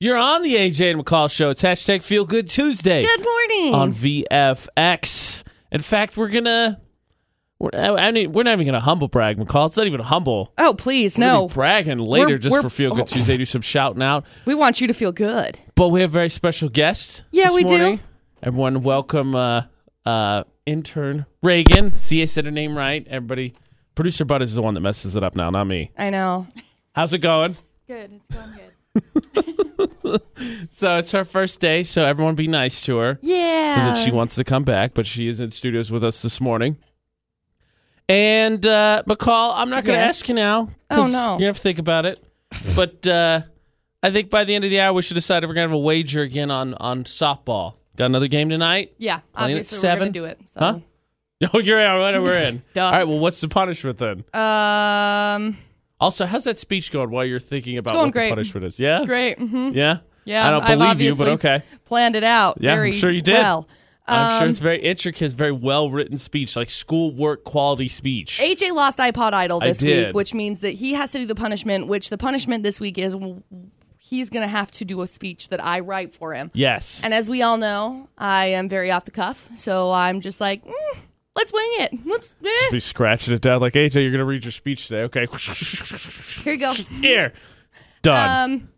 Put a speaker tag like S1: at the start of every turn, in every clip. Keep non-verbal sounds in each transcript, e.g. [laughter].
S1: You're on the AJ and McCall show. It's hashtag Feel Good Tuesday
S2: Good morning.
S1: on VFX. In fact, we're gonna we're I mean, we're not even gonna humble brag, McCall. It's not even humble.
S2: oh, please,
S1: We're gonna
S2: no.
S1: be bragging later
S2: We're-
S1: just
S2: we're- Oh.
S1: for Feel Good Tuesday. Do some shouting out.
S2: We want you to feel good.
S1: But we have a very special guest.
S2: Yeah,
S1: this
S2: we do.
S1: morning. Everyone, welcome uh, uh, intern Reagan. See, I said her name right. Everybody, producer Bud is the one that messes it up now, not me.
S2: I know.
S1: How's it going?
S3: Good. It's going good.
S1: So it's her first day, so everyone be nice to her.
S2: Yeah.
S1: So that she wants to come back, but she is in studios with us this morning. And uh, McCall, I'm not going to
S2: Yes.
S1: ask you now.
S2: Oh,
S1: 'cause
S2: no.
S1: You have to think about
S2: [laughs]
S1: it. But uh, I think by the end of the hour, we should decide if we're going to have a wager again on on softball. Got another game tonight. [laughs]
S3: Yeah,
S1: Playing at
S3: obviously
S1: seven?
S3: we're gonna do it. So.
S1: Huh? Oh, you're in. Right, we're in.
S2: [laughs] Duh. Uh,
S1: All right. Well, what's the punishment then?
S2: Um,
S1: Also, how's that speech going while you're thinking about
S2: going
S1: what
S2: great.
S1: the punishment is? Yeah.
S2: great. hmm
S1: Yeah.
S2: Yeah,
S1: I don't
S2: I've
S1: believe you, but
S2: obviously-
S1: okay.
S2: Planned it out.
S1: Yeah, I'm
S2: very
S1: sure you did.
S2: Well,
S1: I'm
S2: um,
S1: sure it's very intricate, very well written speech, like school work quality speech.
S2: AJ lost iPod Idol
S1: I
S2: this
S1: did.
S2: week, which means that he has to do the punishment. Which the punishment this week is w- he's going to have to do a speech that I write for him.
S1: Yes.
S2: And as we all know, I am very off the cuff, so I'm just like, mm, let's wing it. Let's. eh.
S1: [laughs] be scratching it down like AJ, you're gonna read your speech today. Okay. [laughs]
S2: Here you go.
S1: Here. Done.
S2: Um,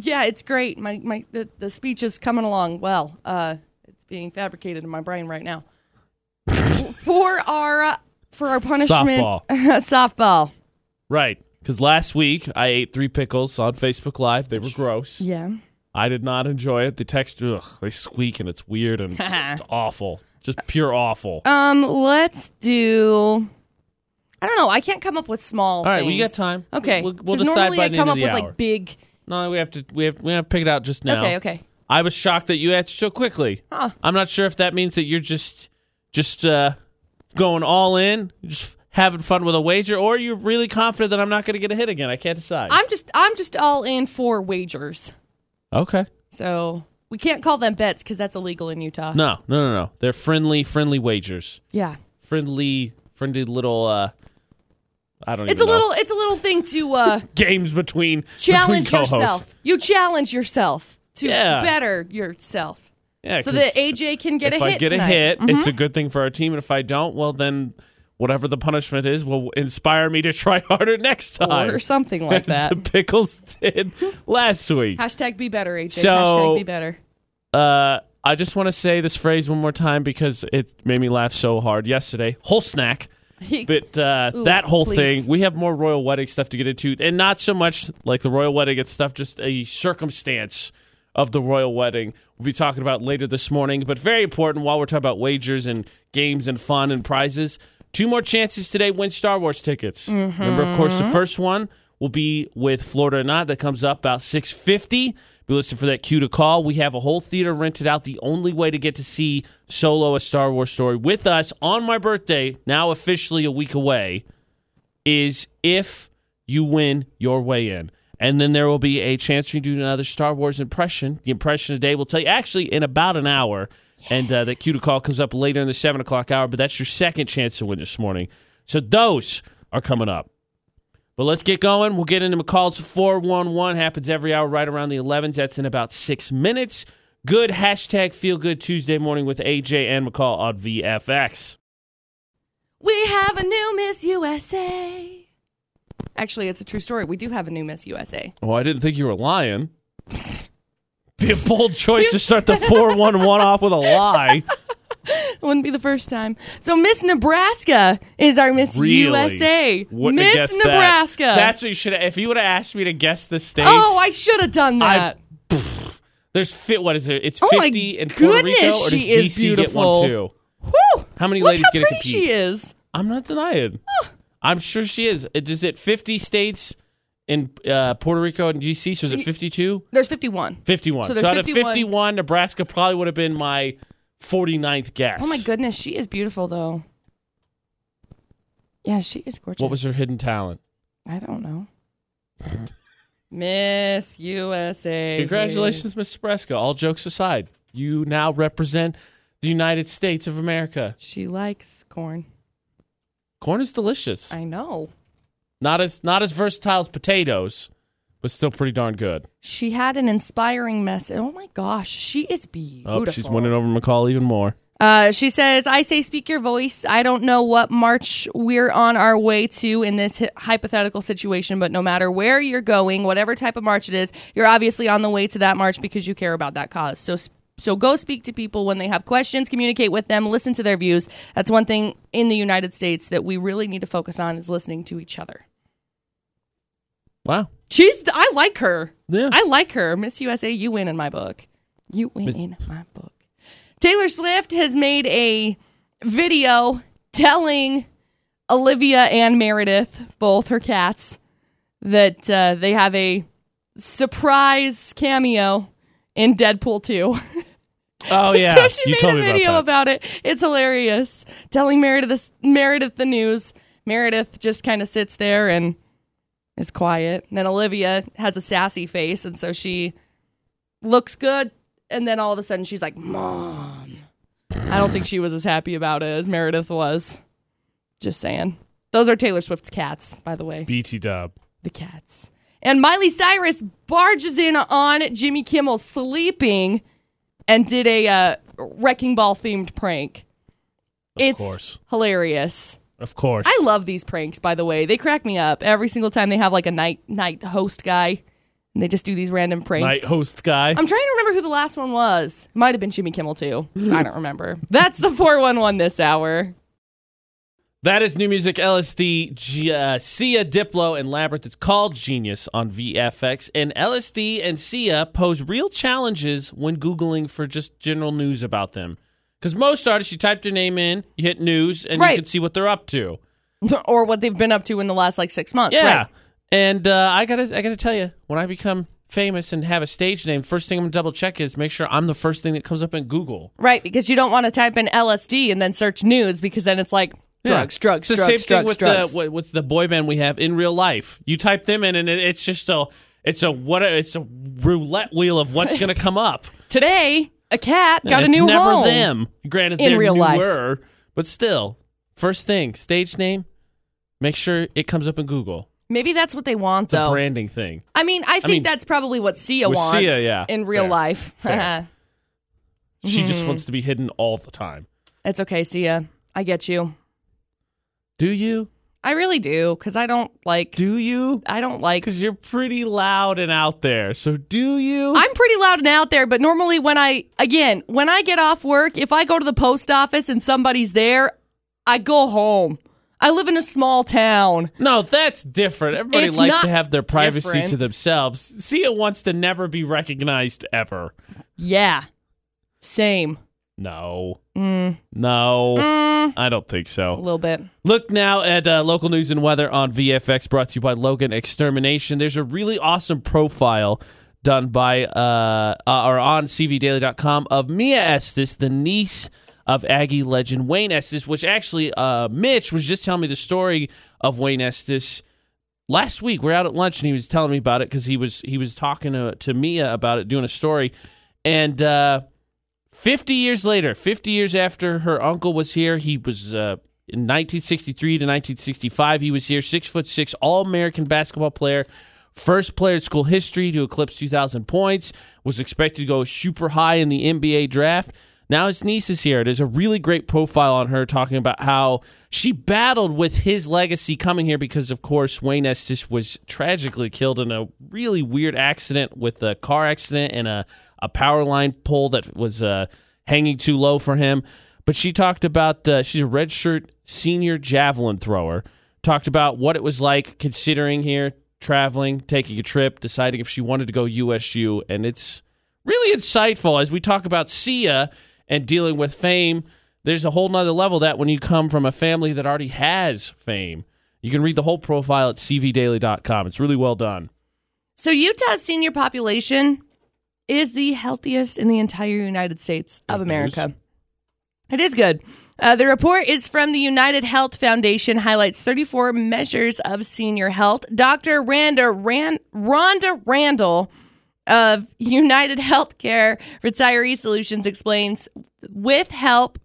S2: yeah, it's great. My my the, the speech is coming along well. Uh, it's being fabricated in my brain right now. [laughs] for our uh, for our punishment,
S1: Softball.
S2: [laughs] softball.
S1: right. Because last week I ate three pickles on Facebook Live. They were gross.
S2: Yeah.
S1: I did not enjoy it. The texture, ugh, they squeak and it's weird and it's,
S2: [laughs]
S1: it's awful. Just pure awful.
S2: Um, let's do. I don't know. I can't come up with small.
S1: All right, we
S2: things.
S1: got time.
S2: Okay,
S1: We'll- we'll
S2: 'Cause
S1: decide
S2: normally
S1: by
S2: I
S1: the
S2: come
S1: end of
S2: up
S1: the
S2: with
S1: hour.
S2: like big.
S1: no, we have to. We have. We have to pick it out just now.
S2: Okay, okay.
S1: I was shocked that you answered so quickly.
S2: Huh.
S1: I'm not sure if that means that you're just just uh, going all in, just having fun with a wager, or you're really confident that I'm not going to get a hit again. I can't decide.
S2: I'm just I'm just all in for wagers.
S1: okay.
S2: So we can't call them bets because that's illegal in Utah.
S1: No, no, no, no. They're friendly, friendly wagers.
S2: Yeah.
S1: Friendly, friendly little. uh I don't.
S2: It's a
S1: even know.
S2: little it's a little thing to uh,
S1: games between
S2: challenge
S1: between co-hosts.
S2: yourself. You challenge yourself to
S1: Yeah.
S2: better yourself.
S1: Yeah,
S2: So
S1: 'cause
S2: that AJ can get
S1: if
S2: a
S1: I
S2: hit
S1: get
S2: tonight. Mm-hmm.
S1: a hit, it's a good thing for our team, and if I don't, well then. Whatever the punishment is will inspire me to [laughs] try harder next time.
S2: or
S1: [laughs]
S2: something like
S1: as
S2: that.
S1: the pickles
S2: [laughs]
S1: did last week.
S2: Hashtag be better, AJ.
S1: So-
S2: Hashtag be better. [laughs]
S1: Uh, I just want to say this phrase one more time because it made me laugh so hard yesterday. Whole snack. But uh,
S2: Ooh,
S1: that whole
S2: please.
S1: thing, we have more royal wedding stuff to get into, and not so much like the royal wedding it's stuff, just a circumstance of the royal wedding. We'll be talking about later this morning, but very important while we're talking about wagers and games and fun and prizes. Two more chances today win Star Wars tickets.
S2: Mm-hmm.
S1: Remember, of course, the first one will be with Florida or not. That comes up about six fifty. Be listening for that cue to call. We have a whole theater rented out. The only way to get to see Solo: A Star Wars Story with us on my birthday, now officially a week away, is if you win your way in. And then there will be a chance for you to do another Star Wars impression. The impression today will tell you actually in about an hour. And uh, that cue to call comes up later in the seven o'clock hour. But that's your second chance to win this morning. So those are coming up. But let's get going. We'll get into McCall's 411. Happens every hour right around the 11s. That's in about six minutes. Good hashtag feel good Tuesday morning with AJ and McCall on VFX.
S2: We have a new Miss USA. Actually, it's a true story. We do have a new Miss USA.
S1: Oh, I didn't think you were lying. Be a bold choice to
S2: [laughs]
S1: start the 411 off with a lie.
S2: It wouldn't be the first time. So Miss Nebraska is our Miss
S1: Really?
S2: USA.
S1: Wouldn't have
S2: Miss
S1: guessed that.
S2: Nebraska.
S1: That's what you should have. If you would have asked me to guess the states.
S2: Oh, I should have done
S1: I-
S2: that.
S1: There's fit. What is it? It's
S2: Oh my
S1: 50 in Puerto
S2: goodness,
S1: Rico, or does
S2: she is
S1: DC get one
S2: beautiful.
S1: too?
S2: Whew.
S1: How many
S2: Look
S1: ladies
S2: how
S1: get to
S2: pretty
S1: compete?
S2: she is.
S1: I'm not denying. I'm sure she is. It- Is it 50 states in uh, Puerto Rico and GC? So is it 52?
S2: There's 51.
S1: 51.
S2: So
S1: So,
S2: there's
S1: out of
S2: 51.
S1: 51, Nebraska probably would have been my 49th guess.
S2: Oh my goodness, she is beautiful though. Yeah, she is gorgeous.
S1: What was her hidden talent?
S2: I
S1: [laughs]
S2: don't know. Miss USA.
S1: Congratulations, Miss Nebraska. All jokes aside, you now represent the United States of America.
S2: She likes corn.
S1: Corn is delicious.
S2: I know.
S1: Not as not as versatile as potatoes, but still pretty darn good.
S2: She had an inspiring message. Oh my gosh, she is
S1: Oh,
S2: beautiful.
S1: she's winning over McCall even more.
S2: Uh, she says, I say speak your voice. I don't know what march we're on our way to in this hy- hypothetical situation, but no matter where you're going, whatever type of march it is, you're obviously on the way to that march because you care about that cause. So, s- so go speak to people when they have questions, communicate with them, listen to their views. That's one thing in the United States that we really need to focus on is listening to each other.
S1: Wow.
S2: She's, I like her.
S1: Yeah.
S2: I like her. Miss USA, you win in my book. You win in my book. Taylor Swift has made a video telling Olivia and Meredith, both her cats, that uh, they have a surprise cameo in Deadpool 2. [laughs]
S1: oh yeah.
S2: so she
S1: you
S2: made
S1: told
S2: a
S1: me
S2: video
S1: about,
S2: about, it. It's hilarious. Telling Meredith this, Meredith the news. Meredith just kind of sits there and is quiet. And then Olivia has a sassy face, and so she looks good. And then all of a sudden, she's like, "Mom." I don't think she was as happy about it as Meredith was. Just saying. Those are Taylor Swift's cats, by the way
S1: that. BT Dub.
S2: the cats. And Miley Cyrus barges in on Jimmy Kimmel sleeping and did a uh, wrecking ball themed prank. it's
S1: course.
S2: hilarious.
S1: Of course.
S2: I love these pranks, by the way. They crack me up every single time they have like a night night host guy, and they just do these random
S1: Night
S2: pranks.
S1: host guy.
S2: I'm trying to remember who the last one was. It might have been Jimmy Kimmel too. I don't remember. That's the [laughs] four one one this hour.
S1: That is new music, LSD, G- uh, Sia, Diplo, and Labyrinth. It's called Genius on VFX. And LSD and Sia pose real challenges when Googling for just general news about them. Because most artists, you type their name in, you hit news, and you
S2: Right.
S1: can see what they're up to.
S2: [laughs] or what they've been up to in the last like six months.
S1: Yeah.
S2: Right.
S1: And uh, I gotta, I gotta tell you, when I become famous and have a stage name, first thing I'm gonna double check is make sure I'm the first thing that comes up in Google.
S2: Right, because you don't want to type in LSD and then search news because then it's like drugs,
S1: Yeah.
S2: drugs,
S1: It's the
S2: drugs,
S1: same thing
S2: drugs,
S1: with
S2: drugs.
S1: the what, what's the boy band we have in real life. You type them in, and it, it's just a it's a what a, it's a roulette wheel of what's going to come up.
S2: Today, a cat [laughs] got
S1: And
S2: a
S1: it's
S2: new
S1: never
S2: home.
S1: them. Granted,
S2: In
S1: they're
S2: real life.
S1: newer, but still, first thing, stage name. Make sure it comes up in Google.
S2: Maybe that's what they want,
S1: It's a
S2: though.
S1: branding thing.
S2: I mean, I think
S1: mean,
S2: that's probably what Sia
S1: with
S2: wants
S1: Sia, yeah.
S2: in real
S1: Fair.
S2: life. [laughs]
S1: Fair. She just
S2: Mm-hmm.
S1: wants to be hidden all the time.
S2: it's okay, Sia. I get you.
S1: Do you?
S2: I really do because I don't like.
S1: Do you?
S2: I don't like.
S1: Because you're pretty loud and out there. So do you?
S2: I'm pretty loud and out there, but normally when I again when I get off work, if I go to the post office and somebody's there, I go home. I live in a small town.
S1: No, that's different. Everybody
S2: It's
S1: likes
S2: not
S1: to have their privacy
S2: different.
S1: to themselves. Sia wants to never be recognized ever.
S2: Yeah. Same.
S1: No.
S2: Mm.
S1: No. I don't think
S2: A
S1: so.
S2: little bit.
S1: Look now at uh, local news and weather on VFX, brought to you by Logan Extermination. There's a really awesome profile done by uh, uh, or on CVDaily.com of Mia Estes, the niece of Aggie legend Wayne Estes, which actually uh, Mitch was just telling me the story of Wayne Estes last week we are out at lunch and he was telling me about it because he was he was talking to, to mia about it doing a story and uh 50 years later 50 years after her uncle was here he was uh in 1963 to 1965 he was here six foot six all american basketball player first player in school history to eclipse 2000 points was expected to go super high in the nba draft now his niece is here. There's a really great profile on her talking about how she battled with his legacy coming here because, of course, Wayne Estes was tragically killed in a really weird accident with a car accident and a, a power line pole that was uh, hanging too low for him. But she talked about uh, she's a redshirt senior javelin thrower. Talked about what it was like considering here, traveling, taking a trip, deciding if she wanted to go USU, and it's really insightful as we talk about Sia and dealing with fame. There's a whole nother level that when you come from a family that already has fame. You can read the whole profile at cvdaily.com. It's really well done.
S2: So Utah's senior population is the healthiest in the entire United States of America. It is good. Uh, the report is from the United Health Foundation, highlights 34 measures of senior health. Dr. Randa Ran- Rhonda Randall of [laughs] United Healthcare Retiree Solutions explains with help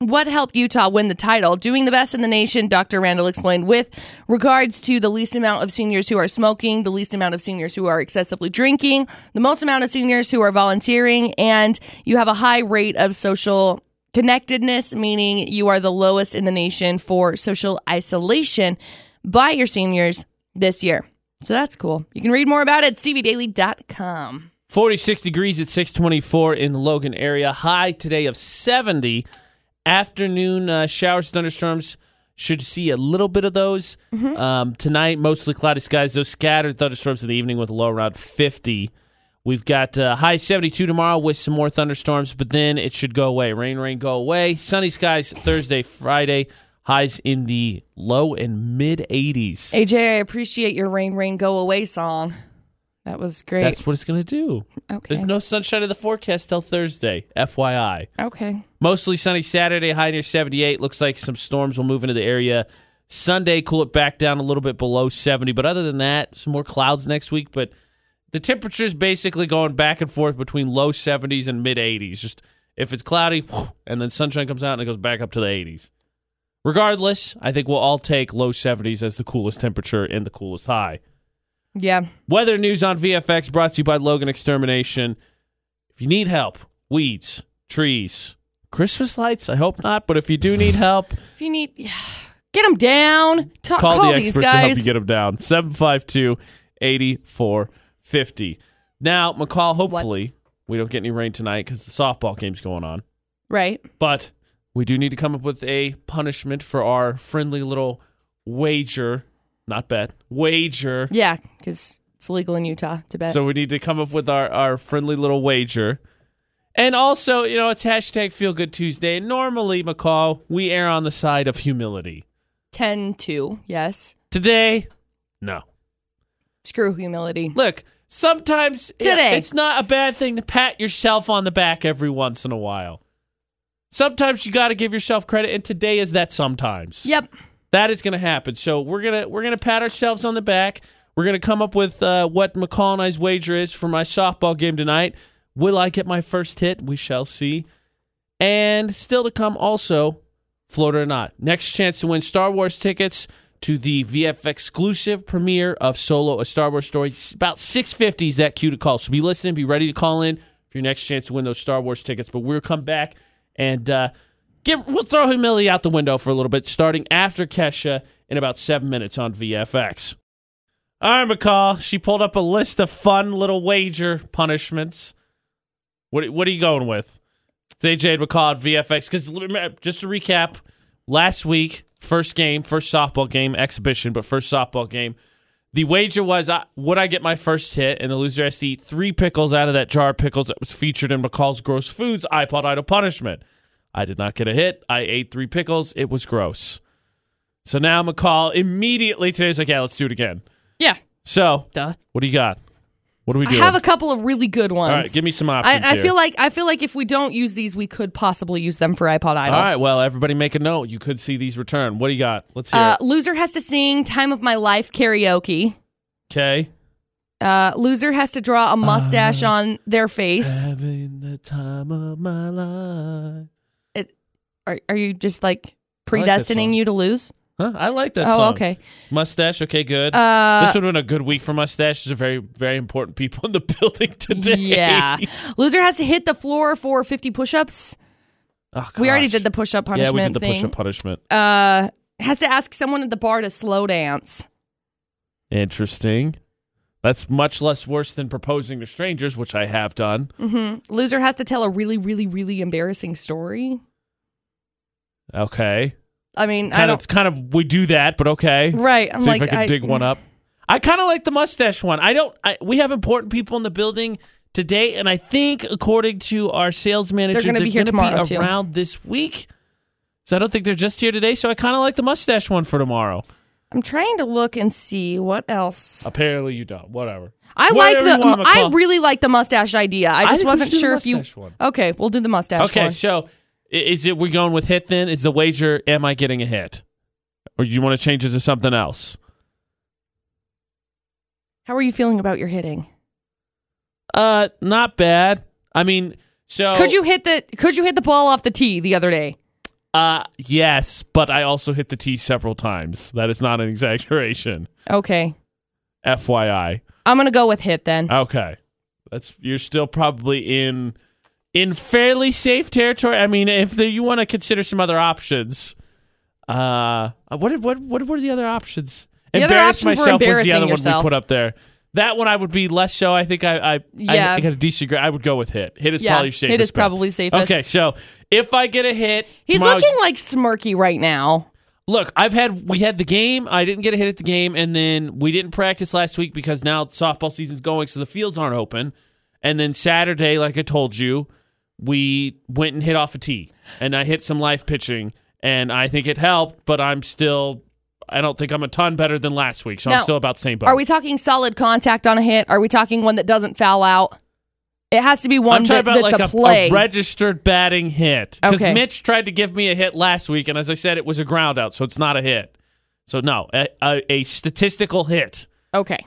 S2: What helped Utah win the title? Doing the best in the nation, Dr. Randall explained, with regards to the least amount of seniors who are smoking, the least amount of seniors who are excessively drinking, the most amount of seniors who are volunteering, and you have a high rate of social connectedness, meaning you are the lowest in the nation for social isolation by your seniors this year. So that's cool. You can read more about it at cvdaily.com.
S1: 46 degrees at 624 in the Logan area. High today of 70. Afternoon uh, showers, thunderstorms. Should see a little bit of those. Um, tonight, mostly cloudy skies. Those scattered thunderstorms in the evening with a low around 50. We've got uh, high 72 tomorrow with some more thunderstorms, but then it should go away. Rain, rain, go away. Sunny skies Thursday, Friday. Highs in the low and mid 80s.
S2: AJ, I appreciate your Rain Rain Go Away song. That was great.
S1: That's what it's going to do.
S2: okay.
S1: There's no sunshine in the forecast till Thursday, FYI.
S2: okay.
S1: Mostly sunny Saturday, high near 78. Looks like some storms will move into the area. Sunday, cool it back down a little bit below 70. But other than that, some more clouds next week. But the temperature's basically going back and forth between low 70s and mid 80s. Just if it's cloudy, and then sunshine comes out and it goes back up to the 80s. Regardless, I think we'll all take low 70s as the coolest temperature and the coolest high.
S2: Yeah.
S1: Weather news on VFX brought to you by Logan Extermination. If you need help, weeds, trees, Christmas lights, I hope not, but if you do need help,
S2: If you need, get them down. Ta-
S1: call,
S2: [laughs] call
S1: the
S2: these
S1: experts to help you
S2: guys.
S1: get them down. 752 8450. Now, McCall, hopefully we don't get any rain tonight because the softball game's going on,
S2: right.
S1: but we do need to come up with a punishment for our friendly little wager, not bet, wager.
S2: Yeah, because it's illegal in Utah to bet.
S1: So we need to come up with our, our friendly little wager. And also, you know, it's hashtag Feel Good Tuesday. And normally, McCall, we err on the side of humility.
S2: 10 2. Yes.
S1: Today, no.
S2: Screw humility.
S1: Look, sometimes it-
S2: Today.
S1: it's not a bad thing to pat yourself on the back every once in a while. Sometimes you got to give yourself credit, and today is that sometimes.
S2: Yep.
S1: that is going to happen. So we're gonna we're gonna pat ourselves on the back. We're gonna come up with uh, what McCall and I's wager is for my softball game tonight. Will I get my first hit? We shall see. And still to come, also Florida or not. Next chance to win Star Wars tickets to the VF exclusive premiere of Solo: A Star Wars Story. It's about six fifty is that cue to call. So be listening, be ready to call in for your next chance to win those Star Wars tickets. But we'll come back and uh, get we'll throw humility out the window for a little bit, starting after Kesha in about seven minutes on VFX. All right, McCall. She pulled up a list of fun little wager punishments. What what are you going with? They Jade McCall at VFX. Because just to recap, last week, first game, first softball game, exhibition, but first softball game. The wager was uh, would I get my first hit, and the loser has to eat three pickles out of that jar of pickles that was featured in McCall's Gross Foods iPod Idol Punishment. I did not get a hit. I ate three pickles. It was gross. So now McCall immediately today's like, yeah, let's do it again.
S2: Yeah.
S1: So
S2: Duh.
S1: what do you got? What do we
S2: I
S1: do?
S2: have a couple of really good ones.
S1: All right, give me some options.
S2: I, I
S1: here.
S2: feel like I feel like if we don't use these, we could possibly use them for iPod Idol.
S1: All right, well, everybody make a note. You could see these return. What do you got? Let's hear
S2: Uh,
S1: it.
S2: loser has to sing "Time of My Life" karaoke.
S1: Okay.
S2: Uh, loser has to draw a mustache on their face.
S1: uh, Having the time of my life.
S2: Are, are you just like
S1: like that
S2: predestining
S1: song.
S2: you to lose?
S1: Huh? I like that
S2: oh,
S1: song.
S2: okay.
S1: Mustache, okay, good.
S2: Uh,
S1: this would have been a good week for mustache. There's very, very important people in the [laughs] building today.
S2: Yeah. Loser has to hit the floor for 50 push ups.
S1: [laughs] Oh,
S2: We already
S1: gosh.
S2: did the push up
S1: Yeah,
S2: punishment
S1: we did the
S2: thing.
S1: push-up punishment.
S2: Uh, has to ask someone at the bar to slow dance.
S1: Interesting. That's much less worse than proposing to strangers, which I have done.
S2: Mm. Loser has to tell a really, really, really embarrassing story.
S1: Okay.
S2: I mean, I
S1: Kind
S2: don't.
S1: of, kind of, we do that, but okay.
S2: right. I'm
S1: See
S2: like,
S1: if I can dig one up. I kind of like the mustache one. I don't. I, we have important people in the building today, and I think according to our sales manager,
S2: gonna be here
S1: gonna
S2: tomorrow,
S1: be
S2: too.
S1: around this week. So I don't think they're just here today. So I kind of like the mustache one for tomorrow.
S2: I'm trying to look and see what else.
S1: Apparently you don't. Whatever.
S2: I
S1: Whatever
S2: like
S1: you
S2: the.
S1: want,
S2: I
S1: McCall.
S2: really like the mustache idea. I
S1: I
S2: just
S1: think we
S2: wasn't
S1: should do
S2: sure
S1: the
S2: if you.
S1: mustache one.
S2: Okay, we'll do the mustache
S1: Okay,
S2: one.
S1: so i- is it we going with hit then? Is the wager? Am I getting a hit? Or do you want to change it to something else?
S2: How are you feeling about your hitting?
S1: Uh, not bad. I mean, so Oh.
S2: Could you hit the? Could you hit the ball off the tee the other day?
S1: Uh, yes, but I also hit the T several times. That is not an exaggeration. [laughs]
S2: Okay.
S1: FYI.
S2: I'm going to go with hit then.
S1: Okay. That's you're still probably in in fairly safe territory. I mean, if there, you want to consider some other options, uh, what did- what what were the other options?
S2: The other
S1: Embarrass
S2: options were
S1: myself was the
S2: embarrassing
S1: other one
S2: yourself.
S1: we put up there. That one I would be less so. I think I I,
S2: Yeah.
S1: I, I got a decent. gra- I would go with hit. Hit is
S2: yeah.
S1: probably safest.
S2: Hit is
S1: bet.
S2: probably safest.
S1: okay. So if I get a hit,
S2: He's
S1: tomorrow-
S2: looking like smirky right now.
S1: Look, I've had we had the game. I didn't get a hit at the game, and then we didn't practice last week because now softball season's going, so the fields aren't open. And then Saturday, like I told you, we went and hit off a tee, and I hit some live pitching, and I think it helped. But I'm still, I don't think I'm a ton better than last week, so
S2: Now,
S1: I'm still about the same. Boat.
S2: Are we talking solid contact on a hit? Are we talking one that doesn't foul out? It has to be one
S1: I'm
S2: that,
S1: talking about
S2: that's
S1: like
S2: a play.
S1: registered batting hit. Because
S2: Okay.
S1: Mitch tried to give me a hit last week, and as I said, it was a ground out, so it's not a hit. So no, a, a, a statistical hit
S2: okay.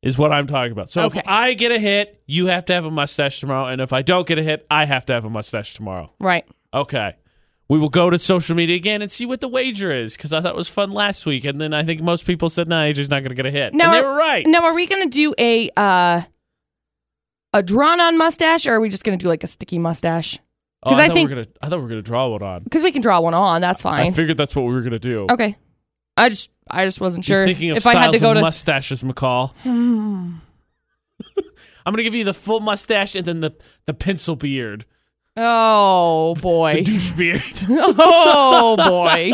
S1: is what I'm talking about. So
S2: Okay.
S1: if I get a hit, you have to have a mustache tomorrow, and if I don't get a hit, I have to have a mustache tomorrow.
S2: Right.
S1: Okay. We will go to social media again and see what the wager is because I thought it was fun last week, and then I think most people said, "No, nah, AJ's not going to get a hit," and
S2: Now
S1: they
S2: are-
S1: were right.
S2: Now, are we going to do a uh, a drawn on mustache, or are we just going to do like a sticky mustache?
S1: Oh,
S2: 'cause I
S1: thought
S2: think-
S1: we were gonna, I thought we were going to draw one on.
S2: Because we can draw one on. That's
S1: I
S2: fine.
S1: figured that's what we were going to do.
S2: okay. I just I just wasn't
S1: You're
S2: sure
S1: thinking of
S2: if I
S1: styles
S2: had to go
S1: and
S2: to.
S1: mustaches, McCall.
S2: Hmm.
S1: [sighs] I'm gonna give you the full mustache and then the the pencil beard,
S2: [laughs] Oh
S1: [laughs]
S2: boy. [laughs]
S1: douche beard.
S2: oh boy.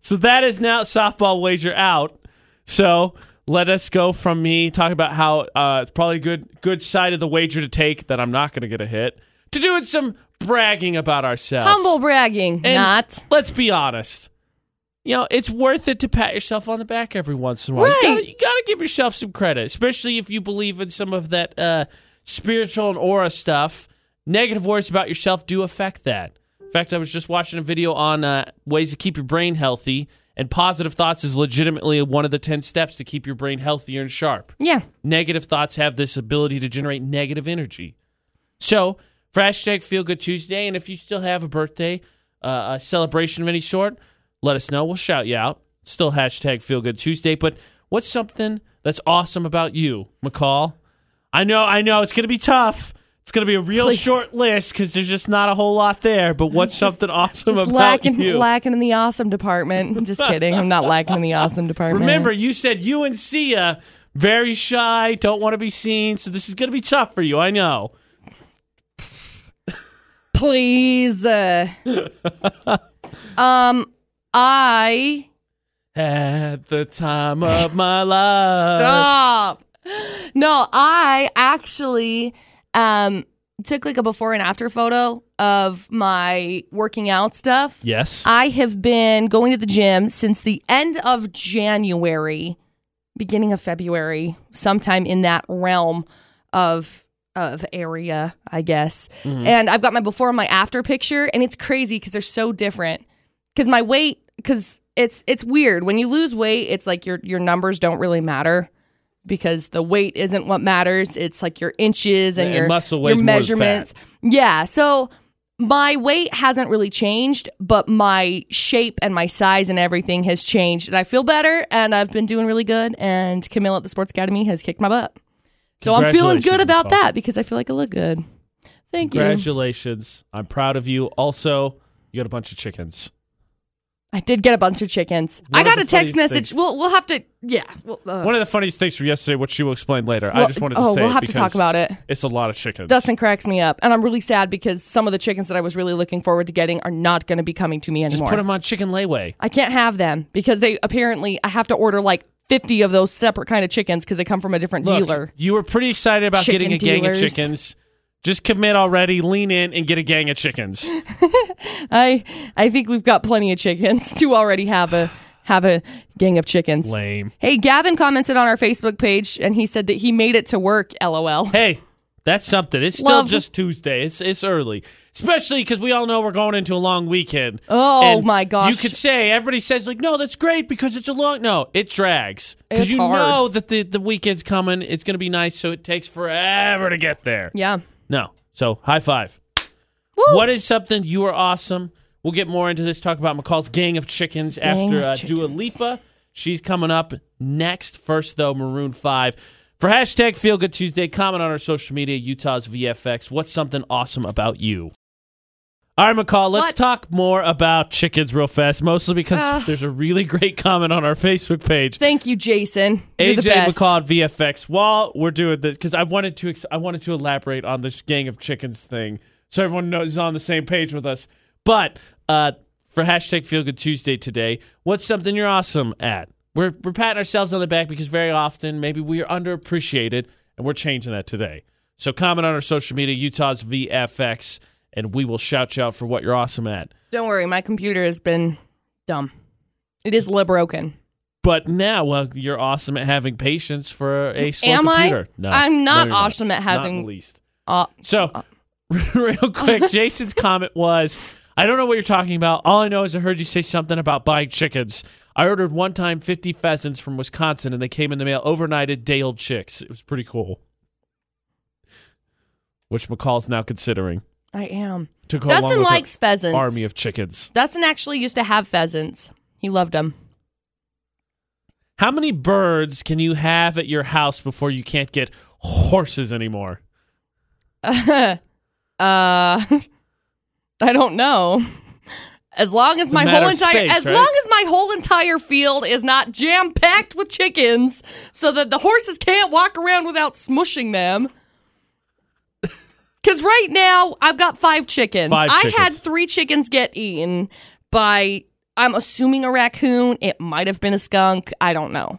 S1: so that is now softball wager out. So let us go from me talking about how uh, it's probably a good good side of the wager to take that I'm not gonna get a hit to doing some bragging about ourselves.
S2: Humble bragging.
S1: And
S2: Not.
S1: Let's be honest. You know, it's worth it to pat yourself on the back every once in a while. You,
S2: Right.
S1: gotta, you gotta give yourself some credit, especially if you believe in some of that uh, spiritual and aura stuff. Negative words about yourself do affect that. In fact, I was just watching a video on uh, ways to keep your brain healthy, and positive thoughts is legitimately one of the 10 steps to keep your brain healthier and sharp
S2: Yeah.
S1: negative thoughts have this ability to generate negative energy. So, for hashtag Feel Good Tuesday, and if you still have a birthday, uh, a celebration of any sort, let us know. We'll shout you out. Still hashtag Feel Good Tuesday. But what's something that's awesome about you, McCall? I know, I know, it's gonna be tough. It's gonna be a real
S2: Please.
S1: short list because there's just not a whole lot there. But what's something awesome
S2: Just
S1: about
S2: lacking,
S1: you?
S2: lacking in the awesome department. Just kidding. I'm not lacking in the awesome department.
S1: Remember, you said you and Sia very shy, don't want to be seen, so this is going to be tough for you. I know. [laughs]
S2: please. uh, um, I
S1: At the time of my life.
S2: stop. No, I actually um took like a before and after photo of my working out stuff.
S1: Yes.
S2: I have been going to the gym since the end of January, beginning of February, sometime in that realm of of area, I guess. And I've got my before and my after picture, and it's crazy because they're so different. Because my weight, because it's it's weird when you lose weight, it's like your your numbers don't really matter because the weight isn't what matters. It's like your inches and,
S1: And
S2: your
S1: muscle
S2: your
S1: weighs more than
S2: measurements. Yeah, so my weight hasn't really changed, but my shape and my size and everything has changed. And I feel better and I've been doing really good. And Camille at the Sports Academy has kicked my butt. So I'm feeling good
S1: Congratulations,
S2: about
S1: Nicole.
S2: that because I feel like I look good. Thank you.
S1: Congratulations. I'm proud of you. Also, you got a bunch of chickens.
S2: I did get a bunch of chickens.
S1: One
S2: I got
S1: of
S2: a
S1: the
S2: text
S1: funniest
S2: message.
S1: things-
S2: We'll we'll have to yeah. We'll, uh,
S1: One of the funniest things from yesterday, which she will explain later. I
S2: well-
S1: just wanted to
S2: oh,
S1: say
S2: we'll
S1: it
S2: have to talk
S1: because
S2: about it.
S1: It's a lot of chickens.
S2: Dustin cracks me up, and I'm really sad because some of the chickens that I was really looking forward to getting are not going to be coming to me anymore.
S1: Just put them on chicken layway.
S2: I can't have them because they apparently I have to order like 50 of those separate kind of chickens because they come from a different
S1: Look,
S2: dealer.
S1: You were pretty excited about
S2: Chicken
S1: getting a gang of
S2: dealers.
S1: chickens. Just commit already, lean in, and get a gang of
S2: [laughs]
S1: chickens.
S2: I I think we've got plenty of chickens [laughs] to already have a have a gang of chickens.
S1: Lame.
S2: Hey, Gavin commented on our Facebook page and he said that he made it to work. LOL.
S1: Hey, that's something. It's still
S2: Love-
S1: just Tuesday. It's it's early, especially because we all know we're going into a long weekend.
S2: Oh,
S1: And
S2: my gosh.
S1: You could say everybody says like, no, that's great because it's a long. No, it drags
S2: It's
S1: because you
S2: hard.
S1: know that the the weekend's coming. It's gonna be nice, so it takes forever to get there.
S2: Yeah.
S1: No, so high five.
S2: Woo.
S1: What is something you are awesome? We'll get more into this. Talk about McCall's gang of chickens
S2: Gang
S1: after
S2: of
S1: uh, Dua
S2: chickens.
S1: Lipa. She's coming up next. First, though, Maroon 5. For hashtag Feel Good Tuesday, comment on our social media, Utah's VFX. What's something awesome about you? All right, McCall, let's
S2: What?
S1: talk more about chickens real fast, mostly because
S2: Ugh.
S1: there's a really great comment on our Facebook page.
S2: Thank you, Jason. You're the
S1: AJ
S2: best.
S1: McCall at VFX. While we're doing this, because I wanted to, ex- I wanted to elaborate on this gang of chickens thing, so everyone knows is on the same page with us. But uh, for hashtag Feel Good Tuesday today, what's something you're awesome at? We're we're patting ourselves on the back because very often maybe we are underappreciated, and we're changing that today. So comment on our social media, Utah's VFX, and we will shout you out for what you're awesome at.
S2: Don't worry, my computer has been dumb. It is libroken.
S1: But now, well, you're awesome at having patience for a slow
S2: Am I?
S1: computer. No, No,
S2: I'm not
S1: you're
S2: awesome at
S1: Not in
S2: having-
S1: the least.
S2: Uh,
S1: So, [laughs] real quick,
S2: [laughs]
S1: Jason's comment was, "I don't know what you're talking about. All I know is I heard you say something about buying chickens. I ordered one time 50 pheasants from Wisconsin, and they came in the mail overnight at day-old chicks. It was pretty cool." Which McCall's now considering.
S2: I am.
S1: Took her along
S2: Dustin
S1: with her
S2: likes pheasants.
S1: army of chickens.
S2: Dustin actually used to have pheasants. He loved them.
S1: How many birds can you have at your house before you can't get horses anymore?
S2: uh, [laughs] I Uh, don't know. As long as my
S1: matter
S2: whole
S1: of
S2: entire
S1: space,
S2: as
S1: right?
S2: long as my whole entire field is not jam packed with chickens, so that the horses can't walk around without smushing them. Because right now I've got five chickens.
S1: Five
S2: I had
S1: chickens.
S2: three chickens get eaten by I'm assuming a raccoon. It might have been a skunk. I don't know.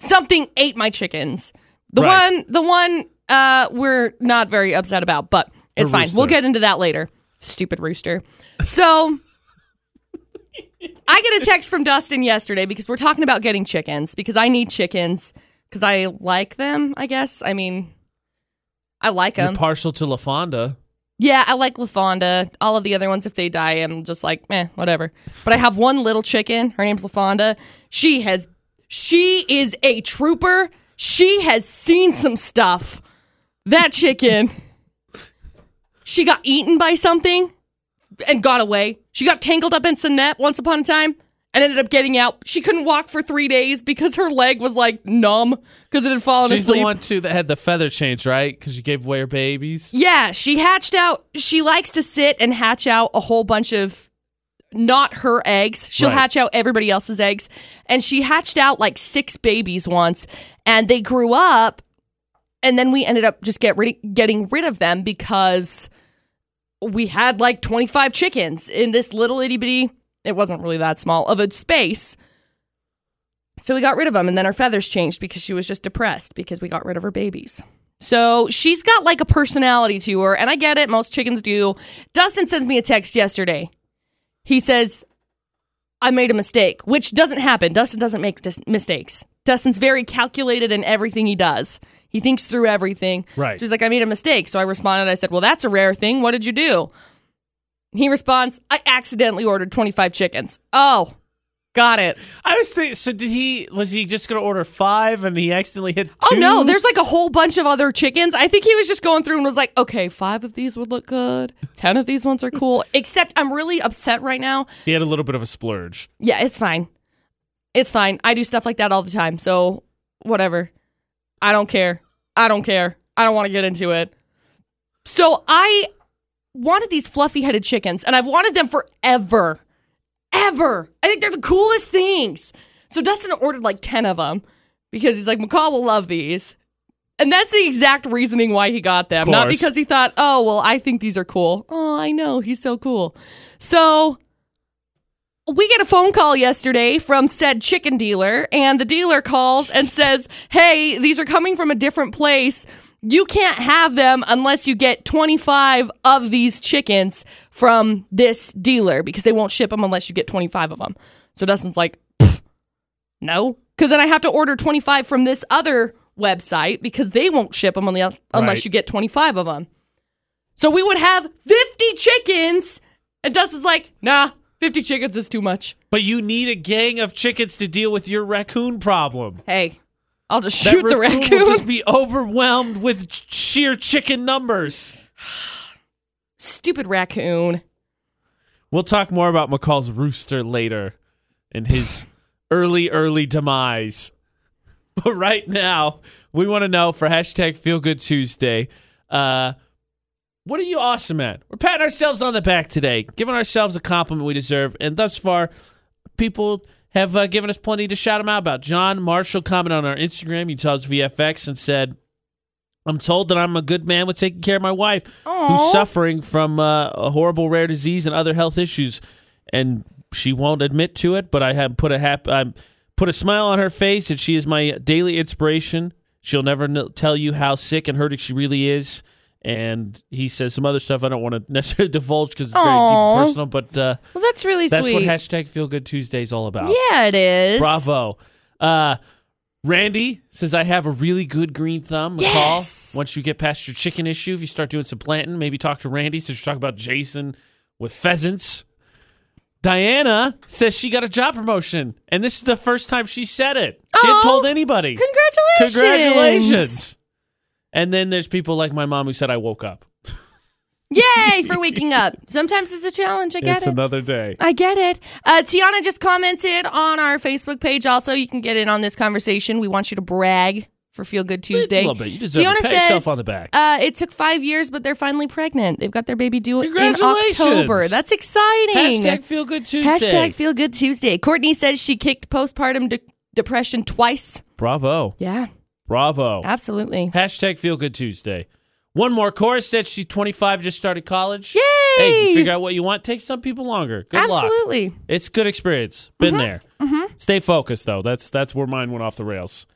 S2: Something ate my chickens. The
S1: Right.
S2: one, the one uh, we're not very upset about, but it's
S1: A
S2: fine. We'll
S1: rooster.
S2: get into that later. Stupid rooster. So I get a text from Dustin yesterday because we're talking about getting chickens because I need chickens because I like them. I guess. I mean, I like them.
S1: You're partial to La Fonda.
S2: Yeah, I like LaFonda. All of the other ones, if they die, I'm just like, meh, whatever. But I have one little chicken. Her name's LaFonda. She has, she is a trooper. She has seen some stuff. That chicken, she got eaten by something and got away. She got tangled up in some net once upon a time and ended up getting out. She couldn't walk for three days because her leg was like numb because it had fallen
S1: She's
S2: asleep.
S1: the one too that had the feather change, right? Because you gave away her babies.
S2: Yeah, she hatched out. She likes to sit and hatch out a whole bunch of not her eggs. She'll
S1: Right.
S2: hatch out everybody else's eggs. And she hatched out like six babies once, and they grew up. And then we ended up just get rid- getting rid of them because we had like 25 chickens in this little itty bitty, it wasn't really that small, of a space. So we got rid of them, and then her feathers changed because she was just depressed because we got rid of her babies. So she's got like a personality to her, and I get it. Most chickens do. Dustin sends me a text yesterday. He says, I made a mistake, which doesn't happen. Dustin doesn't make dis- mistakes. Dustin's very calculated in everything he does. He thinks through everything.
S1: Right.
S2: So he's like, I made a mistake. So I responded, I said, Well, that's a rare thing. What did you do? He responds, I accidentally ordered 25 chickens. Oh, got it.
S1: I was thinking. So did he? Was he just gonna order five and he accidentally hit?
S2: Oh no,
S1: two?
S2: there's like a whole bunch of other chickens. I think he was just going through and was like, okay, five of these would look good. Ten of these ones are cool. Except I'm really upset right now.
S1: He had a little bit of a splurge.
S2: Yeah, it's fine. It's fine. I do stuff like that all the time. So whatever. I don't care. I don't care. I don't want to get into it. So I wanted these fluffy headed chickens and I've wanted them forever. Ever. I think they're the coolest things. So Dustin ordered like 10 of them because he's like, McCall will love these. And that's the exact reasoning why he got them. Not
S1: course.
S2: because he thought, oh, well, I think these are cool. Oh, I know. He's so cool. So we get a phone call yesterday from said chicken dealer, and the dealer calls and says, Hey, these are coming from a different place. You can't have them unless you get 25 of these chickens from this dealer because they won't ship them unless you get 25 of them. So Dustin's like, "Pff, No. Because then I have to order 25 from this other website because they won't ship them unless
S1: Right.
S2: you get 25 of them. So we would have 50 chickens. And Dustin's like, nah, 50 chickens is too much.
S1: But you need a gang of chickens to deal with your raccoon problem.
S2: Hey, I'll just shoot
S1: that
S2: the
S1: raccoon,
S2: raccoon.
S1: will just
S2: [laughs]
S1: be overwhelmed with ch- sheer chicken numbers.
S2: Stupid raccoon.
S1: We'll talk more about McCall's rooster later and his early, early demise. But right now, we want to know for hashtag Feel Good Tuesday, uh, what are you awesome at? We're patting ourselves on the back today, giving ourselves a compliment we deserve, and thus far, people have uh, given us plenty to shout them out about. John Marshall commented on our Instagram, Utah's VFX, and said, "I'm told that I'm a good man with taking care of my wife, who's
S2: Aw.
S1: suffering from uh, a horrible rare disease and other health issues, and she won't admit to it. But I have put a hap- I'm put a smile on her face, and she is my daily inspiration. She'll never kn- tell you how sick and hurting she really is." And he says some other stuff I don't want to [laughs] necessarily divulge because it's very deep
S2: Aw.
S1: and personal, but uh,
S2: Well, that's really
S1: that's what
S2: sweet.
S1: hashtag Feel Good Tuesday is all about.
S2: yeah, it is.
S1: Bravo. Uh, Randy says, I have a really good green thumb.
S2: Yes.
S1: McCall, once you get past your chicken issue, if you start doing some planting, maybe talk to Randy since you're talking about Jason with pheasants. Diana says she got a job promotion, and this is the first time she said it. She hadn't
S2: Oh,
S1: told anybody.
S2: Congratulations.
S1: Congratulations. And then there's people like my mom who said, I woke up.
S2: [laughs] Yay for waking up. Sometimes it's a challenge. I get
S1: it's
S2: it.
S1: another day.
S2: I get it. Uh, Tiana just commented on our Facebook page. Also, you can get in on this conversation. We want you to brag for Feel Good Tuesday.
S1: A little bit. You deserve
S2: Tiana
S1: it. Pat yourself
S2: says-
S1: on the back.
S2: Uh, it took five years, but they're finally pregnant. They've got their baby due in
S1: Congratulations.
S2: October. That's exciting.
S1: Hashtag feel good Tuesday.
S2: Hashtag Feel Good Tuesday. Courtney says she kicked postpartum de- depression twice.
S1: Bravo.
S2: Yeah,
S1: Bravo.
S2: absolutely.
S1: Hashtag Feel Good Tuesday. One more. Cora said she's 25, just started college.
S2: Yay!
S1: Hey, you figure out what you want. Takes some people longer. Good luck.
S2: absolutely.
S1: It's good experience. Been there. Stay focused though. That's that's where mine went off the rails.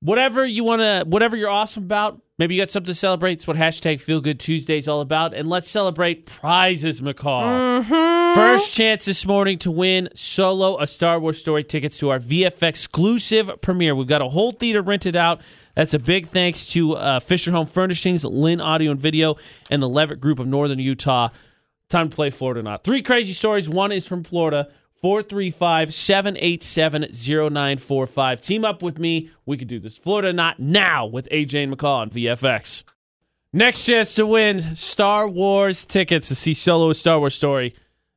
S1: Whatever you want to, whatever you're awesome about, maybe you got something to celebrate. It's what hashtag Feel Good Tuesday is all about. And let's celebrate prizes, McCall. First chance this morning to win solo a Star Wars story tickets to our VFX exclusive premiere. We've got a whole theater rented out. That's a big thanks to uh, Fisher Home Furnishings, Lynn Audio and Video, and the Levitt Group of Northern Utah. Time to play Florida or not. Three crazy stories. One is from Florida. 435 787 0945. Team up with me. We could do this. Florida or not now with AJ and McCall on VFX. Next chance to win Star Wars tickets to see Solo a Star Wars story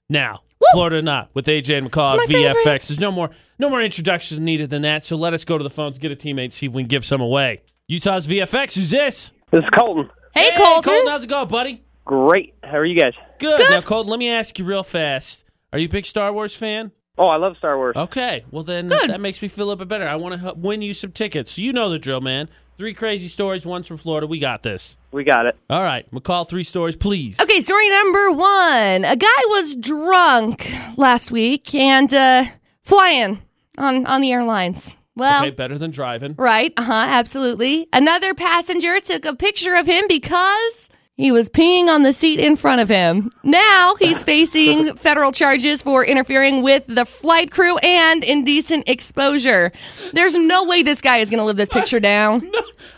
S1: now. Florida or not with AJ and McCall on
S2: It's my
S1: VFX.
S2: favorite.
S1: There's no more no more introductions needed than that. So let us go to the phones, get a teammate, see if we can give some away. Utah's VFX. Who's this?
S3: This is Colton.
S2: Hey,
S1: Hey,
S2: Colton.
S1: how's it going, buddy?
S3: Great. How are you guys?
S1: Good. Now, Colton, let me ask you real fast. Are you a big Star Wars fan?
S3: Oh, I love Star Wars.
S1: Okay. Well, then
S2: Good.
S1: that makes me feel a little bit better. I want to help win you some tickets. So you know the drill, man. Three crazy stories, one's from Florida. We got this.
S3: We got it.
S1: All right. McCall, three stories, please.
S2: Okay, story number one. A guy was drunk last week and uh, flying on, on the airlines. Well,
S1: Okay, better than driving.
S2: right. Uh huh. Absolutely. Another passenger took a picture of him because he was peeing on the seat in front of him. Now he's
S1: [laughs]
S2: facing federal charges for interfering with the flight crew and indecent exposure. There's no way this guy is going to live this
S1: [laughs]
S2: picture down.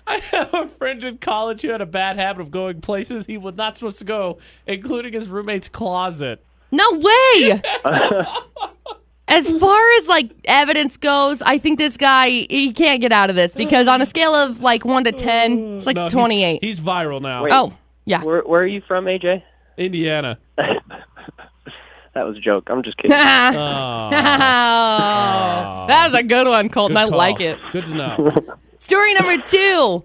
S1: I have a friend in college who had a bad habit of going places he was not supposed to go, including his roommate's closet.
S2: No
S1: [laughs]
S2: way. As far as like evidence goes, I think this guy he can't get out of this because on a scale of like one to ten, it's like
S1: No, Oh, he-
S2: twenty-eight.
S1: he's viral now.
S3: Wait.
S2: oh, yeah.
S3: Where, where are you from, AJ?
S1: Indiana.
S3: That was a joke. I'm just [laughs] kidding.
S1: Oh,
S2: Oh, [laughs] that was a good one, Colton.
S1: good
S2: I
S1: call.
S2: like it.
S1: Good to know.
S2: Story number two.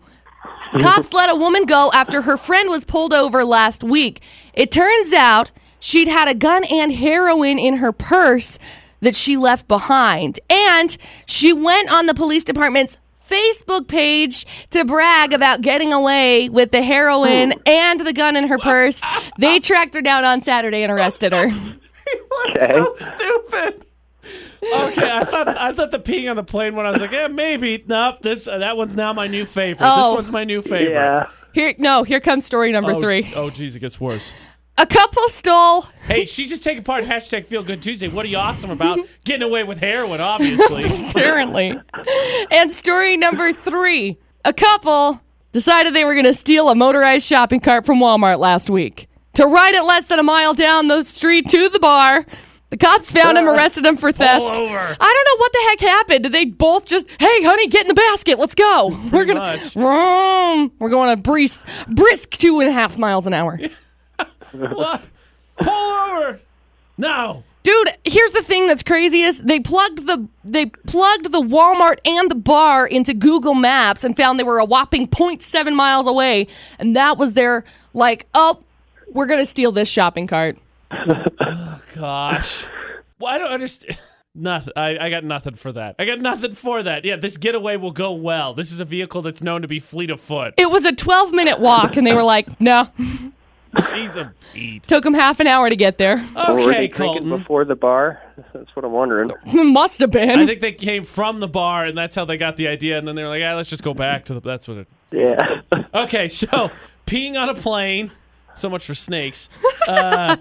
S2: Cops let a woman go after her friend was pulled over last week. It turns out she'd had a gun and heroin in her purse that she left behind. And she went on the police department's Facebook page to brag about getting away with the heroin and the gun in her purse. They tracked her down on Saturday and
S1: [laughs]
S2: arrested her.
S3: [laughs] Okay.
S1: stupid. Okay, I thought I thought the peeing on the plane when I was like, yeah, maybe. Nope, this uh, that one's now my new favorite.
S2: Oh.
S1: This one's my new favorite.
S3: Yeah.
S2: Here no, here comes story number
S1: Oh,
S2: 3.
S1: Oh, geez, it gets worse.
S2: A couple stole
S1: Hey, she's just taking part in hashtag Feel Good Tuesday. What are you awesome about? Getting away with heroin,
S2: [laughs]
S1: obviously.
S2: apparently. and story number three a couple decided they were going to steal a motorized shopping cart from Walmart last week. To ride it less than a mile down the street to the bar, the cops found him, arrested him for theft. [laughs]
S1: over.
S2: I don't know what the heck happened. Did they both just, hey, honey, get in the basket. Let's go. we're gonna
S1: much.
S2: Vroom. We're going a brisk, brisk two and a half miles an hour.
S1: what? Pull over. No.
S2: Dude, here's the thing that's craziest. They plugged the they plugged the Walmart and the bar into Google Maps and found they were a whopping 0.7 miles away, and that was their like, oh, we're gonna steal this shopping cart.
S1: Gosh. Well, I don't [laughs] understand. Nothing. I, I got nothing for that. I got nothing for that. Yeah, this getaway will go well. This is a vehicle that's known to be fleet of foot.
S2: It was a 12 minute walk, and they were like, no.
S1: She's a beat.
S2: Took them half an hour to get there. [laughs]
S3: Or were they
S1: Okay,
S3: drinking
S1: Colton.
S3: before the bar? [laughs] That's what I'm wondering.
S2: Must have been.
S1: I think they came from the bar, and that's how they got the idea. And then they were like, "Yeah, let's just go back to the." That's what it.
S3: Yeah. [laughs]
S1: Okay, so [laughs] peeing on a plane. So much for snakes. Uh,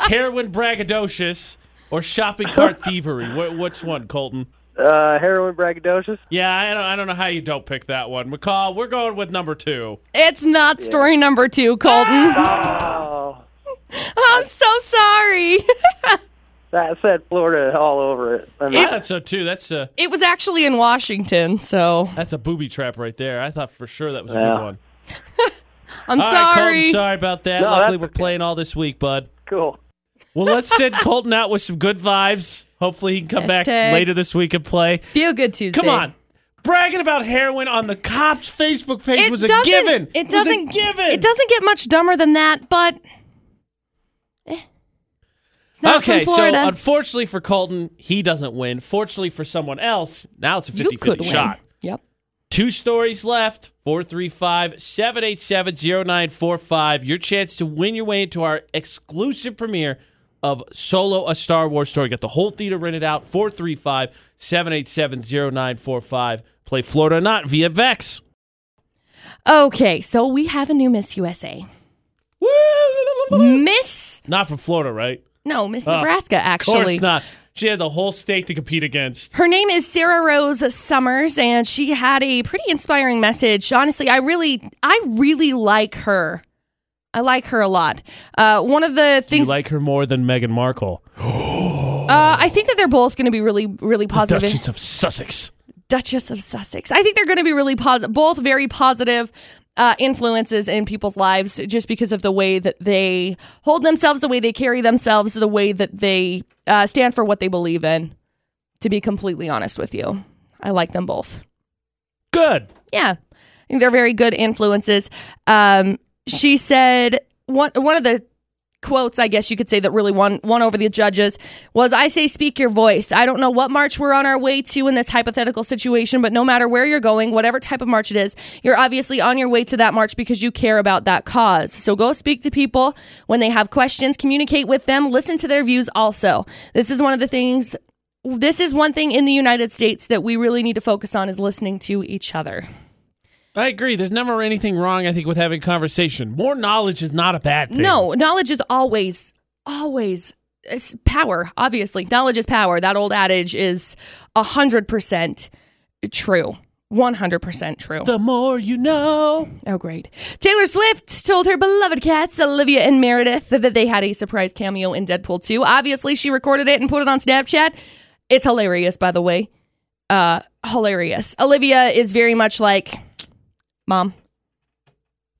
S1: heroin braggadocious or shopping cart thievery. Wh- which one, Colton?
S3: Uh, heroin braggadocious.
S1: Yeah, I don't. I don't know how you don't pick that one, McCall. We're going with number two.
S2: it's not story number two, Colton.
S1: [laughs]
S3: Oh,
S2: I'm so sorry. [laughs]
S3: that said Florida all over it. I mean,
S1: Yeah, that's a two. That's a
S2: It was actually in Washington, so
S1: that's a booby trap right there. I thought for sure that was a
S3: Yeah.
S1: good one.
S2: I'm
S1: All right,
S2: sorry.
S1: Colton. Sorry about that.
S3: No,
S1: Luckily,
S3: that's
S1: we're
S3: okay.
S1: playing all this week, bud.
S3: cool.
S1: Well, let's
S2: [laughs]
S1: send Colton out with some good vibes. Hopefully, he can come back
S2: Hashtag.
S1: later this week and play.
S2: Feel good Tuesday.
S1: Come on. Bragging about heroin on the cops' Facebook page
S2: It
S1: was a
S2: doesn't-
S1: given.
S2: It doesn't
S1: was a given.
S2: It doesn't get much dumber than that, but eh. it's not
S1: Okay,
S2: from
S1: so
S2: Florida.
S1: unfortunately for Colton, he doesn't win. Fortunately for someone else, now it's a 50
S2: you could
S1: 50
S2: win.
S1: shot.
S2: Yep.
S1: Two stories left 435 787 0945. Your chance to win your way into our exclusive premiere of Solo, a Star Wars story. Got the whole theater rented out 435 787 0945. Play Florida or Not via Vex.
S2: Okay, so we have a new Miss USA. Miss
S1: Not from Florida, right?
S2: No, Miss
S1: Uh,
S2: Nebraska
S1: Of
S2: actually.
S1: course not. She had the whole state to compete against.
S2: Her name is Sarah Rose Summers, and she had a pretty inspiring message. Honestly, I really, I really like her. I like her a lot. Uh, one of the
S1: Do you
S2: things,
S1: like her more than Meghan Markle?
S2: uh, I think that they're both going to be really, really positive.
S1: Duchess of Sussex.
S2: Duchess of Sussex. I think they're going to be really positive, both very positive uh, influences in people's lives just because of the way that they hold themselves, the way they carry themselves, the way that they uh, stand for what they believe in. To be completely honest with you, I like them both.
S1: Good.
S2: Yeah, I think they're very good influences. Um, she said one one of the quotes, I guess you could say, that really won won over the judges was, "I say, speak your voice." I don't know what march we're on our way to in this hypothetical situation, but no matter where you're going, whatever type of march it is, you're obviously on your way to that march because you care about that cause. So go speak to people when they have questions, communicate with them, listen to their views. Also, this is one of the things. This is one thing in the United States that we really need to focus on is listening to each other.
S1: I agree. There's never anything wrong, I think, with having conversation. More knowledge is not a bad thing.
S2: No, knowledge is always, always it's power. Obviously, knowledge is power. That old adage is hundred percent true. One hundred percent true.
S1: The more you know.
S2: Oh, great. Taylor Swift told her beloved cats, Olivia and Meredith, that they had a surprise cameo in Deadpool 2. Obviously, she recorded it and put it on Snapchat. It's hilarious, by the way. Uh, hilarious. Olivia is very much like, Mom,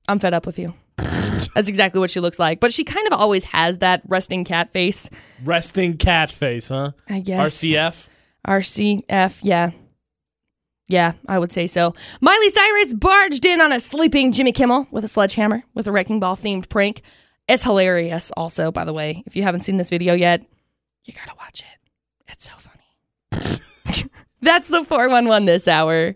S2: I'm fed up with you. That's exactly what she looks like. But she kind of always has that resting cat face,
S1: Resting cat face, huh?
S2: I guess.
S1: RCF.
S2: RCF, yeah. Yeah, I would say so. Miley Cyrus barged in on a sleeping Jimmy Kimmel with a sledgehammer with a wrecking ball themed prank. It's hilarious, also, by the way. If you haven't seen this video yet, you gotta watch it. It's so funny. [laughs] That's the 411 this hour.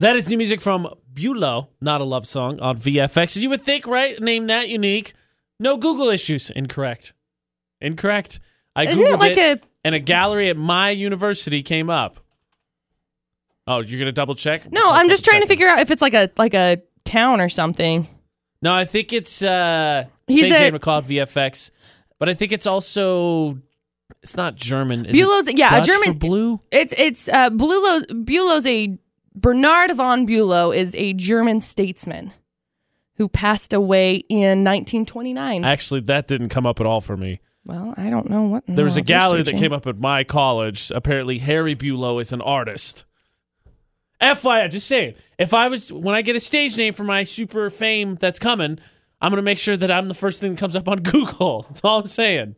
S1: That is new music from Bulow, not a love song, on VFX. As you would think, right? Name that unique. No Google issues. Incorrect. Incorrect. I
S2: Isn't it
S1: Googled
S2: like
S1: it,
S2: a-
S1: and a gallery at my university came up. Oh, you're gonna double check?
S2: No, I'm just trying to figure out if it's like a like a town or something.
S1: No, I think it's uh
S2: He's
S1: JJ
S2: a-
S1: McCall at VFX. But I think it's also it's not German. Is it
S2: Bulow's yeah,
S1: Dutch
S2: a German
S1: for blue?
S2: It's it's uh Bulow Bulow's a Bernard von Bulow is a German statesman who passed away in 1929.
S1: Actually, that didn't come up at all for me.
S2: well, I don't know what.
S1: There was a gallery that came up at my college. Apparently, Harry Bulow is an artist. FYI, just saying. If I was when I get a stage name for my super [laughs] fame that's coming, I'm gonna make sure that I'm the first thing that comes up on Google. That's all I'm saying.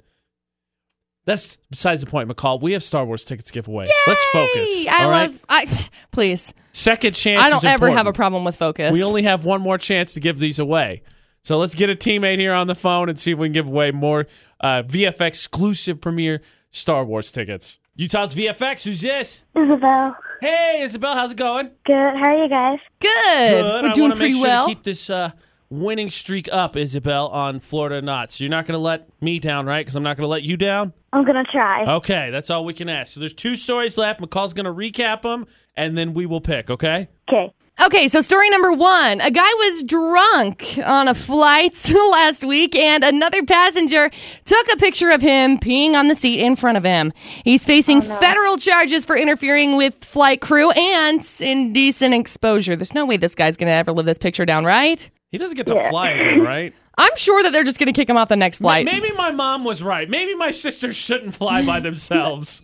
S1: That's besides the point, McCall. We have Star Wars tickets to give away. Let's focus.
S2: I
S1: all right?
S2: love. I [laughs] please.
S1: second chance.
S2: I
S1: is
S2: don't ever have a
S1: important.
S2: problem with focus.
S1: We only have one more chance to give these away. So let's get a teammate here on the phone and see if we can give away more uh, VFX exclusive premiere Star Wars tickets. Utah's VFX, who's this?
S4: Isabel.
S1: Hey, Isabel, how's it going?
S4: Good. How are you guys?
S2: good. We're
S1: I
S2: doing
S1: want to
S2: pretty
S1: make sure
S2: well.
S1: to keep this uh, winning streak up, Isabel, on Florida or Not. So you're not going to let me down, right? Because I'm not going to let you down?
S4: I'm gonna try.
S1: Okay, that's all we can ask. So there's two stories left. McCall's going to recap them, and then we will pick, okay?
S4: Okay.
S2: Okay, so story number one a guy was drunk on a flight [laughs] last week, and another passenger took a picture of him peeing on the seat in front of him. He's facing federal charges for interfering with flight crew and indecent exposure. There's no way this guy's going to ever live this picture down, right?
S1: He doesn't get to fly again, right?
S2: I'm sure that they're just going to kick him off the next flight.
S1: Maybe my mom was right. Maybe my sisters shouldn't fly [laughs] by themselves.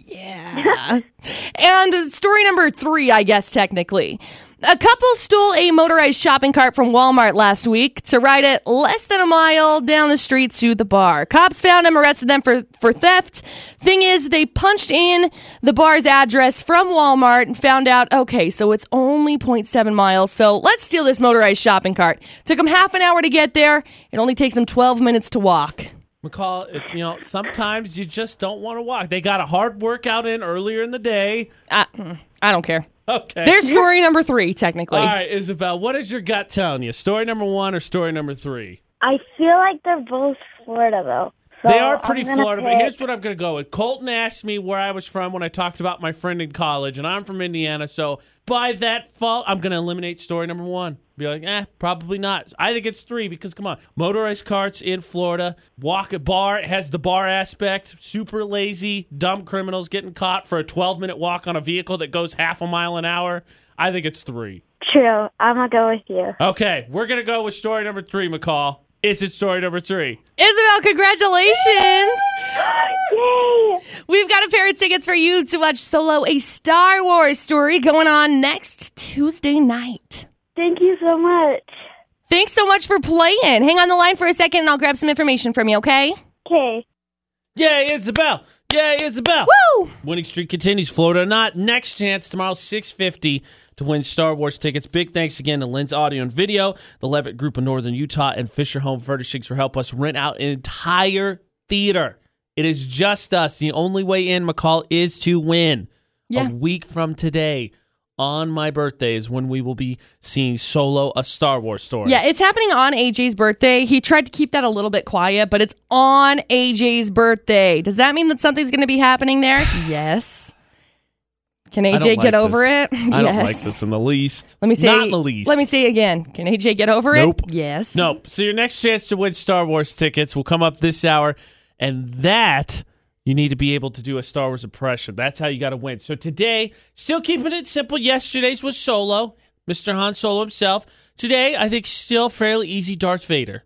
S2: And story number three, I guess, technically. A couple stole a motorized shopping cart from Walmart last week to ride it less than a mile down the street to the bar. Cops found them, arrested them for, for theft. Thing is, they punched in the bar's address from Walmart and found out, okay, so it's only 0.7 miles, so let's steal this motorized shopping cart. Took them half an hour to get there. It only takes them 12 minutes to walk.
S1: McCall, it's you know, sometimes you just don't want to walk. They got a hard workout in earlier in the day.
S2: I, I don't care.
S1: Okay.
S2: There's story number three, technically.
S1: All right, Isabel, what is your gut telling you? Story number one or story number three?
S4: I feel like they're both Florida though. So
S1: They are pretty
S4: I'm gonna
S1: Florida, but
S4: pick-
S1: here's what I'm going to go with. Colton asked me where I was from when I talked about my friend in college, and I'm from Indiana. So by that fault, I'm going to eliminate story number one. Be like, eh, probably not. I think it's three because come on, motorized carts in Florida, walk a bar it has the bar aspect. Super lazy, dumb criminals getting caught for a 12 minute walk on a vehicle that goes half a mile an hour. I think it's three.
S4: True. I'm gonna go with you.
S1: Okay, we're going to go with story number three, McCall. Is it story number three?
S2: Isabel, congratulations!
S4: Yay!
S2: We've got a pair of tickets for you to watch Solo, a Star Wars story, going on next Tuesday night.
S4: Thank you so much.
S2: Thanks so much for playing. Hang on the line for a second and I'll grab some information from you, okay?
S4: Okay.
S1: Yay, Isabel! Yay, Isabel!
S2: Woo!
S1: Winning streak continues. Florida or not. Next chance tomorrow, 650 to win Star Wars tickets. Big thanks again to Lens Audio and Video, the Levitt Group of Northern Utah, and Fisher Home Furnishings for help us rent out an entire theater. It is just us. The only way in, McCall, is to win.
S2: Yeah.
S1: A week from today, on my birthday, is when we will be seeing Solo, a Star Wars story.
S2: Yeah, it's happening on AJ's birthday. He tried to keep that a little bit quiet, but it's on AJ's birthday. Does that mean that something's going to be happening there? yes. Can
S1: I don't
S2: AJ
S1: like
S2: get over
S1: this.
S2: it? yes.
S1: I don't like this in the least.
S2: Let me say.
S1: Not in the least.
S2: Let me say again. Can AJ get over
S1: Nope.
S2: it? Yes.
S1: No. So your next chance to win Star Wars tickets will come up this hour, and that you need to be able to do a Star Wars impression. That's how you got to win. So today, still keeping it simple. Yesterday's was Solo, Mr. Han Solo himself. Today, I think still fairly easy Darth Vader.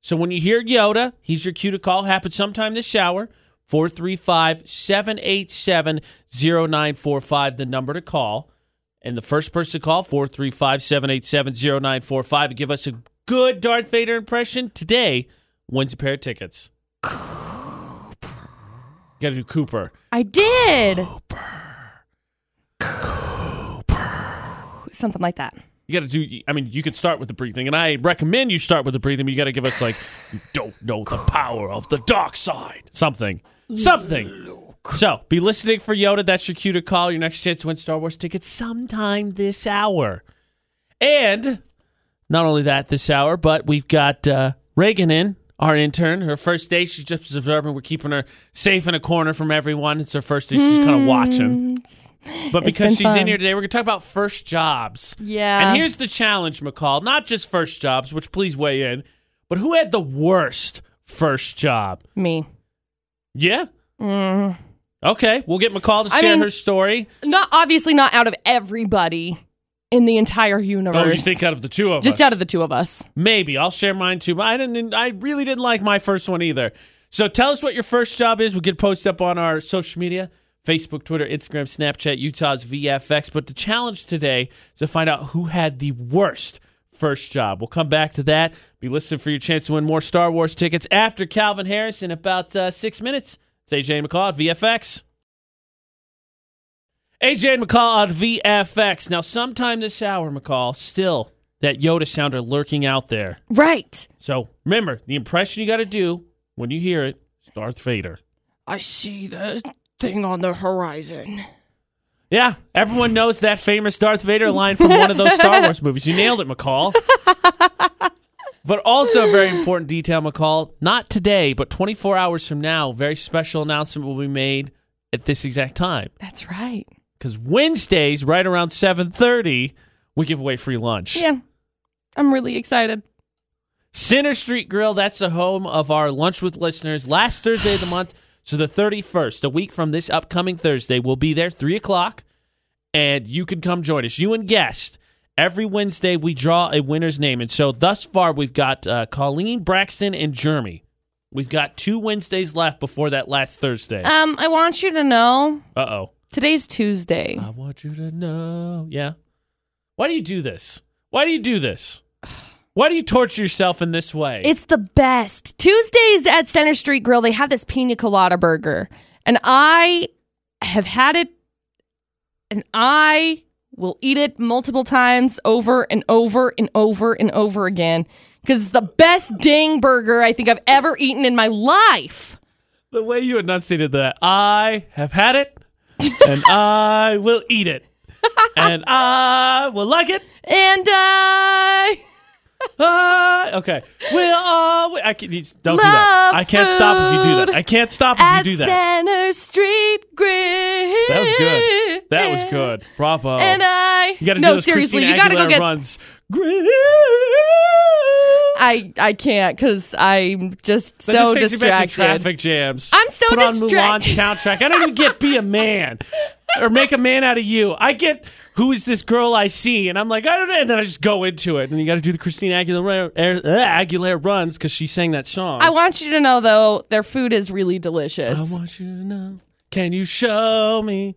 S1: So when you hear Yoda, he's your cue to call. Happens sometime this hour. 435 787 0945, the number to call. And the first person to call, 435 787 0945, and give us a good Darth Vader impression today wins a pair of tickets. [sighs] Got to do Cooper.
S2: I did. Cooper. Something like that.
S1: You got to do, I mean, you could start with the breathing, and I recommend you start with the breathing, but you got to give us, like, you don't know the power of the dark side. Something. Something. So, be listening for Yoda. That's your cue to call. Your next chance to win Star Wars tickets sometime this hour. And not only that this hour, but we've got uh, Reagan in, our intern. Her first day, she's just observing. We're keeping her safe in a corner from everyone. It's her first day. She's kind of watching.
S2: Mm.
S1: But because
S2: Hmm. been
S1: she's in
S2: fun.
S1: here today, we're going to talk about first jobs.
S2: Yeah.
S1: And here's the challenge, McCall. Not just first jobs, which please weigh in, but who had the worst first job?
S2: Me.
S1: Yeah? Okay. We'll get McCall to
S2: I
S1: share
S2: mean-
S1: her story.
S2: Not obviously not out of everybody in the entire universe.
S1: Oh, you think out of the two of us?
S2: Just out of the two of us.
S1: Maybe I'll share mine too. But I didn't. I really didn't like my first one either. So tell us what your first job is. We could post up on our social media: Facebook, Twitter, Instagram, Snapchat, Utah's VFX. But the challenge today is to find out who had the worst first job. We'll come back to that. Be listening for your chance to win more Star Wars tickets after Calvin Harris in about uh, six minutes. It's AJ and McCall at VFX. AJ and McCall on VFX. Now, sometime this hour, McCall, still that Yoda sounder lurking out there.
S2: Right.
S1: So remember, the impression you got to do when you hear it is Darth Vader.
S2: I see the thing on the horizon.
S1: Yeah, everyone knows that famous Darth Vader line from one of those Star Wars movies. You nailed it, McCall. But also, a very important detail, McCall. Not today, but 24 hours from now, a very special announcement will be made at this exact time.
S2: That's right.
S1: Because Wednesdays, right around 7:30, we give away free lunch.
S2: Yeah. I'm really excited.
S1: Center Street Grill, that's the home of our Lunch with Listeners. Last Thursday of the month, so the 31st, a week from this upcoming Thursday, we'll be there 3 o'clock, and you can come join us. You and guest. Every Wednesday, we draw a winner's name. And so thus far, we've got uh, Colleen, Braxton, and Jeremy. We've got two Wednesdays left before that last Thursday. Uh
S2: Um, I want you to know
S1: oh.
S2: today's Tuesday.
S1: I want you to know. Yeah. Why do you do this? Why do you do this? Why do you torture yourself in this way?
S2: It's the best. Tuesdays at Center Street Grill, they have this pina colada burger. And I have had it and I will eat it multiple times over and over and over and over again because it's the best ding burger I think I've ever eaten in my life.
S1: The way you enunciated that, I have had it, and
S2: [laughs]
S1: I will eat it, and I will like it.
S2: And I
S1: I, okay, we'll always. I can, you- don't do that.
S2: Love
S1: I can't stop if you do that.
S2: food
S1: I can't stop
S2: at
S1: if you do that.
S2: Center Street Grill.
S1: That was good. That was good. Bravo.
S2: And I
S1: you gotta
S2: no
S1: do those
S2: seriously,
S1: Christina
S2: you gotta
S1: Aguilera
S2: go get
S1: runs.
S2: I I can't because I'm just
S1: That
S2: so
S1: just takes me back to
S2: distracted.
S1: traffic jams.
S2: I'm so
S1: Put on
S2: distracted.
S1: Mulan soundtrack. I don't even get be a man or make a man out of you. I get who is this girl I see, and I'm like I don't know, and then I just go into it. And you got to do the Christina Aguilera, er, uh, Aguilera runs because she sang that song.
S2: I want you to know though, their food is really
S1: I
S2: delicious.
S1: want you to know. Can you show me?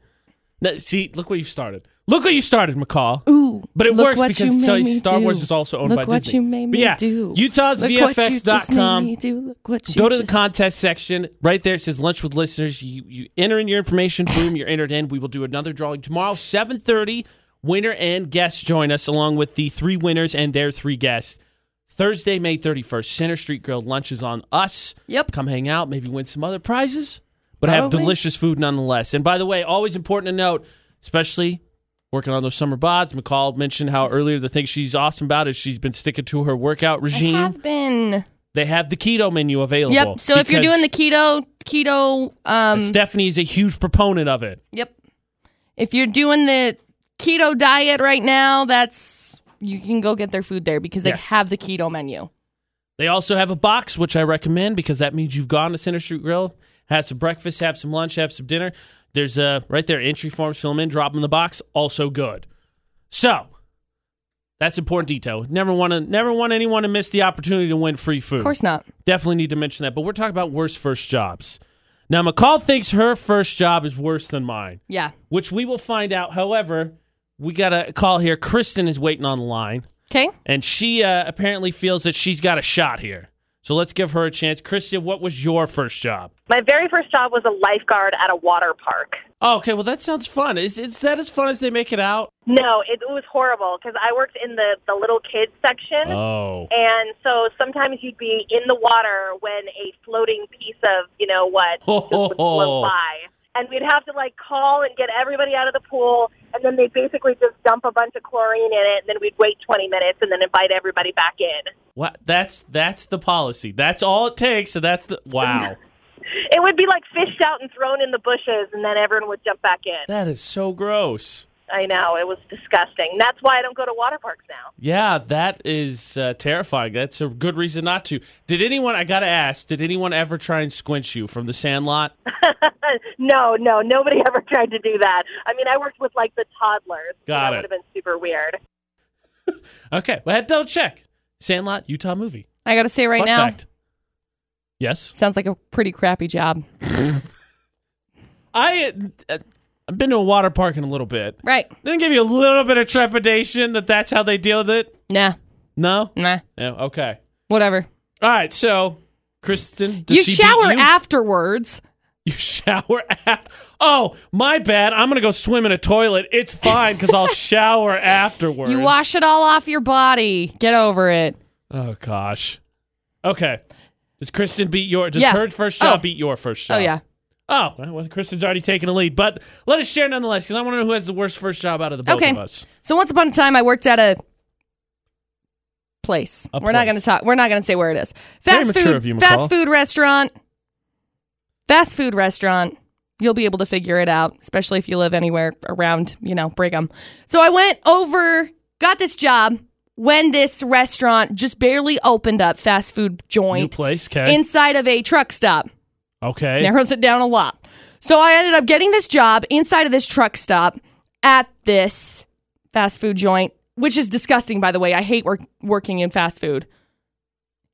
S1: No, see, look what you started. Look what you started, McCall.
S2: Ooh,
S1: But it
S2: look
S1: works
S2: what
S1: because
S2: you
S1: so
S2: made me
S1: Star
S2: do.
S1: Wars is also owned
S2: look
S1: by
S2: what
S1: Disney.
S2: You made
S1: But
S2: me
S1: yeah,
S2: do.
S1: Utah's
S2: Look what you just
S1: VFX.com.
S2: made me do. Look what you
S1: go to the
S2: just-
S1: contest section right there. It says lunch with listeners. You you enter in your information. Boom, you're entered in. We will do another drawing tomorrow, seven thirty. Winner and guests join us along with the three winners and their three guests. Thursday, May thirty first, Center Street Grill lunch is on us.
S2: Yep.
S1: come hang out, maybe win some other prizes, but have
S2: Probably.
S1: delicious food nonetheless. And by the way, always important to note, especially working on those summer bods. McCall mentioned how earlier the thing she's awesome about is she's been sticking to her workout
S2: I
S1: regime
S2: have been.
S1: they have the keto menu available.
S2: Yep. So if you're
S1: Oh, because
S2: doing the keto keto um
S1: Stephanie is a huge proponent of it.
S2: Yep. If you're doing the keto diet right now, that's you can go get their food there because they
S1: Yes.
S2: have the keto menu.
S1: They also have a box, which I recommend because that means you've gone to Center Street Grill, have some breakfast, have some lunch, have some dinner. There's uh, right there entry forms, fill them in, drop them in the box. Also good. So that's important detail. Never want to, never want anyone to miss the opportunity to win free food.
S2: Of course not.
S1: Definitely need to mention that. But we're talking about worst first jobs. Now McCall thinks her first job is worse than mine.
S2: Yeah.
S1: which we will find out. However, we got a call here. Kristen is waiting on the line,
S2: Okay.
S1: and she uh, apparently feels that she's got a shot here. So let's give her a chance. Kristen, what was your first job?
S5: My very first job was a lifeguard at a water park.
S1: Oh, okay. Well, that sounds fun. Is, is that as fun as they make it out?
S5: No, it, it was horrible because I worked in the, the little kids section.
S1: Oh.
S5: And so sometimes you'd be in the water when a floating piece of, you know what, just would float by. And we'd have to like call and get everybody out of the pool. And then they basically just dump a bunch of chlorine in it. And then we'd wait 20 minutes and then invite everybody back in.
S1: What? That's that's the policy. That's all it takes. So that's the wow.
S5: It would be like fished out and thrown in the bushes. And then everyone would jump back in.
S1: that is so gross.
S5: I know. It was disgusting. That's why I don't go to water parks now.
S1: Yeah, that is uh, terrifying. That's a good reason not to. Did anyone? I gotta ask. Did anyone ever try and squinch you from the Sandlot?
S5: [laughs] no, no, nobody [laughs] ever tried to do that. I mean, I worked with like the toddlers. so
S1: Got
S5: that
S1: it.
S5: would have been super weird.
S1: Okay, well, double check. Sandlot, Utah movie.
S2: I gotta say right
S1: Fun
S2: now,
S1: fact. Yes,
S2: sounds like a pretty crappy job.
S1: I uh, I've been to a water park in a little bit.
S2: Right.
S1: Didn't give you a little bit of trepidation that that's how they deal with it.
S2: Nah.
S1: No.
S2: Nah.
S1: No. Okay.
S2: Whatever.
S1: All right. So, Kristen, does
S2: you
S1: she beat
S2: shower
S1: you?
S2: afterwards.
S1: You [laughs] shower after. Oh, my bad. I'm gonna go swim in a toilet. It's fine because
S2: [laughs]
S1: I'll shower afterwards.
S2: You wash it all off your body. Get over it.
S1: Oh gosh. Okay. Does Kristen beat your? Does
S2: Yeah.
S1: her first shot
S2: Oh.
S1: beat your first shot?
S2: Oh yeah.
S1: Oh, well, Kristen's already taken the lead, but let us share nonetheless because I want to know who has the worst first job out of the both
S2: Okay.
S1: of us.
S2: So once upon a time, I worked at a place.
S1: A
S2: we're not
S1: place.
S2: going to talk. We're not going to say where it is.
S1: Very
S2: Fast
S1: mature
S2: food.
S1: of you, McCall.
S2: fast food restaurant. Fast food restaurant. You'll be able to figure it out, especially if you live anywhere around, you know, Brigham. So I went over, got this job when this restaurant just barely opened up, fast food
S1: New
S2: joint
S1: place, okay.
S2: inside of a truck stop
S1: okay.
S2: narrows it down a lot. So I ended up getting this job inside of this truck stop at this fast food joint, which is disgusting, by the way. I hate work- working in fast food.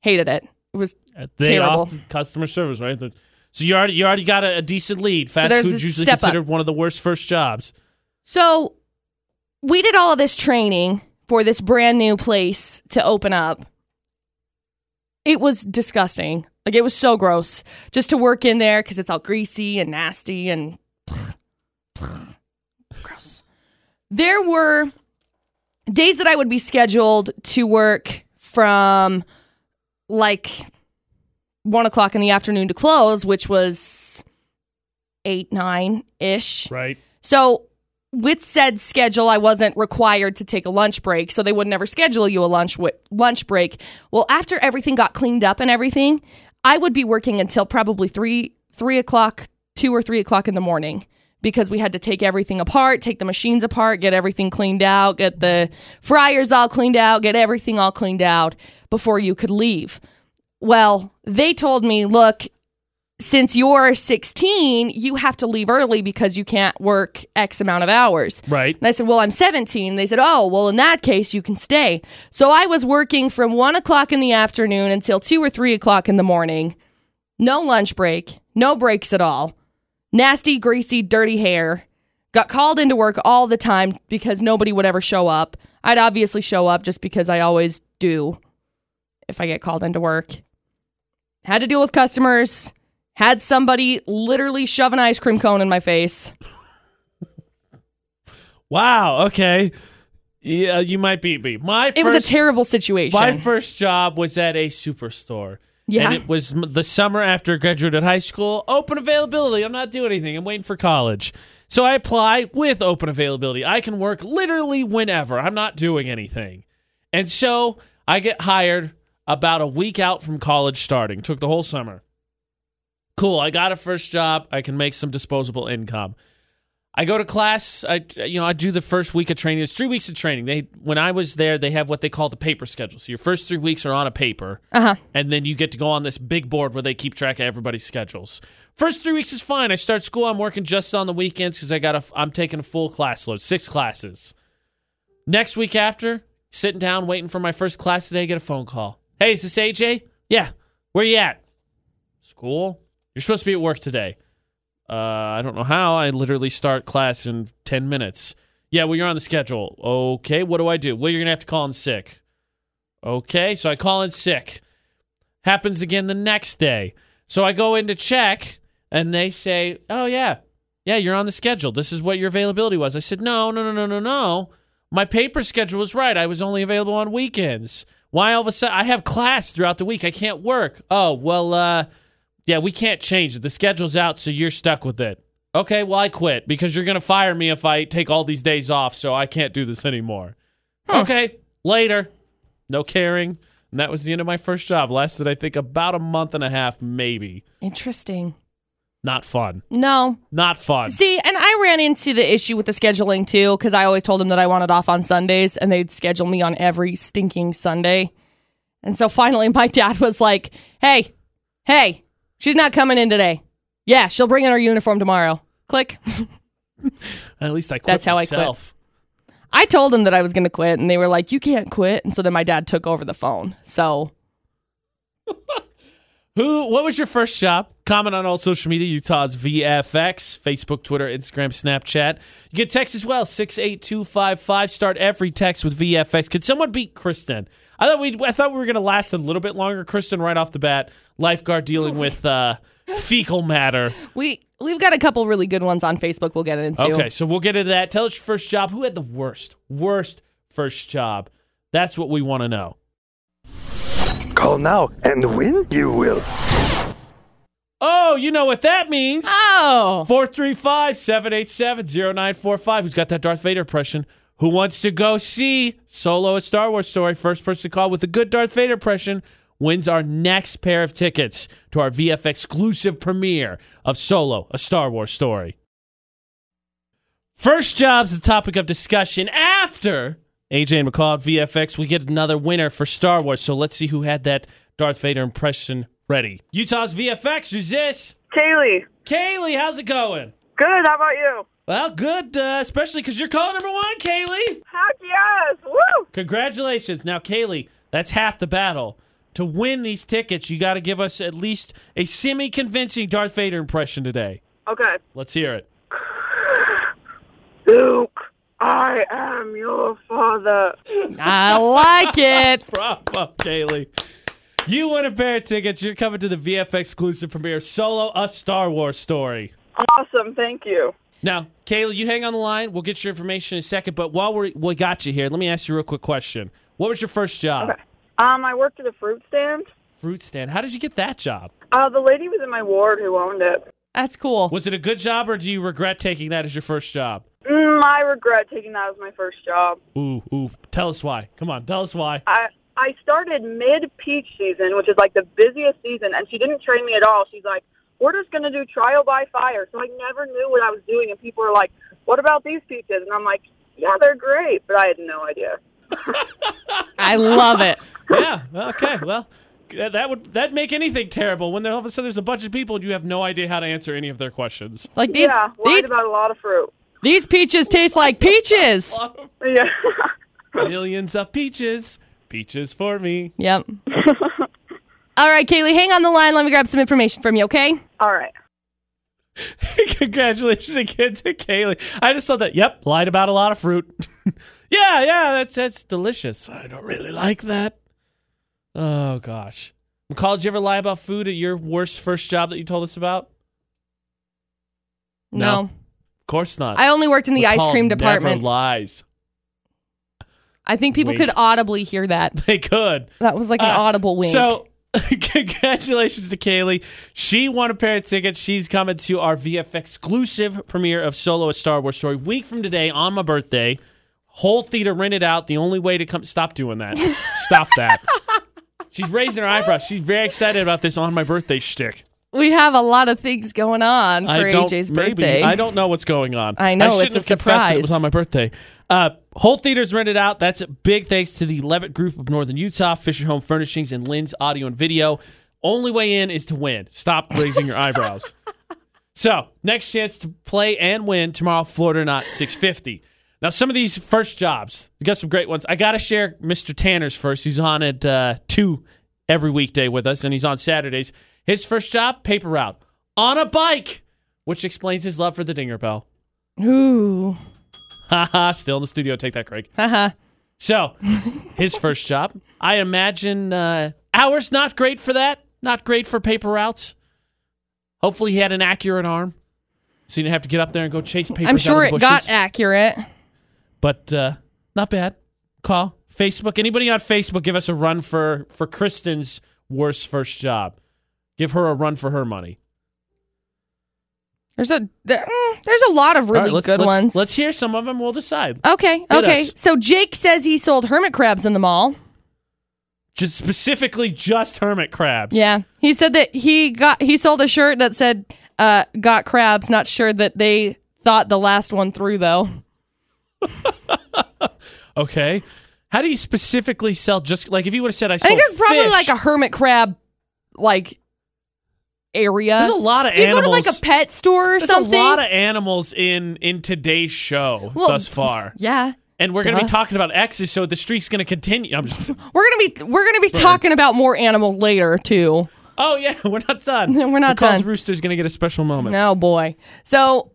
S2: Hated it. It was
S1: they
S2: terrible.
S1: offer customer service, right? The- So you already you already got a, a decent lead. Fast
S2: there's
S1: food's
S2: a
S1: usually
S2: step up.
S1: considered one of the worst first jobs.
S2: so. We did all of this training for this brand new place to open up. It was disgusting. Like it was so gross just to work in there because it's all greasy and nasty and gross. There were days that I would be scheduled to work from like one o'clock in the afternoon to close, which was eight, nine ish.
S1: Right.
S2: So with said schedule, I wasn't required to take a lunch break, so they would never schedule you a lunch wi- lunch break. Well, after everything got cleaned up and everything, I would be working until probably three three o'clock, two or three o'clock in the morning because we had to take everything apart, take the machines apart, get everything cleaned out, get the fryers all cleaned out, get everything all cleaned out before you could leave. Well, they told me, look, since you're 16, you have to leave early because you can't work X amount of hours.
S1: Right.
S2: And I said, Well, I'm 17. They said, Oh, well, in that case, you can stay. So I was working from one o'clock in the afternoon until two or three o'clock in the morning. No lunch break, no breaks at all. Nasty, greasy, dirty hair. Got called into work all the time because nobody would ever show up. I'd obviously show up just because I always do if I get called into work. Had to deal with customers. Had somebody literally shove an ice cream cone in my face.
S1: Wow. Okay. Yeah, you might beat me. My
S2: It
S1: first,
S2: was a terrible situation.
S1: My first job was at a superstore.
S2: Yeah.
S1: And it was m- the summer after I graduated high school. Open availability. I'm not doing anything. I'm waiting for college. So I apply with open availability. I can work literally whenever. I'm not doing anything. And so I get hired about a week out from college starting. Took the whole summer. Cool. I got a first job. I can make some disposable income. I go to class. I you know I do the first week of training. It's three weeks of training. They when I was there, they have what they call the paper schedule. So your first three weeks are on a paper,
S2: Uh-huh.
S1: and then you get to go on this big board where they keep track of everybody's schedules. First three weeks is fine. I start school. I'm working just on the weekends because I got a I'm taking a full class load, six classes. Next week after, sitting down waiting for my first class today, I get a phone call. Hey, is this AJ? Yeah. Where you at? School. You're supposed to be at work today uh, I don't know how. I literally start class in 10 minutes. Yeah, well, you're on the schedule. Okay, what do I do? Well, you're going to have to call in sick. Okay, so I call in sick. Happens again the next day. So I go in to check, and they say, oh, yeah, yeah, you're on the schedule. This is what your availability was. I said, no, no, no, no, no, no. My paper schedule was right. I was only available on weekends. Why all of a sudden? I have class throughout the week. I can't work. Oh, well, uh, yeah, we can't change it. The schedule's out, so you're stuck with it. Okay, well, I quit because you're going to fire me if I take all these days off, so I can't do this anymore. Okay, later. No caring. And that was the end of my first job. Lasted, I think, about a month and a half, maybe.
S2: Interesting.
S1: Not fun.
S2: No.
S1: Not fun.
S2: See, and I ran into the issue with the scheduling too, because I always told them that I wanted off on Sundays, and they'd schedule me on every stinking Sunday. And so finally, my dad was like, hey, hey, she's not coming in today. Yeah, she'll bring in her uniform tomorrow. Click.
S1: At least I quit
S2: That's how I quit.
S1: myself.
S2: I told them that I was going to quit, and they were like, you can't quit. And so then my dad took over the phone. So
S1: Who? What was your first shop? Comment on all social media, Utah's VFX, Facebook, Twitter, Instagram, Snapchat. You get text as well, 68255. Start every text with VFX. Could someone beat Kristen? I thought we I thought we were going to last a little bit longer. Kristen, right off the bat, lifeguard dealing with uh, fecal matter.
S2: We we've got a couple really good ones on Facebook. We'll get into.
S1: Okay, so we'll get into that. Tell us your first job. Who had the worst, worst first job? That's what we want to know.
S6: Call now and win you will.
S1: Oh, you know what that means.
S2: Oh,
S1: 435 787 0945. Who's got that Darth Vader impression? Who wants to go see Solo a Star Wars story? First person to call with a good Darth Vader impression wins our next pair of tickets to our VF exclusive premiere of Solo a Star Wars story. First job's the topic of discussion after AJ and McCall at VFX. We get another winner for Star Wars. So let's see who had that Darth Vader impression ready. Utah's VFX, who's this?
S5: Kaylee,
S1: Kaylee, how's it going?
S5: good. How about you?
S1: Well, good, uh, especially because you're caller number one, Kaylee.
S5: Heck yes! Woo!
S1: Congratulations. Now, Kaylee, that's half the battle. To win these tickets, you got to give us at least a semi convincing Darth Vader impression today.
S5: Okay.
S1: Let's hear it.
S5: Luke, I am your father.
S2: I like it.
S1: Bravo, Kaylee. You win a pair of tickets. You're coming to the VF exclusive premiere Solo A Star Wars Story.
S5: Awesome. Thank you.
S1: Now, Kaylee, you hang on the line. We'll get your information in a second. But while we're, we got you here, let me ask you a real quick question. What was your first job?
S5: Um, I worked at a fruit stand.
S1: Fruit stand. How did you get that job?
S5: Uh, the lady was in my ward who owned it.
S2: That's cool.
S1: Was it a good job, or do you regret taking that as your first job?
S5: Mm, I regret taking that as my first job.
S1: Ooh, ooh. Tell us why. Come on, tell us why.
S5: I I started mid peach season, which is like the busiest season, and she didn't train me at all. She's like, "We're just gonna do trial by fire." So I never knew what I was doing, and people are like, "What about these peaches?" And I'm like, "Yeah, they're great," but I had no idea.
S2: I love it.
S1: yeah. Okay. Well, that would that make anything terrible when there all of a sudden there's a bunch of people and you have no idea how to answer any of their questions.
S2: Like these
S5: yeah, worried
S2: these,
S5: about a lot of fruit. [laughs]
S2: these peaches taste like peaches.
S5: Yeah.
S1: Millions of peaches, peaches for me. [laughs]
S2: Yep. All right, Kaylee, hang on the line. Let me grab some information from you, okay?
S5: all right.
S1: Congratulations again to Kaylee. I just thought that. Yep, lied about a lot of fruit. [laughs] yeah, yeah, that's that's delicious. I don't really like that. Oh gosh, McCall, did you ever lie about food at your worst first job that you told us about? No. Of course not.
S2: I only worked in the ice
S1: McCall
S2: cream
S1: never
S2: department.
S1: lies. [laughs]
S2: I think people
S1: Wait.
S2: could audibly hear that. [laughs]
S1: They could.
S2: That was like an
S1: Uh,
S2: audible wink.
S1: So, [laughs] congratulations to Kaylee. She won a pair of tickets. She's coming to our VF exclusive premiere of Solo: A Star Wars Story week from today on my birthday. Whole theater rented out. The only way to come stop doing
S2: [laughs]
S1: that. stop that. She's raising her eyebrows. She's very excited about this on my birthday shtick.
S2: we have a lot of things going on for AJ's
S1: maybe.
S2: birthday.
S1: I don't know what's going on.
S2: I know,
S1: shouldn't
S2: it's a
S1: have confessed that It
S2: surprise.
S1: was on my birthday. Uh, whole theaters rented out. That's a big thanks to the Levitt Group of Northern Utah, Fisher Home Furnishings, and Lynn's Audio and Video. Only way in is to win. Stop raising your
S2: [laughs]
S1: eyebrows. So next chance to play and win tomorrow, Florida or not, six fifty. Now some of these first jobs, we got some great ones. I gotta share Mr. Tanner's first. He's on at uh, two every weekday with us, and he's on Saturdays. His first job, paper route on a bike, which explains his love for the dinger bell.
S2: Ooh.
S1: Haha, [laughs] still in the studio. Take that, Craig.
S2: Haha.
S1: So, his first job. I imagine uh, hours not great for that. Not great for paper routes. Hopefully, he had an accurate arm, so he didn't have to get up there and go chase papers.
S2: I'm sure
S1: out
S2: it
S1: of the bushes.
S2: got accurate.
S1: but uh, not bad. Call Facebook. Anybody on Facebook, give us a run for for Kristen's worst first job. Give her a run for her money.
S2: There's a there, mm, there's a lot of
S1: All
S2: really
S1: right, let's-
S2: good
S1: let's-
S2: ones.
S1: Let's hear some of them. We'll decide.
S2: okay,
S1: Hit
S2: okay.
S1: us.
S2: So Jake says he sold hermit crabs in the mall.
S1: Just specifically, just hermit crabs.
S2: Yeah, he said that he got he sold a shirt that said uh, "got crabs." Not sure that they thought the last one through though.
S1: Okay. How do you specifically sell just like if you would have said I
S2: I
S1: sold
S2: think there's probably
S1: fish,
S2: like a hermit crab like area.
S1: There's a lot of
S2: if you
S1: animals.
S2: go to like a pet store or
S1: there's
S2: something.
S1: a lot of animals in in today's show
S2: Well,
S1: thus far.
S2: Yeah,
S1: And we're going to be
S2: duh.
S1: talking about X's, so
S2: [laughs]
S1: the streak's going to continue. I'm just
S2: we're gonna be we're gonna be talking about more animals later too.
S1: Oh yeah, [laughs] we're not done.
S2: We're not
S1: Nicole's
S2: done.
S1: Rooster's gonna get a special moment.
S2: Oh boy. So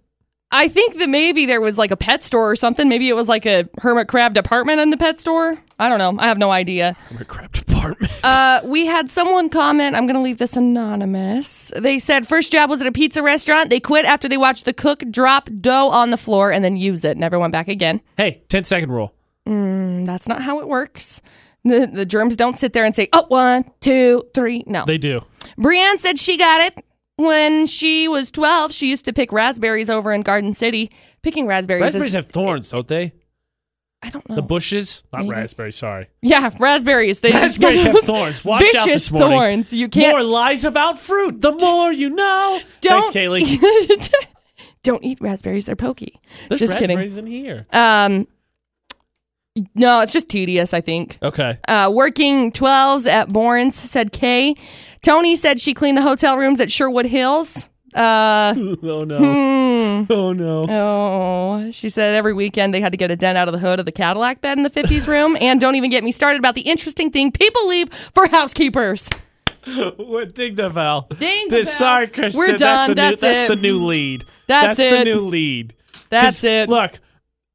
S2: I think that maybe there was like a pet store or something. Maybe it was like a hermit crab department in the pet store. I don't know. I have no idea.
S1: Hermit crab department.
S2: Uh, we had someone comment. I'm going to leave this anonymous. They said first job was at a pizza restaurant. They quit after they watched the cook drop dough on the floor and then use it. Never went back again.
S1: [laughs]
S2: Mm,
S1: hey, 10 second rule.
S2: That's not how it works. The, the germs don't sit there and say, oh, one, two, three. No.
S1: They do.
S2: Brienne said she got it. When she was 12, she used to pick raspberries over in Garden City. Picking raspberries,
S1: Raspberries
S2: is,
S1: have thorns, don't they?
S2: I don't know.
S1: The bushes, not
S2: Maybe.
S1: raspberries. Sorry,
S2: yeah, raspberries. They just-
S1: raspberries
S2: [laughs]
S1: have thorns. Watch
S2: vicious
S1: out this morning.
S2: thorns. You can't
S1: More lies about fruit. The more you know.
S2: don't
S1: Thanks, Kaylee.
S2: don't eat raspberries. They're pokey.
S1: There's
S2: [laughs] just kidding.
S1: raspberries in here.
S2: Um, no, it's just tedious, I think.
S1: Okay.
S2: Uh, working 12s at Bourne's, said Kay. Tony said she cleaned the hotel rooms at Sherwood Hills. Uh,
S1: [laughs] Oh no.
S2: hmm.
S1: Oh no.
S2: Oh, she said every weekend they had to get a dent out of the hood of the Cadillac bed in the
S1: [laughs]
S2: 50s room. And don't even get me started about the interesting thing people leave for housekeepers.
S1: What ding the bell?
S2: Uh, Ding the
S1: This-
S2: bell.
S1: Sorry, Kristen.
S2: We're
S1: That's,
S2: done.
S1: the
S2: That's
S1: new, That's
S2: it.
S1: the new lead.
S2: That's
S1: the
S2: it.
S1: new lead. 'Cause,
S2: That's it.
S1: Look,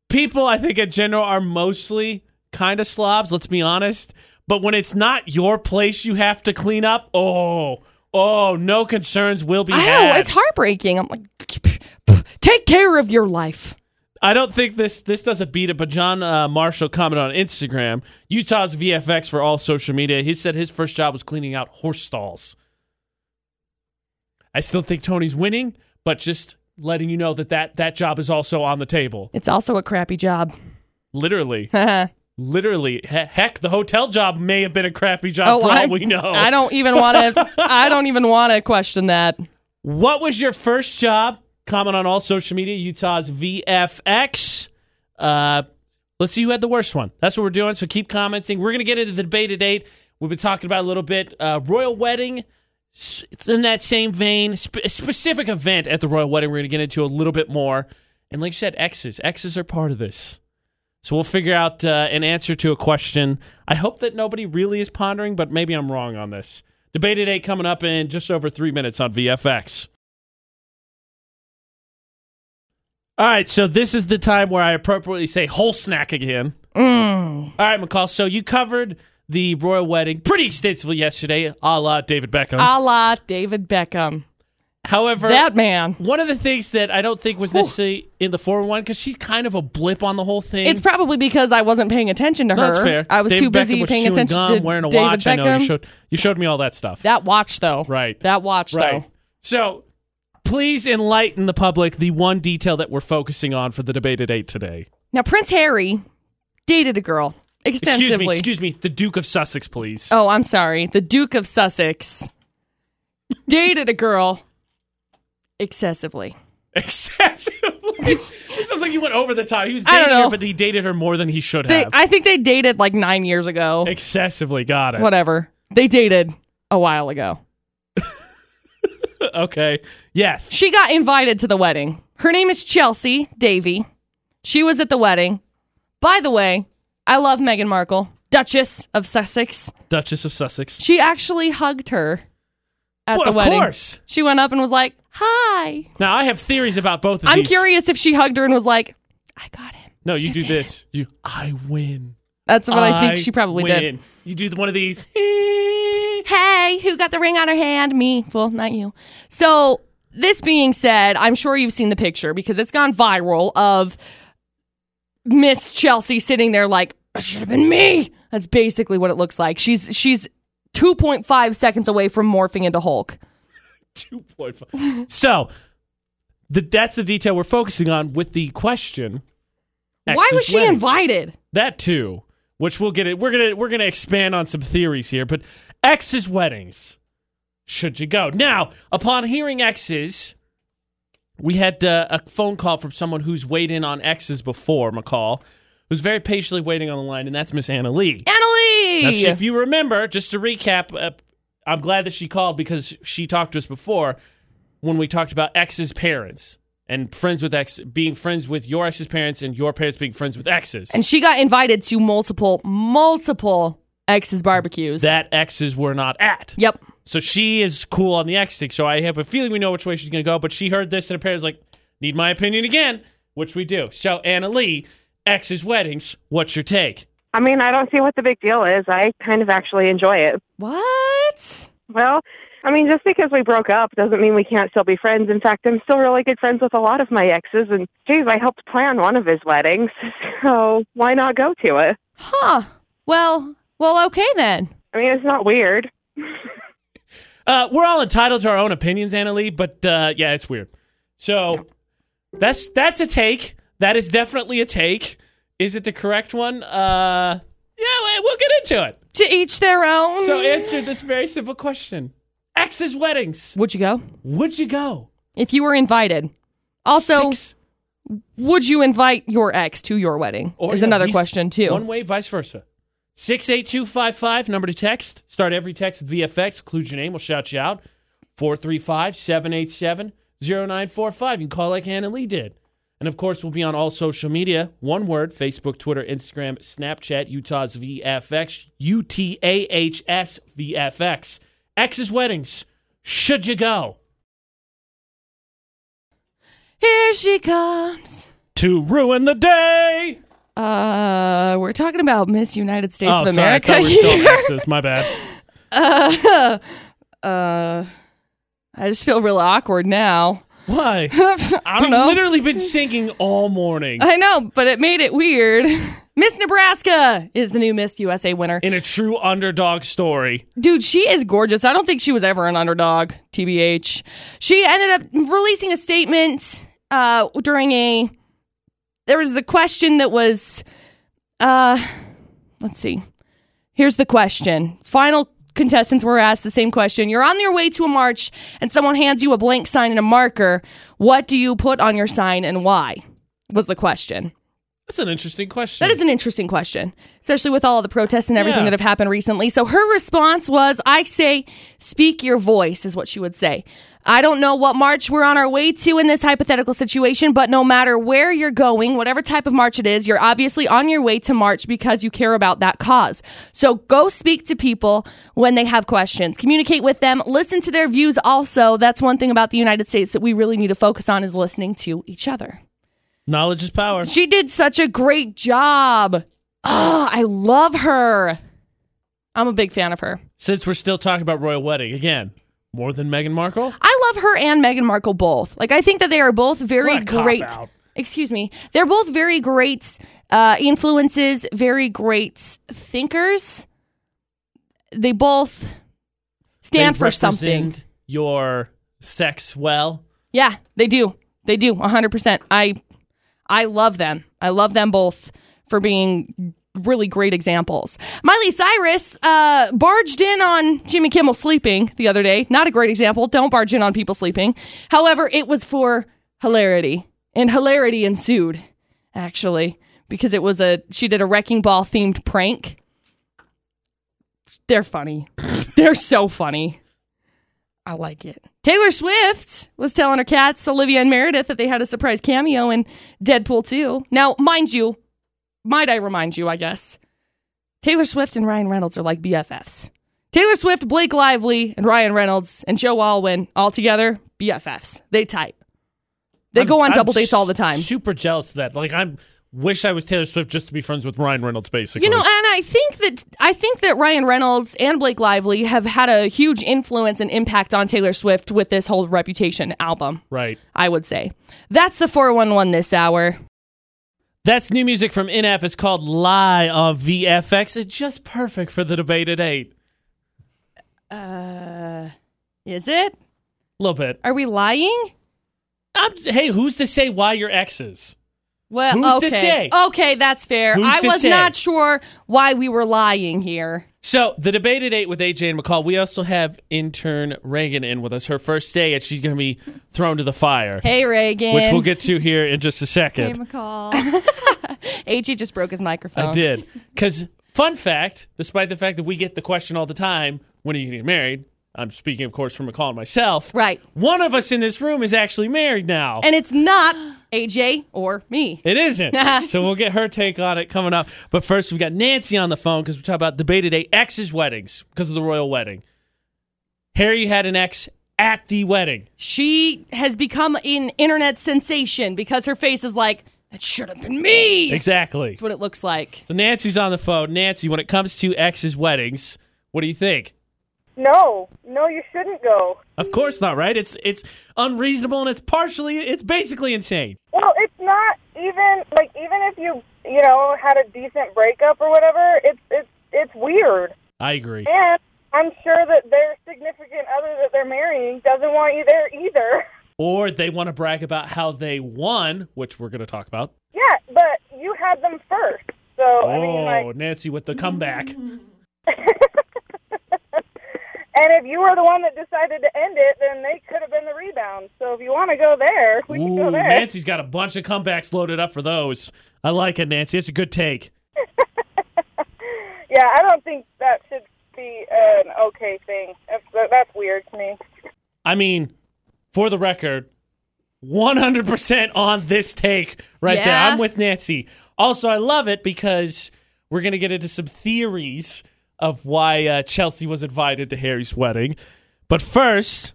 S1: people I think in general are mostly kind of slobs. Let's be honest. But when it's not your place, you have to clean up. Oh, oh, no concerns will be
S2: I know,
S1: had.
S2: Oh, it's heartbreaking. [sniffs] I'm like, take care of your life.
S1: I don't think this this doesn't beat it, but John uh, Marshall commented on Instagram, Utah's VFX for all social media. He said his first job was cleaning out horse stalls. I still think Tony's winning, but just letting you know that that, that job is also on the table.
S2: It's also a crappy job. [laughs]
S1: Literally,
S2: oh,
S1: literally. He- heck, the hotel job may have been a crappy job for all we know.
S2: Oh, I don't
S1: [laughs]
S2: even want to. I don't even want to question that.
S1: What was your first job? Comment on all social media, Utah's VFX. Uh, let's see who had the worst one. That's what we're doing. So keep commenting. We're going to get into the debate at eight. We've been talking about it a little bit. Uh, royal wedding. s- It's in that same vein. Sp- a specific event at the royal wedding. We're going to get into a little bit more. And like you said, X's. X's are part of this. So we'll figure out uh, an answer to a question. I hope that nobody really is pondering, but maybe I'm wrong on this. Debate at eight coming up in just over three minutes on VFX. All right, so this is the time where I appropriately say whole snack again.
S2: Mm.
S1: All right, McCall, so you covered the royal wedding pretty extensively yesterday, a la David Beckham.
S2: A la David Beckham.
S1: However,
S2: Uh, That man.
S1: one of the things that I don't think was necessarily in the 401 because she's kind of a blip on the whole thing.
S2: It's probably because I wasn't paying attention to
S1: No,
S2: her.
S1: that's fair.
S2: I was
S1: David
S2: too
S1: Beckham
S2: busy
S1: was
S2: paying
S1: chewing
S2: attention
S1: gum,
S2: to
S1: wearing a
S2: David
S1: watch. I
S2: Beckham.
S1: know you showed you showed me all that stuff.
S2: that watch though.
S1: Right.
S2: That watch
S1: right.
S2: though.
S1: So, please enlighten the public the one detail that we're focusing on for the debate at eight today.
S2: Now Prince Harry dated a girl extensively.
S1: Excuse me, excuse me, the Duke of Sussex, please.
S2: oh, I'm sorry. The Duke of Sussex [laughs] dated a girl excessively.
S1: [laughs] excessively. this sounds like you went over the top. He was
S2: I don't
S1: dating her,
S2: know.
S1: but he dated her more than he should
S2: They,
S1: have.
S2: I think they dated like nine years ago.
S1: excessively, got it.
S2: Whatever. They dated a while ago.
S1: [laughs] okay. Yes.
S2: She got invited to the wedding. Her name is Chelsea Davy. She was at the wedding. By the way, I love Meghan Markle, Duchess of Sussex.
S1: Duchess of Sussex.
S2: She actually hugged her at
S1: Well,
S2: the
S1: of
S2: wedding.
S1: course.
S2: She went up and was like, "Hi."
S1: Now I have theories about both of
S2: I'm
S1: these.
S2: curious if she hugged her and was like, "I got him."
S1: No, you do
S2: did
S1: this. You I win.
S2: That's what I, think she probably did.
S1: win. You do one of these. [laughs] Hey,
S2: Hey, who got the ring on her hand? Me. Well, not you. So, this being said, I'm sure you've seen the picture because it's gone viral of Miss Chelsea sitting there like, it should have been me. That's basically what it looks like. She's she's 2.5 seconds away from morphing into Hulk.
S1: 2.5. so, the, that's the detail we're focusing on with the question.
S2: Why
S1: X's
S2: was she
S1: weddings.
S2: invited?
S1: That too, which we'll get it. We're gonna we're gonna expand on some theories here, but X's weddings. Should you go now? Upon hearing X's, we had uh, a phone call from someone who's weighed in on X's before McCall, who's very patiently waiting on the line, and that's Miss Anna Lee. Now,
S2: Annalie!
S1: she- if you remember, just to recap, uh, I'm glad that she called because she talked to us before when we talked about ex's parents and friends with ex being friends with your ex's parents and your parents being friends with exes.
S2: and she got invited to multiple multiple ex's barbecues.
S1: that exes were not at.
S2: Yep.
S1: So she is cool on the exit. So I have a feeling we know which way she's going to go. But she heard this and apparently is like, need my opinion again, which we do. So Anna Lee, X's weddings. What's your take?
S7: I mean, I don't see what the big deal is. I kind of actually enjoy it.
S2: What?
S7: Well, I mean, just because we broke up doesn't mean we can't still be friends. In fact, I'm still really good friends with a lot of my exes, and geez, I helped plan one of his weddings. [laughs] So why not go to it?
S2: Huh. Well, well, okay then.
S7: I mean, it's not weird.
S1: Uh, we're all entitled to our own opinions, Anna Lee, but uh, yeah, it's weird. So that's that's a take. That is definitely a take. Is it the correct one? Uh, yeah, we- we'll get into it.
S2: To each their own.
S1: So answer this very simple question: X's weddings.
S2: would you go
S1: Would you go?
S2: if you were invited? Also,
S1: Six
S2: would you invite your ex to your wedding?
S1: or-
S2: is
S1: yeah,
S2: another
S1: these-
S2: question too.
S1: One way, vice versa. Six eight two five five. Number to text. Start every text with VFX. Include your name. We'll shout you out. 435-787-0945. You can call like Hannah Lee did. And of course, we'll be on all social media. One word Facebook, Twitter, Instagram, Snapchat, Utah's VFX, U T A H S VFX. X's weddings. Should you go?
S2: Here she comes.
S1: To ruin the day.
S2: Uh, we're talking about Miss United States
S1: oh,
S2: of
S1: sorry. I
S2: America
S1: thought we were still
S2: here.
S1: X's. My bad.
S2: uh, uh, [laughs] I just feel real awkward now.
S1: Why?
S2: [laughs] I don't
S1: We've
S2: know.
S1: literally been singing all morning
S2: I know, but it made it weird. [laughs] Miss Nebraska is the new Miss USA winner.
S1: in a true underdog story.
S2: Dude, she is gorgeous. I don't think she was ever an underdog, TBH. She ended up releasing a statement uh, during a. There was the question that was. Uh, let's see. Here's the question. Final contestants were asked the same question. You're on your way to a march and someone hands you a blank sign and a marker. What do you put on your sign and why? Was the question.
S1: That's an interesting question.
S2: That is an interesting question, especially with all the protests and everything
S1: Yeah.
S2: that have happened recently. So her response was, I say, speak your voice, is what she would say. I don't know what march we're on our way to in this hypothetical situation, but no matter where you're going, whatever type of march it is, you're obviously on your way to march because you care about that cause. So go speak to people when they have questions, communicate with them, listen to their views also. That's one thing about the United States that we really need to focus on is listening to each other.
S1: Knowledge is power.
S2: She did such a great job. Oh, I love her. I'm a big fan of her.
S1: Since we're still talking about royal wedding again, more than Meghan Markle.
S2: I love her and Meghan Markle both. Like I think that they are both very
S1: What a cop
S2: great.
S1: out.
S2: Excuse me. They're both very great uh, influences, very great thinkers. They both stand
S1: They
S2: for something.
S1: represent Your sex well.
S2: Yeah, they do. They do 100%. I I love them. I love them both for being really great examples. Miley Cyrus uh, barged in on Jimmy Kimmel sleeping the other day. Not a great example. Don't barge in on people sleeping. However, it was for hilarity, and hilarity ensued, actually, because it was a she did a wrecking ball themed prank. They're funny. [laughs] They're so funny. I like it. Taylor Swift was telling her cats, Olivia and Meredith, that they had a surprise cameo in Deadpool 2. Now, mind you, might I remind you, I guess, Taylor Swift and Ryan Reynolds are like BFFs. Taylor Swift, Blake Lively, and Ryan Reynolds and Joe Alwyn all together, BFFs. They type. They
S1: I'm-
S2: go on
S1: I'm
S2: double dates all the time.
S1: Super jealous of that. Like I'm wish I was Taylor Swift just to be friends with Ryan Reynolds. Basically,
S2: You know, and I think that I think that Ryan Reynolds and Blake Lively have had a huge influence and impact on Taylor Swift with this whole Reputation album.
S1: right?
S2: I would say. That's the 411 this hour.
S1: That's new music from NF. It's called "Lie" on VFX. It's just perfect for the debate at eight.
S2: Is it?
S1: A little bit.
S2: Are we lying?
S1: I'm, hey, who's to say why your exes?
S2: Well,
S1: Who's to
S2: okay.
S1: say?
S2: Okay, that's fair.
S1: Who's
S2: I
S1: to
S2: was
S1: say?
S2: not sure why we were lying here.
S1: So the debate at eight with AJ and McCall. We also have intern Reagan in with us. Her first day, and she's going to be thrown to the fire,
S2: Hey, Reagan.
S1: which we'll get to here in just a second.
S2: AG just broke his microphone.
S1: I did because fun fact, despite the fact that we get the question all the time, when are you getting married? I'm speaking, of course, for McCall and myself.
S2: Right.
S1: One of us in this room is actually married now.
S2: And it's not AJ or me.
S1: It isn't. so we'll get her take on it coming up. But first, we've got Nancy on the phone because we're talking about debate today, X's weddings because of the royal wedding. Harry had an ex at the wedding.
S2: She has become an internet sensation because her face is like, that should have been me.
S1: Exactly.
S2: That's what it looks like.
S1: So Nancy's on the phone. Nancy, when it comes to ex's weddings, what do you think?
S8: No, no, you shouldn't go.
S1: Of course not, right? It's it's unreasonable and it's partially it's basically insane.
S8: Well, it's not even like even if you you know had a decent breakup or whatever, it's it's it's weird.
S1: I agree.
S8: And I'm sure that their significant other that they're marrying doesn't want you there either. [laughs]
S1: Or they want to brag about how they won, which we're going to talk about.
S8: Yeah, but you had them first, so I mean, like,
S1: Oh, Nancy with the comeback.
S8: [laughs] and if you were the one that decided to end it, then they could have been the rebound. So if you want to go there, [laughs] we can
S1: Ooh,
S8: go there.
S1: Nancy's got a bunch of comebacks loaded up for those. I like it, Nancy. It's a good take.
S8: Yeah, I don't think that should be an okay thing. That's that's weird to me.
S1: I mean, for the record, 100% on this take right
S2: Yeah.
S1: there. I'm with Nancy. Also, I love it because we're going to get into some theories of why uh, Chelsea was invited to Harry's wedding. But first,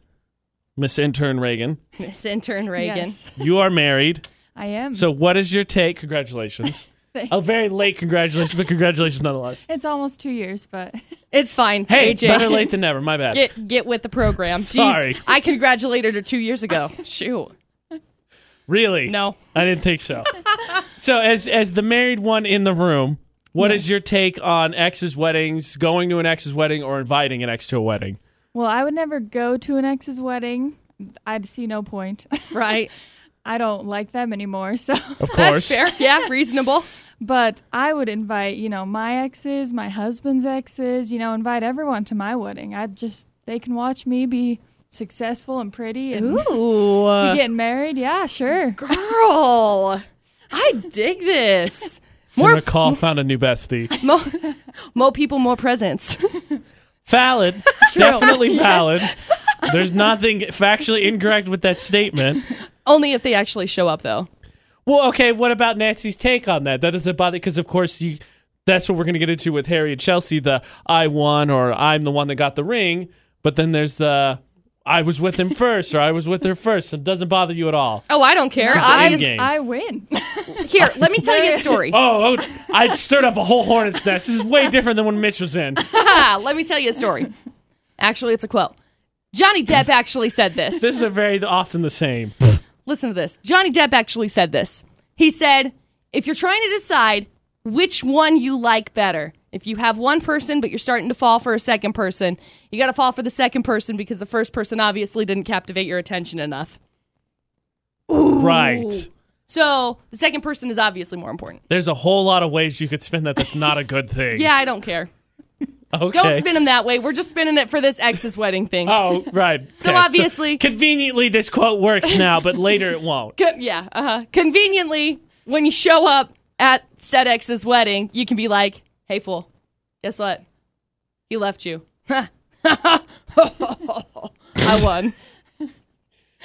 S1: Miss Intern Reagan,
S2: [laughs] Miss intern Reagan.
S9: Yes.
S1: you are married.
S9: I am.
S1: So, what is your take? Congratulations.
S9: Thanks.
S1: A very late congratulations, but congratulations nonetheless.
S9: it's almost two years, but [laughs]
S2: It's fine.
S1: Hey,
S2: AJ.
S1: better late than never. My bad.
S2: Get get with
S1: [laughs]
S2: the program. Jeez,
S1: Sorry.
S2: I congratulated her two
S1: [laughs]
S2: years ago. Shoot.
S1: Really?
S2: No.
S1: I didn't think so. [laughs] so as as the married one in the room, what is your take on ex's weddings, going to an ex's wedding or inviting an ex to a wedding?
S9: well, I would never go to an ex's wedding. I'd see no point.
S2: Right.
S9: [laughs] I don't like them anymore, so. [laughs]
S1: Of course.
S2: That's fair. Yeah, reasonable.
S9: But I would invite, you know, my exes, my husband's exes, you know, invite everyone to my wedding. I just they can watch me be successful and pretty and you
S2: Ooh.
S9: [laughs] getting married. Yeah, sure.
S2: Girl. I dig this.
S1: More
S2: More
S1: McCall found a new [laughs] bestie.
S2: mo, mo people, more presents.
S1: Valid. Definitely [laughs] valid. There's nothing factually incorrect with that statement.
S2: [laughs] Only if they actually show up though.
S1: Well, okay, what about Nancy's take on that? That doesn't bother because of course you that's what we're gonna get into with Harry and Chelsea, the I won or I'm the one that got the ring, but then there's the I was with him first or I was with her first. It doesn't bother you at all.
S2: Oh, I don't care.
S1: end
S2: Obvious.
S1: game.
S9: I win. [laughs]
S2: Here, let me
S1: [laughs]
S2: tell you a story.
S1: Oh, oh, I stirred up a whole hornet's nest. This is way different than when Mitch was in. Oh.
S2: Ah, [laughs] let me tell you a story. Actually, it's a quote. Johnny Depp actually said this.
S1: This is a very often the same.
S2: listen to this. Johnny Depp actually said this. He said, if you're trying to decide which one you like better, if you have one person but you're starting to fall for a second person, you got to fall for the second person because the first person obviously didn't captivate your attention enough.
S1: Right.
S2: So the second person is obviously more important.
S1: There's a whole lot of ways you could spin that that's not a good thing.
S2: Yeah, I don't care.
S1: Okay.
S2: Don't spin him that way. We're just spinning it for this ex's wedding thing.
S1: Oh, right.
S2: So
S1: Okay.
S2: obviously-
S1: conveniently this quote works now, but later it won't.
S2: Co- yeah. Uh-huh. Conveniently, when you show up at said ex's wedding, you can be like, hey, fool, guess what? He left you. [laughs] I won.
S1: [laughs]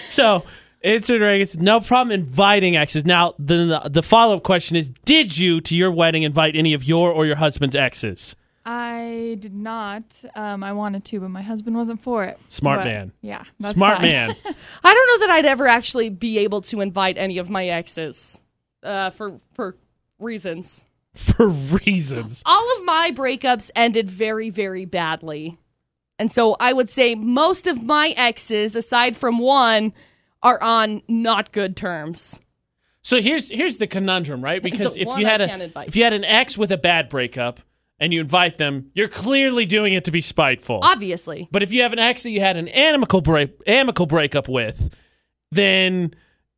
S1: So answered Reagan's no problem inviting exes. Now the the follow up question is: Did you to your wedding invite any of your or your husband's exes?
S9: I did not. Um, I wanted to, but my husband wasn't for it.
S1: Smart
S9: But,
S1: man.
S9: Yeah. that's
S1: Smart
S2: [laughs]
S9: why.
S1: man.
S2: I don't know that I'd ever actually be able to invite any of my exes uh, for, for reasons.
S1: For reasons.
S2: All of my breakups ended very, very badly. And so I would say most of my exes, aside from one, are on not good terms.
S1: So here's here's the conundrum, right? Because
S2: The
S1: if
S2: one
S1: you had
S2: I
S1: a
S2: can't invite.
S1: if you had an ex with a bad breakup and you invite them, you're clearly doing it to be spiteful.
S2: Obviously.
S1: But if you have an ex that you had an amicable break amicable breakup with, then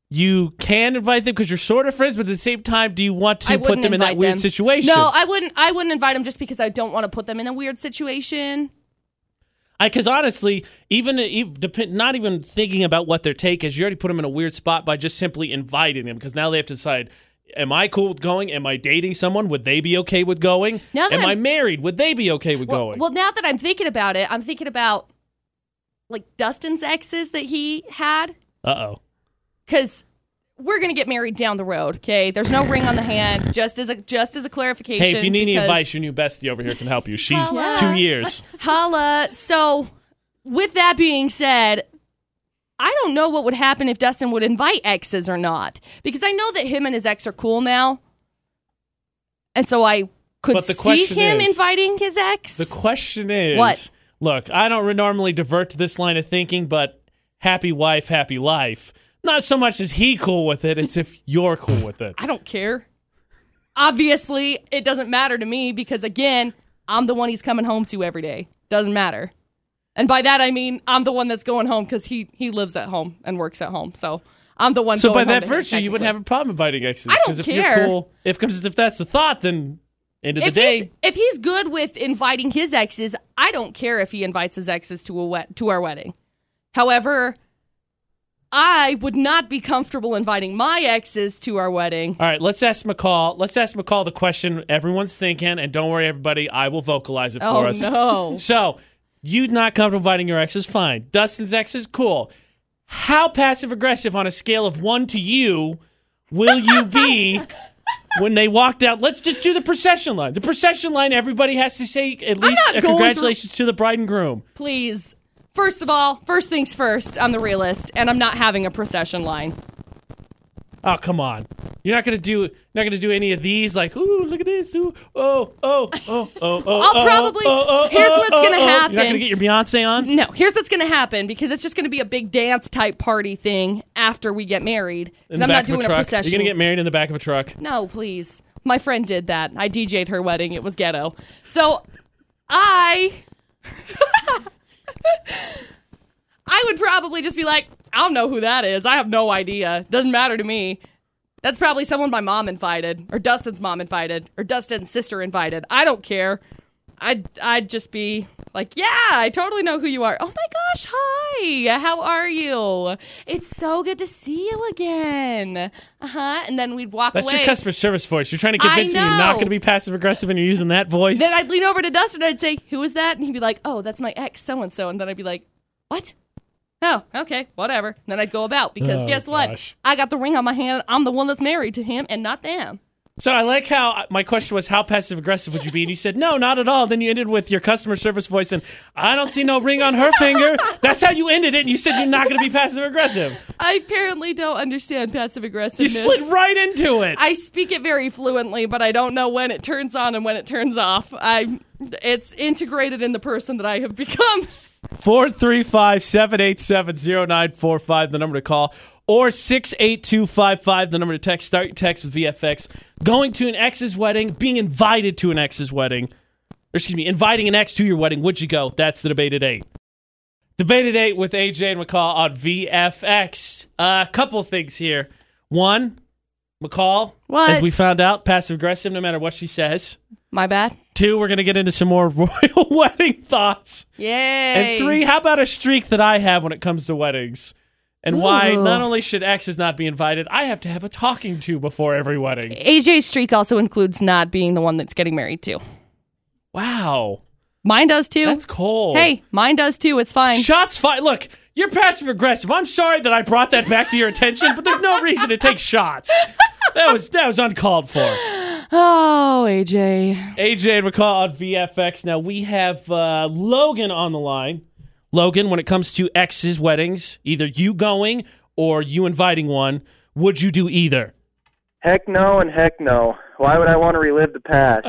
S1: you can invite them because you're sort of friends, but at the same time, do you want
S2: I
S1: to put
S2: wouldn't
S1: them in that
S2: invite
S1: weird
S2: them.
S1: situation?
S2: No, I wouldn't. I wouldn't invite them just because I don't want to put them in a weird situation.
S1: Because honestly, even, even depend, not even thinking about what their take is, you already put them in a weird spot by just simply inviting them. Because now they have to decide: Am I cool with going? Am I dating someone? Would they be okay with going?
S2: Now that
S1: am i
S2: I'm-
S1: married? Would they be okay with
S2: Well,
S1: going?
S2: well, now that I'm thinking about it, I'm thinking about like Dustin's exes that he had
S1: uh oh.
S2: because we're gonna get married down the road. Okay, there's no ring on the hand. Just as a just as a clarification.
S1: Hey, if you need any
S2: because-
S1: advice, your new bestie over here can help you. She's
S2: Holla.
S1: two years.
S2: holla. So with that being said, I don't know what would happen if Dustin would invite exes or not because I know that him and his ex are cool now, and so I could
S1: But the
S2: see
S1: question
S2: him
S1: is-
S2: inviting his ex.
S1: The question is
S2: What?
S1: Look, I don't re- normally divert to this line of thinking, but happy wife, happy life. Not so much as he cool with it, it's if you're cool with it.
S2: I don't care. Obviously, it doesn't matter to me because again, I'm the one he's coming home to every day. Doesn't matter. And by that I mean I'm the one that's going home because he he lives at home and works at home. So I'm the one.
S1: So by
S2: going home
S1: that
S2: to him,
S1: virtue, you wouldn't
S2: technically.
S1: have a problem inviting exes
S2: I don't
S1: if
S2: care.
S1: you're cool, if because if that's the thought, then end of
S2: if
S1: the
S2: he's,
S1: day,
S2: if he's good with inviting his exes, I don't care if he invites his exes to a wet to our wedding. However, I would not be comfortable inviting my exes to our wedding.
S1: All right, let's ask McCall. Let's ask McCall the question everyone's thinking, and don't worry, everybody, I will vocalize it for
S2: Oh
S1: us.
S2: no!
S1: [laughs] So, you not comfortable inviting your exes? Fine. Dustin's ex is cool. How passive aggressive on a scale of one to you will you
S2: [laughs]
S1: be when they walked out? Let's just do the procession line. The procession line, everybody has to say at least
S2: not
S1: a
S2: going through-
S1: congratulations to the bride and groom.
S2: Please. First of all, first things first, I'm the realist, and I'm not having a procession line.
S1: Oh come on! You're not gonna do not gonna do any of these like ooh look at this ooh oh oh oh oh oh.
S2: I'll
S1: oh,
S2: probably-
S1: oh, oh,
S2: here's
S1: oh,
S2: what's
S1: oh,
S2: gonna
S1: oh. You're not
S2: happen.
S1: gonna get your Beyonce on.
S2: No, here's what's going to happen because it's just going to be a big dance type party thing after we get married.
S1: In
S2: Because
S1: the
S2: I'm
S1: back of
S2: not
S1: a
S2: doing a
S1: truck.
S2: procession.
S1: You're gonna get married in the back of a truck.
S2: No, please. My friend did that. I DJ'd her wedding. It was ghetto. So I I would probably just be like, I don't know who that is. I have no idea. Doesn't matter to me. That's probably someone my mom invited, or Dustin's mom invited, or Dustin's sister invited. I don't care. I'd I'd just be like, yeah, I totally know who you are. Oh my gosh, hi, how are you? It's so good to see you again. Uh huh. And then we'd walk
S1: That's
S2: away.
S1: your customer service voice. You're trying to
S2: I
S1: convince me you're not
S2: know.
S1: going to be passive aggressive and you're using that voice.
S2: Then I'd lean over to Dustin and I'd say, Who is that? And he'd be like, Oh, that's my ex, so and so. And then I'd be like, What? Oh, okay, whatever. And then I'd go about because
S1: Oh,
S2: guess what?
S1: gosh.
S2: I got the ring on my hand. I'm the one that's married to him and not them.
S1: so I like how uh, my question was, how passive aggressive would you be? And you said, no, not at all. Then you ended with your customer service voice and I don't see no ring on her
S2: [laughs]
S1: finger. That's how you ended it. And you said you're not going to be passive aggressive.
S2: I apparently don't understand passive
S1: You
S2: aggressiveness.
S1: slid right into it.
S2: I speak it very fluently, but I don't know when it turns on and when it turns off. I it's integrated in the person that I have become. [laughs]
S1: 435 787 0945, the number to call, or 68255, the number to text. Start your text with VFX. Going to an ex's wedding, being invited to an ex's wedding, or excuse me, inviting an ex to your wedding, would you go? That's the debate at 8. Debate at 8 with AJ and McCall on VFX. A Uh, couple things here. One, McCall, as
S2: What?
S1: we found out, passive aggressive no matter what she says.
S2: My bad.
S1: Two, we're going to get into some more [laughs] royal wedding thoughts.
S2: Yay.
S1: And three, how about a streak that I have when it comes to weddings? And why
S2: Ooh.
S1: not only should exes not be invited, I have to have a talking to before every wedding.
S2: AJ's streak also includes not being the one that's getting married to.
S1: Wow.
S2: Mine does too.
S1: That's cold.
S2: Hey, mine does too. It's fine.
S1: Shots fired. Look, you're passive aggressive. I'm sorry that I brought that back to your attention, but there's no reason to take shots. That was that was uncalled for.
S2: Oh, AJ.
S1: AJ and McCall on VFX. Now we have uh, Logan on the line. Logan, when it comes to exes' weddings, either you going or you inviting one, would you do either?
S3: Heck no and heck no. Why would I want to relive the [laughs] past?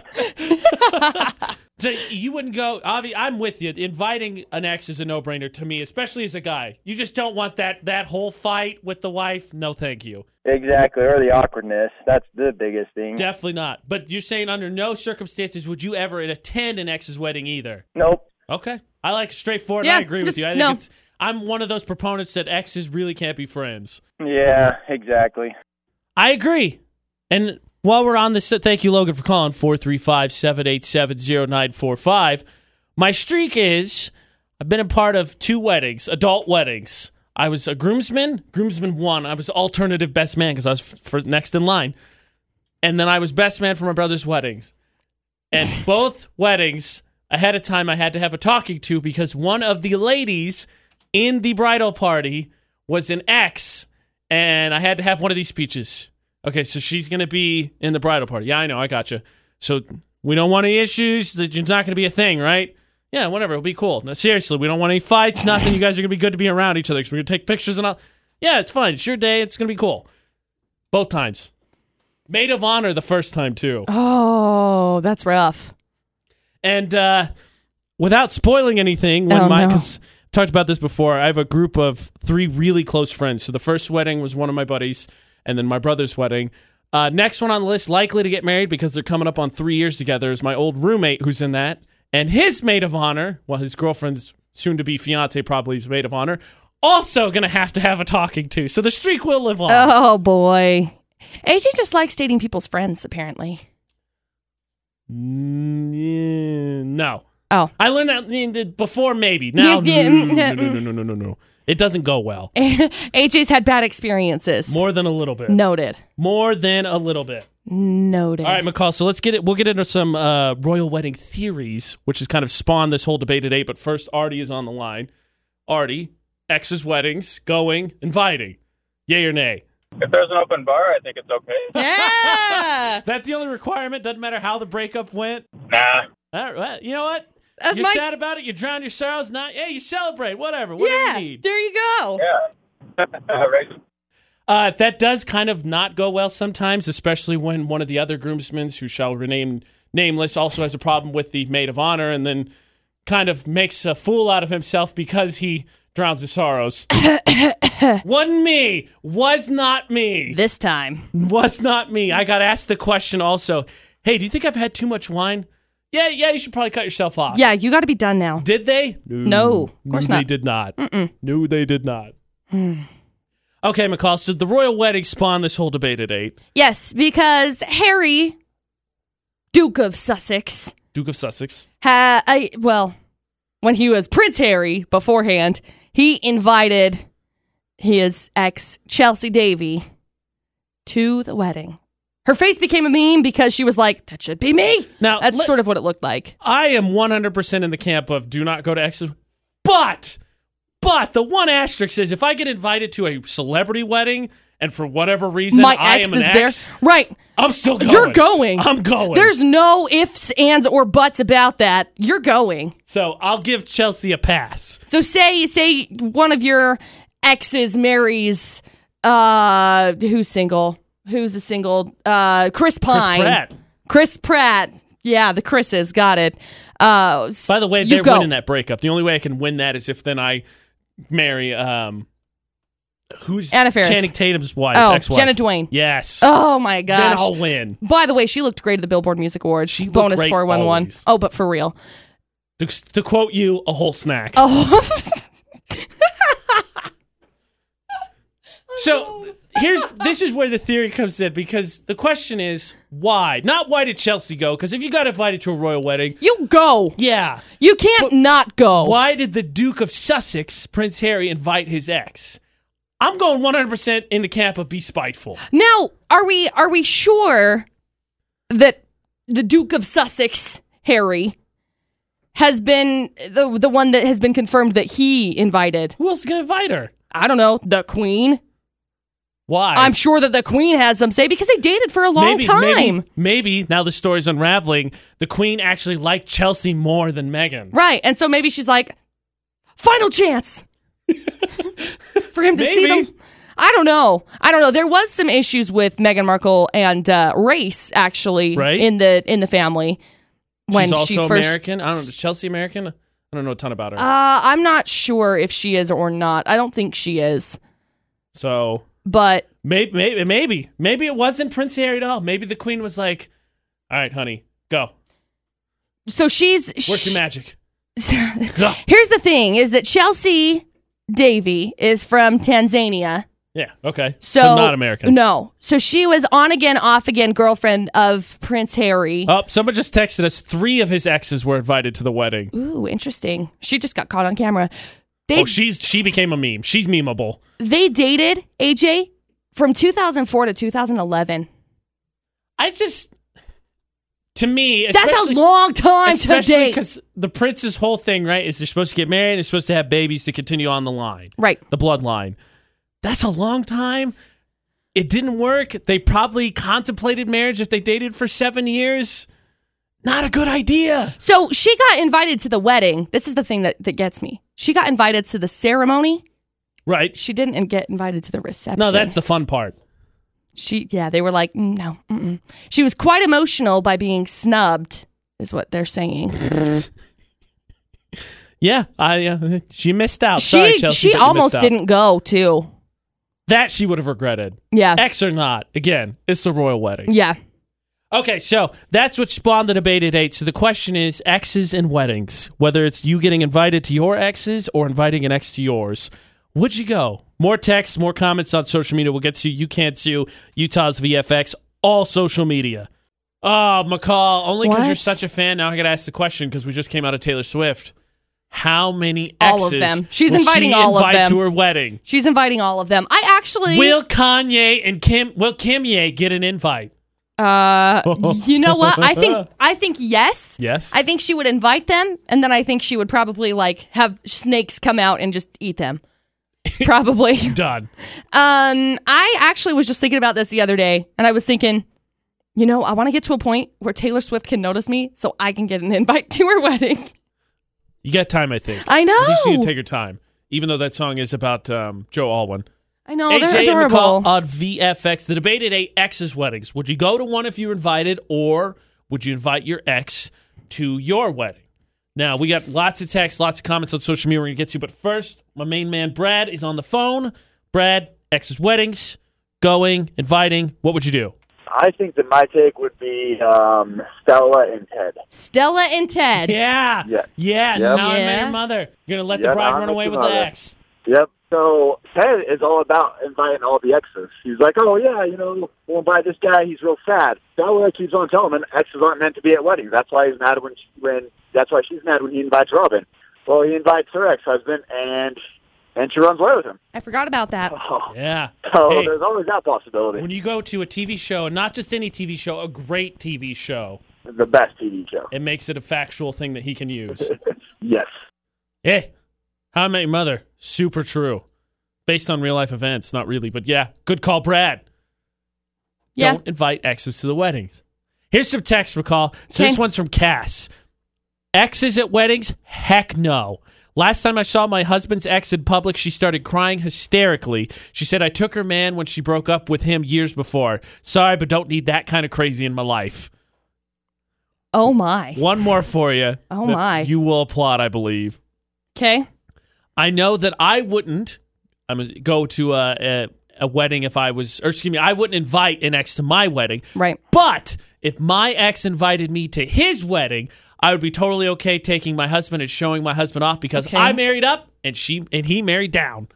S1: So you wouldn't go. Avi, I'm with you. Inviting an ex is a no-brainer to me, especially as a guy. You just don't want that that whole fight with the wife. No, thank you.
S3: exactly, or the awkwardness. That's the biggest thing.
S1: Definitely not. But you're saying under no circumstances would you ever attend an ex's wedding either.
S3: nope.
S1: Okay, I like straightforward.
S2: Yeah,
S1: I agree with
S2: just-
S1: you. I think
S2: no.
S1: it's. I'm one of those proponents that exes really can't be friends.
S3: Yeah, exactly.
S1: I agree. And while we're on this, thank you, Logan, for calling 435 787 0945. My streak is I've been a part of two weddings, adult weddings. I was a groomsman, groomsman one. I was alternative best man because I was f- for next in line. And then I was best man for my brother's weddings. And both weddings, ahead of time, I had to have a talking to because one of the ladies in the bridal party was an ex, and I had to have one of these speeches. Okay, so she's going to be in the bridal party. Yeah, I know, I gotcha. So we don't want any issues. That It's not going to be a thing, right? Yeah, whatever. It'll be cool. No, seriously, we don't want any fights, nothing. You guys are gonna be good to be around each other because we're gonna take pictures and all. Yeah, it's fine. It's your day. It's gonna be cool. Both times. Maid of honor the first time too.
S2: Oh, that's rough.
S1: And uh, without spoiling anything, when
S2: Oh,
S1: my
S2: no.
S1: cause I've talked about this before, I have a group of three really close friends. So the first wedding was one of my buddies, and then my brother's wedding. Uh, next one on the list, likely to get married because they're coming up on three years together, is my old roommate who's in that, and his maid of honor, well, his girlfriend's soon to be fiance probably is maid of honor, also gonna have to have a talking to. So the streak will live on.
S2: Oh boy. AJ just likes dating people's friends, apparently.
S1: Mm, yeah, no.
S2: Oh. [laughs]
S1: I learned that in the- before maybe. Now,
S2: Yeah, yeah,
S1: no,
S2: mm, yeah,
S1: no, no, no, no, no, no, no. It doesn't go well.
S2: AJ's had bad experiences.
S1: More than a little bit.
S2: Noted.
S1: More than a little bit.
S2: Noted.
S1: All right, McCall. So let's get it. We'll get into some uh, royal wedding theories, which has kind of spawned this whole debate today. But first, Artie is on the line. Artie, ex's weddings, going, inviting. Yay or nay?
S10: If there's an open bar, I think it's
S3: [laughs]
S10: okay.
S1: [laughs]
S2: Yeah.
S1: That's the only requirement. Doesn't matter how the breakup went.
S10: Nah.
S1: All right, you know what?
S2: That's
S1: You're
S2: my-
S1: sad about it. You drown your sorrows. Not. Hey, you celebrate. Whatever. Whatever
S2: yeah.
S1: you need.
S2: There you go.
S10: right.
S1: Uh, that does kind of not go well sometimes, especially when one of the other groomsmen, who shall remain nameless, also has a problem with the maid of honor, and then kind of makes a fool out of himself because he drowns his sorrows. [coughs] Wasn't me. Was not me.
S2: This time.
S1: Was not me. I got asked the question also. Hey, do you think I've had too much wine? Yeah, yeah. You should probably cut yourself off.
S2: Yeah, you got to be done now.
S1: Did they? No.
S2: No, of course
S1: They
S2: not. Hmm.
S1: did not. No, they did not. okay, McCall. So the royal wedding spawned this whole debate at eight.
S2: Yes, because Harry, Duke of Sussex,
S1: Duke of Sussex.
S2: ha- I, well, when he was Prince Harry beforehand, he invited his ex, Chelsea Davy, to the wedding. Her face became a meme because she was like, that should be me.
S1: Now,
S2: That's
S1: let-
S2: sort of what it looked like.
S1: I am 100% in the camp of do not go to X. But, but the one asterisk is if I get invited to a celebrity wedding and for whatever reason
S2: My
S1: I
S2: ex
S1: am an
S2: is there.
S1: ex,
S2: Right.
S1: I'm still going.
S2: You're going.
S1: I'm going.
S2: There's no ifs, ands, or buts about that. You're going.
S1: so I'll give Chelsea a pass.
S2: So say say one of your exes marries uh who's single? Who's a single? Uh Chris Pine.
S1: Brad.
S2: Chris Pratt. Yeah, the Chris's got it. Uh s-
S1: By the way,
S2: you
S1: they're
S2: go.
S1: winning that breakup. The only way I can win that is if then I marry um who's
S2: Anna Faris.
S1: Channing Tatum's wife,
S2: Oh,
S1: ex-wife.
S2: Jenna Dwayne.
S1: Yes.
S2: Oh my
S1: Then
S2: gosh.
S1: I'll win.
S2: By the way, she looked great at the Billboard Music Awards.
S1: She looked
S2: Bonus
S1: great
S2: 411.
S1: always.
S2: Oh, but for real.
S1: To, to quote you, a whole snack.
S2: Oh.
S1: So here's this is where the theory comes in because the question is why? Not why did Chelsea go? Because if you got invited to a royal wedding,
S2: [laughs] you go.
S1: yeah.
S2: You can't not go.
S1: Why did the Duke of Sussex, Prince Harry, invite his ex? I'm going 100% in the camp of be spiteful.
S2: Now, are we are we sure that the Duke of Sussex, Harry, has been the the one that has been confirmed that he invited?
S1: Who else is going to invite her?
S2: I don't know, the Queen.
S1: Why?
S2: I'm sure that the Queen has some say because they dated for a long time.
S1: Maybe, maybe now the story's unraveling. The Queen actually liked Chelsea more than Meghan.
S2: Right. And so maybe she's like, final chance
S1: [laughs]
S2: for him to see
S1: Maybe.
S2: them. I don't know. I don't know. There was some issues with Meghan Markle and uh, race actually
S1: Right.
S2: in the in the family when
S1: She's also
S2: she first
S1: American. I don't know. Is Chelsea American? I don't know a ton about her.
S2: Uh, I'm not sure if she is or not. I don't think she is,
S1: so
S2: but
S1: Maybe, maybe, maybe, maybe it wasn't Prince Harry at all. Maybe the Queen was like, "All right, honey, go
S2: so she's.
S1: work your
S2: sh-
S1: magic." Go.
S2: [laughs] Here's the thing: is that Chelsea Davy is from Tanzania,
S1: Yeah. Okay.
S2: so,
S1: not American.
S2: No, so she was on again, off again girlfriend of Prince Harry.
S1: Oh, someone just texted us. Three of his exes were invited to the wedding.
S2: Ooh, interesting. She just got caught on camera. They
S1: oh, she's she became a meme. She's memeable.
S2: they dated AJ from 2004 to 2011.
S1: I just, to me,
S2: That's a
S1: especially-
S2: long time to
S1: especially
S2: date.
S1: because the prince's whole thing, right, is they're supposed to get married and they're supposed to have babies to continue on the line.
S2: Right.
S1: the bloodline. That's a long time. It didn't work. They probably contemplated marriage if they dated for seven years. Not a good idea.
S2: So she got invited to the wedding. This is the thing that, that gets me. She got invited to the ceremony.
S1: Right.
S2: She didn't and get invited to the reception.
S1: No, that's the fun part.
S2: She, yeah, they were like, "Mm, no. Mm-mm. She was quite emotional by being snubbed, is what they're saying.
S1: Yeah, I uh, she missed out.
S2: she
S1: Sorry, Chelsea,
S2: she
S1: but you missed
S2: almost
S1: out.
S2: didn't go too.
S1: That she would have regretted.
S2: Yeah.
S1: X or not, again, it's the royal wedding.
S2: Yeah.
S1: Okay, so that's what spawned the debate at eight. So the question is exes and weddings. Whether it's you getting invited to your exes or inviting an ex to yours, would you go? More texts, more comments on social media. We'll get to you can't sue Utah's VFX, all social media. Oh, McCall, only because you're
S2: What?
S1: such a fan. Now I got to ask the question because we just came out of Taylor Swift. How many exes?
S2: All of them. She's
S1: will
S2: inviting
S1: she
S2: all of
S1: invite
S2: them.
S1: to her wedding.
S2: She's inviting all of them. I actually
S1: Will Kanye and Kim? Will Kimye get an invite?
S2: Uh, you know what?
S1: [laughs]
S2: I think I think yes.
S1: Yes.
S2: I think she would invite them, and then I think she would probably like have snakes come out and just
S1: [laughs]
S2: eat them. Probably.
S1: Done.
S2: Um, I actually was just thinking about this the other day, and I was thinking, you know, I want to get to a point where Taylor Swift can notice me, so I can get an invite [laughs] to her wedding.
S1: You got time, I think.
S2: I
S1: At least you
S2: know.
S1: can take your time, even though that song is about um, Joe Alwyn.
S2: I know Oh, they're
S1: AJ and
S2: adorable.
S1: McCall on VFX. The debate at eight exes weddings. Would you go to one if you were invited, or would you invite your ex to your wedding? Now we got lots of texts, lots of comments on social media. We're gonna get to, but first, my main man Brad is on the phone. Brad, exes weddings, going, inviting. What would you do?
S11: I think that my take would be um, Stella and Ted.
S2: Stella and Ted.
S1: Yeah,
S11: Yeah.
S1: yeah.
S11: Yep.
S1: Now I met
S2: Yeah.
S1: your mother. You're gonna let the
S11: Yep,
S1: bride
S11: I'm
S1: run
S11: with
S1: away
S11: your
S1: with the
S11: mother.
S1: ex.
S11: Yep. So Ted is all about inviting all the exes. He's like, oh yeah, you know, we'll invite this guy. He's real sad. Stella keeps on telling him exes aren't meant to be at weddings. That's why he's mad when she, when that's why she's mad when he invites Robin. Well, he invites her ex-husband, and and she runs away with him.
S2: I forgot about that.
S11: Oh,
S1: Yeah.
S11: so
S1: Hey.
S11: there's always that possibility.
S1: When you go to a TV show, and not just any TV show, a great TV show,
S11: The best TV show. [laughs]
S1: it makes it a factual thing that he
S3: [laughs]
S1: can use.
S11: Yes.
S1: hey, How I Met Your Mother, super true. Based on real life events, not really, but yeah, good call, Brad.
S2: Yeah.
S1: Don't invite exes to the weddings. Here's some text recall. So this
S2: Okay.
S1: one's from Cass. Exes at weddings? Heck no. Last time I saw my husband's ex in public, she started crying hysterically. She said, I took her man when she broke up with him years before. Sorry, but don't need that kind of crazy in my life.
S2: Oh my.
S1: [laughs] One more for you.
S2: [laughs] Oh,
S1: that
S2: my.
S1: You will applaud, I believe.
S2: Okay.
S1: I know that I wouldn't I'm gonna go to a, a, a wedding if I was, or excuse me, I wouldn't invite an ex to my wedding.
S2: Right.
S1: But if my ex invited me to his wedding, I would be totally okay taking my husband and showing my husband off because
S2: Okay.
S1: I married up and she and he married down.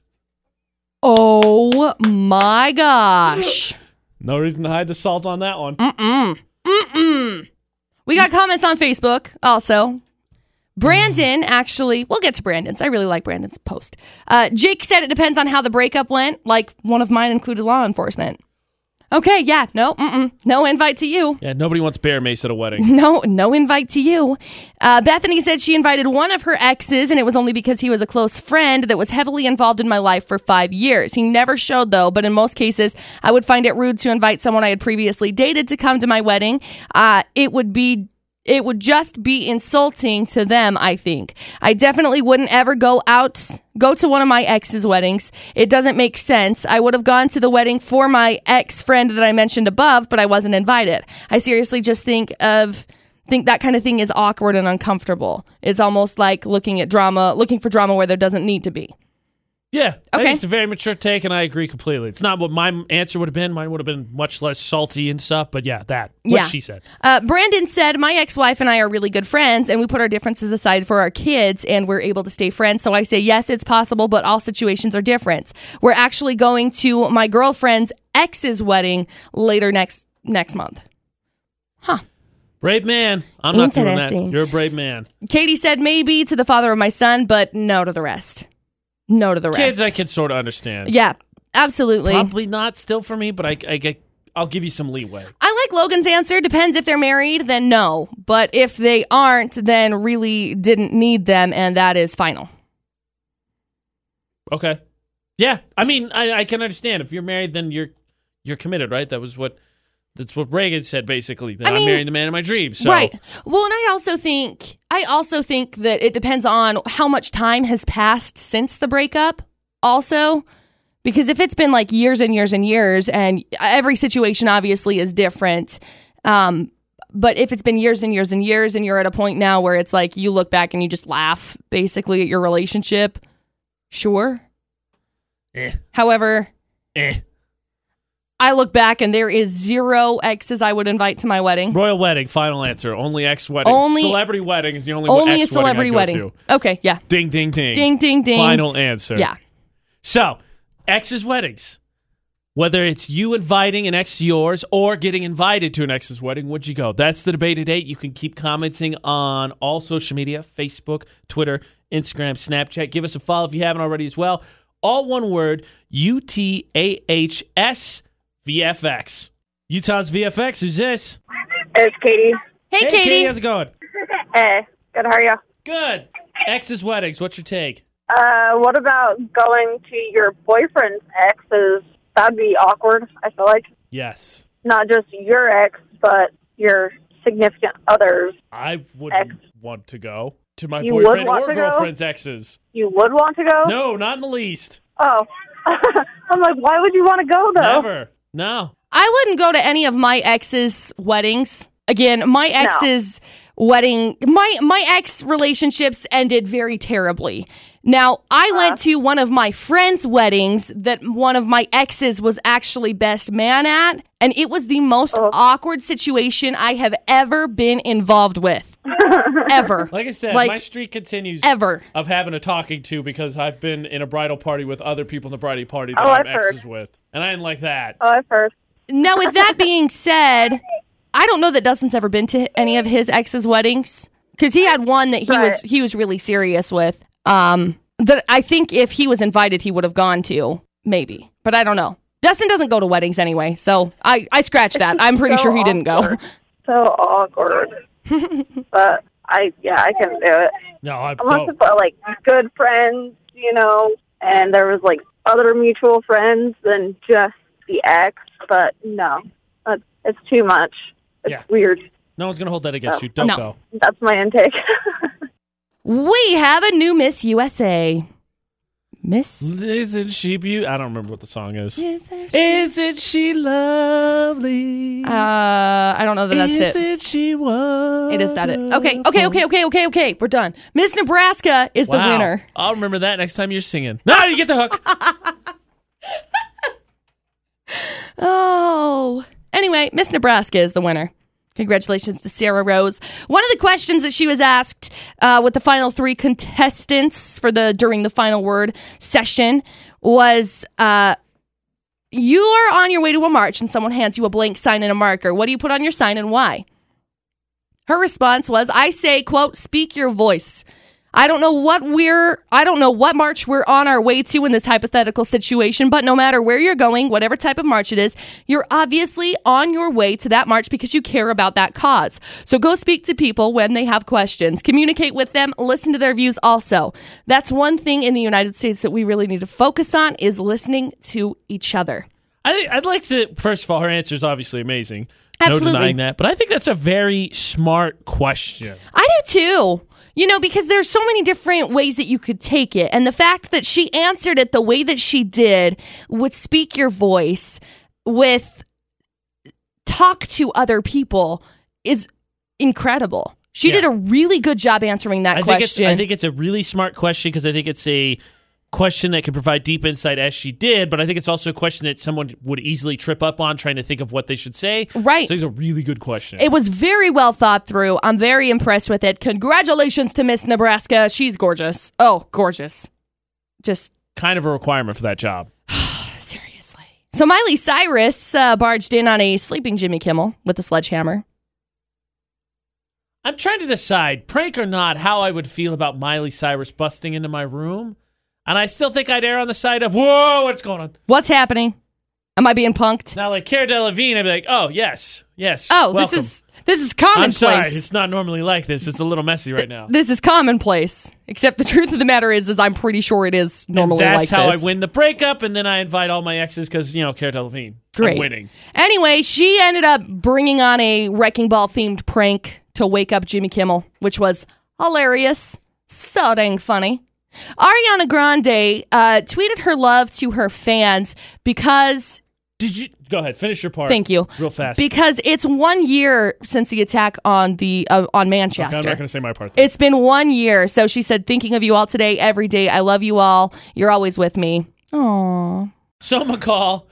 S2: Oh my gosh.
S1: No reason to hide the salt on that one.
S2: Mm-mm. Mm-mm. We got comments on Facebook also. Brandon actually, we'll get to Brandon's. I really like Brandon's post. Uh, Jake said it depends on how the breakup went. Like one of mine included law enforcement. Okay, yeah, no, mm-mm, no invite to you.
S1: Yeah, nobody wants bear mace at a wedding.
S2: [laughs] No, no invite to you. Uh, Bethany said she invited one of her exes, and it was only because he was a close friend that was heavily involved in my life for five years. He never showed, though, but in most cases, I would find it rude to invite someone I had previously dated to come to my wedding. Uh, it would be. It would just be insulting to them, I think. I definitely wouldn't ever go out, go to one of my ex's weddings. It doesn't make sense. I would have gone to the wedding for my ex friend that I mentioned above, but I wasn't invited. I seriously just think of think that kind of thing is awkward and uncomfortable. It's almost like looking at drama, looking for drama where there doesn't need to be.
S1: Yeah, I
S2: Okay.
S1: think it's a very mature take, and I agree completely. It's not what my answer would have been. Mine would have been much less salty and stuff. But yeah, that what
S2: Yeah.
S1: she said.
S2: Uh, Brandon said, My ex wife and I are really good friends, and we put our differences aside for our kids, and we're able to stay friends. So I say, Yes, it's possible, but all situations are different. We're actually going to my girlfriend's ex's wedding later next next month.
S1: Brave man. I'm not doing that.
S2: Interesting.
S1: You're a brave man.
S2: Katie said, Maybe to the father of my son, but no to the rest. No to the rest.
S1: Kids, I can sort of understand.
S2: yeah, absolutely.
S1: Probably not still for me, but I, I get. I'll give you some leeway.
S2: I like Logan's answer. Depends if they're married, then no. But if they aren't, then really didn't need them, and that is final.
S1: Okay. Yeah, I mean, I, I can understand. If you're married, then you're you're committed, right? That was what That's what Reagan said, basically. That
S2: I
S1: I am
S2: mean-
S1: marrying the man of my dreams. So
S2: Right. Well, and I also think I also think that it depends on how much time has passed since the breakup. Also, because if it's been like years and years and years, and every situation obviously is different. Um, but if it's been years and years and years, and you're at a point now where it's like you look back and you just laugh basically at your relationship, sure.
S1: Eh.
S2: However,
S1: Eh.
S2: I look back and there is zero exes I would invite to my wedding.
S1: Royal wedding, final answer. Only ex wedding.
S2: Only-
S1: celebrity wedding is the only
S2: Only a
S1: ex-wedding I
S2: celebrity
S1: go
S2: wedding.
S1: to.
S2: Okay, yeah.
S1: Ding, ding, ding.
S2: Ding, ding, ding.
S1: Final answer.
S2: Yeah.
S1: So, ex's weddings. Whether it's you inviting an ex to yours or getting invited to an ex's wedding, would you go? That's the debate today. You can keep commenting on all social media Facebook, Twitter, Instagram, Snapchat. Give us a follow if you haven't already as well. All one word U T A H S VFX. Utah's VFX, who's this?
S12: It's Katie.
S2: Hey,
S1: Katie. How's it going?
S12: Hey, good. How are you?
S1: Good. Ex's weddings, what's your take?
S12: Uh, what about going to your boyfriend's ex's? That'd be awkward. I feel like
S1: Yes.
S12: not just your ex, but your significant others.
S1: I wouldn't want to go to my
S12: You would
S1: boyfriend
S12: want
S1: or
S12: to go? Oh.
S1: girlfriend's exes.
S12: You would want to go?
S1: No, not in the least.
S12: Oh, [laughs] I'm like, why would you want to go though?
S1: Never. No.
S2: I wouldn't go to any of my ex's weddings. Again, my ex's wedding, my my ex relationships ended very terribly. Now, I went to one of my friends' weddings that one of my exes was actually best man at, and it was the most awkward situation I have ever been involved with. ever.
S1: Like I said, my streak continues
S2: ever.
S1: of having a talking to because I've been in a bridal party with other people in the bridal party that
S2: Oh,
S1: I'm
S2: I've heard.
S1: exes with. And I didn't like that.
S12: Oh, I've heard.
S2: Now, with that being said, I don't know that Dustin's ever been to any of his ex's weddings because he had one that he was he was really serious with. Um, that I think if he was invited, he would have gone to maybe, but I don't know. Dustin doesn't go to weddings anyway, so I I scratched that. I'm
S5: [laughs]
S2: pretty
S12: so
S2: sure he didn't go.
S12: So
S2: [laughs]
S12: awkward. but I, yeah, I can do it.
S1: No, I
S12: I was about like good friends, you know, and there was like other mutual friends than just the ex. But no, that's, it's too much. It's
S1: Yeah.
S12: weird.
S1: No one's gonna hold that against you.
S12: Oh.
S1: Don't
S2: No.
S1: go.
S12: That's my intake. [laughs]
S2: We have a new Miss USA. Miss
S1: Isn't she beautiful? I don't remember what the song is.
S2: Isn't
S1: Isn't she lovely?
S2: Uh, I don't know that that's it.
S1: Isn't she was?
S2: It is that it. Okay, okay, okay, okay, okay, okay. We're done. Miss Nebraska is the
S1: Wow.
S2: winner.
S1: I'll remember that next time you're singing. No, you get the hook.
S2: Oh. Anyway, Miss Nebraska is the winner. Congratulations to Sarah Rose. One of the questions that she was asked uh, with the final three contestants for the during the final word session was uh, you are on your way to a march and someone hands you a blank sign and a marker. What do you put on your sign and why? Her response was, I say, quote, speak your voice. I don't know what we're I don't know what march we're on our way to in this hypothetical situation, but no matter where you're going, whatever type of march it is, you're obviously on your way to that march because you care about that cause. So go speak to people when they have questions. Communicate with them, listen to their views also. That's one thing in the United States that we really need to focus on is listening to each other.
S1: I think, I'd like to. First of all, her answer is obviously amazing. No
S2: Absolutely.
S1: denying that. But I think that's a very smart question.
S2: I do too. You know, because there's so many different ways that you could take it. And the fact that she answered it the way that she did with speak your voice, with talk to other people is incredible. She
S1: Yeah.
S2: did a really good job answering that
S1: I think it's,
S2: question.
S1: I think it's a really smart question because I think it's a question that can provide deep insight as she did. But I think it's also a question that someone would easily trip up on trying to think of what they should say.
S2: Right.
S1: So it's a really good question.
S2: it was very well thought through. I'm very impressed with it. Congratulations to Miss Nebraska. She's gorgeous. Oh, gorgeous. Just
S1: kind of a requirement for that job.
S2: Seriously. So Miley Cyrus uh, barged in on a sleeping Jimmy Kimmel with a sledgehammer.
S1: I'm trying to decide, prank or not, how I would feel about Miley Cyrus busting into my room. And I still think I'd err on the side of, whoa, what's going on?
S2: What's happening? Am I being punked?
S1: Now, like Cara Delevingne, I'd be like, oh, yes, yes.
S2: Oh,
S1: welcome.
S2: this is This is commonplace.
S1: I'm sorry, it's not normally like this. It's a little messy right now.
S2: This is commonplace. Except the [laughs] truth of the matter is, is I'm pretty sure it is normally
S1: That's
S2: like this.
S1: how I win the breakup, and then I invite all my exes because you know Cara Delevingne.
S2: Great.
S1: I'm winning.
S2: Anyway, she ended up bringing on a wrecking ball themed prank to wake up Jimmy Kimmel, which was hilarious, so dang funny. Ariana Grande uh, tweeted her love to her fans because
S1: Did you go ahead? Finish your part.
S2: Thank you.
S1: Real fast.
S2: because it's one year since the attack on the uh,
S1: Okay,
S2: on
S1: I'm
S2: Manchester.
S1: not going to say my part.
S2: It's been one year. So she said, thinking of you all today, every day. I love you all. You're always with me. Aww.
S1: So McCall,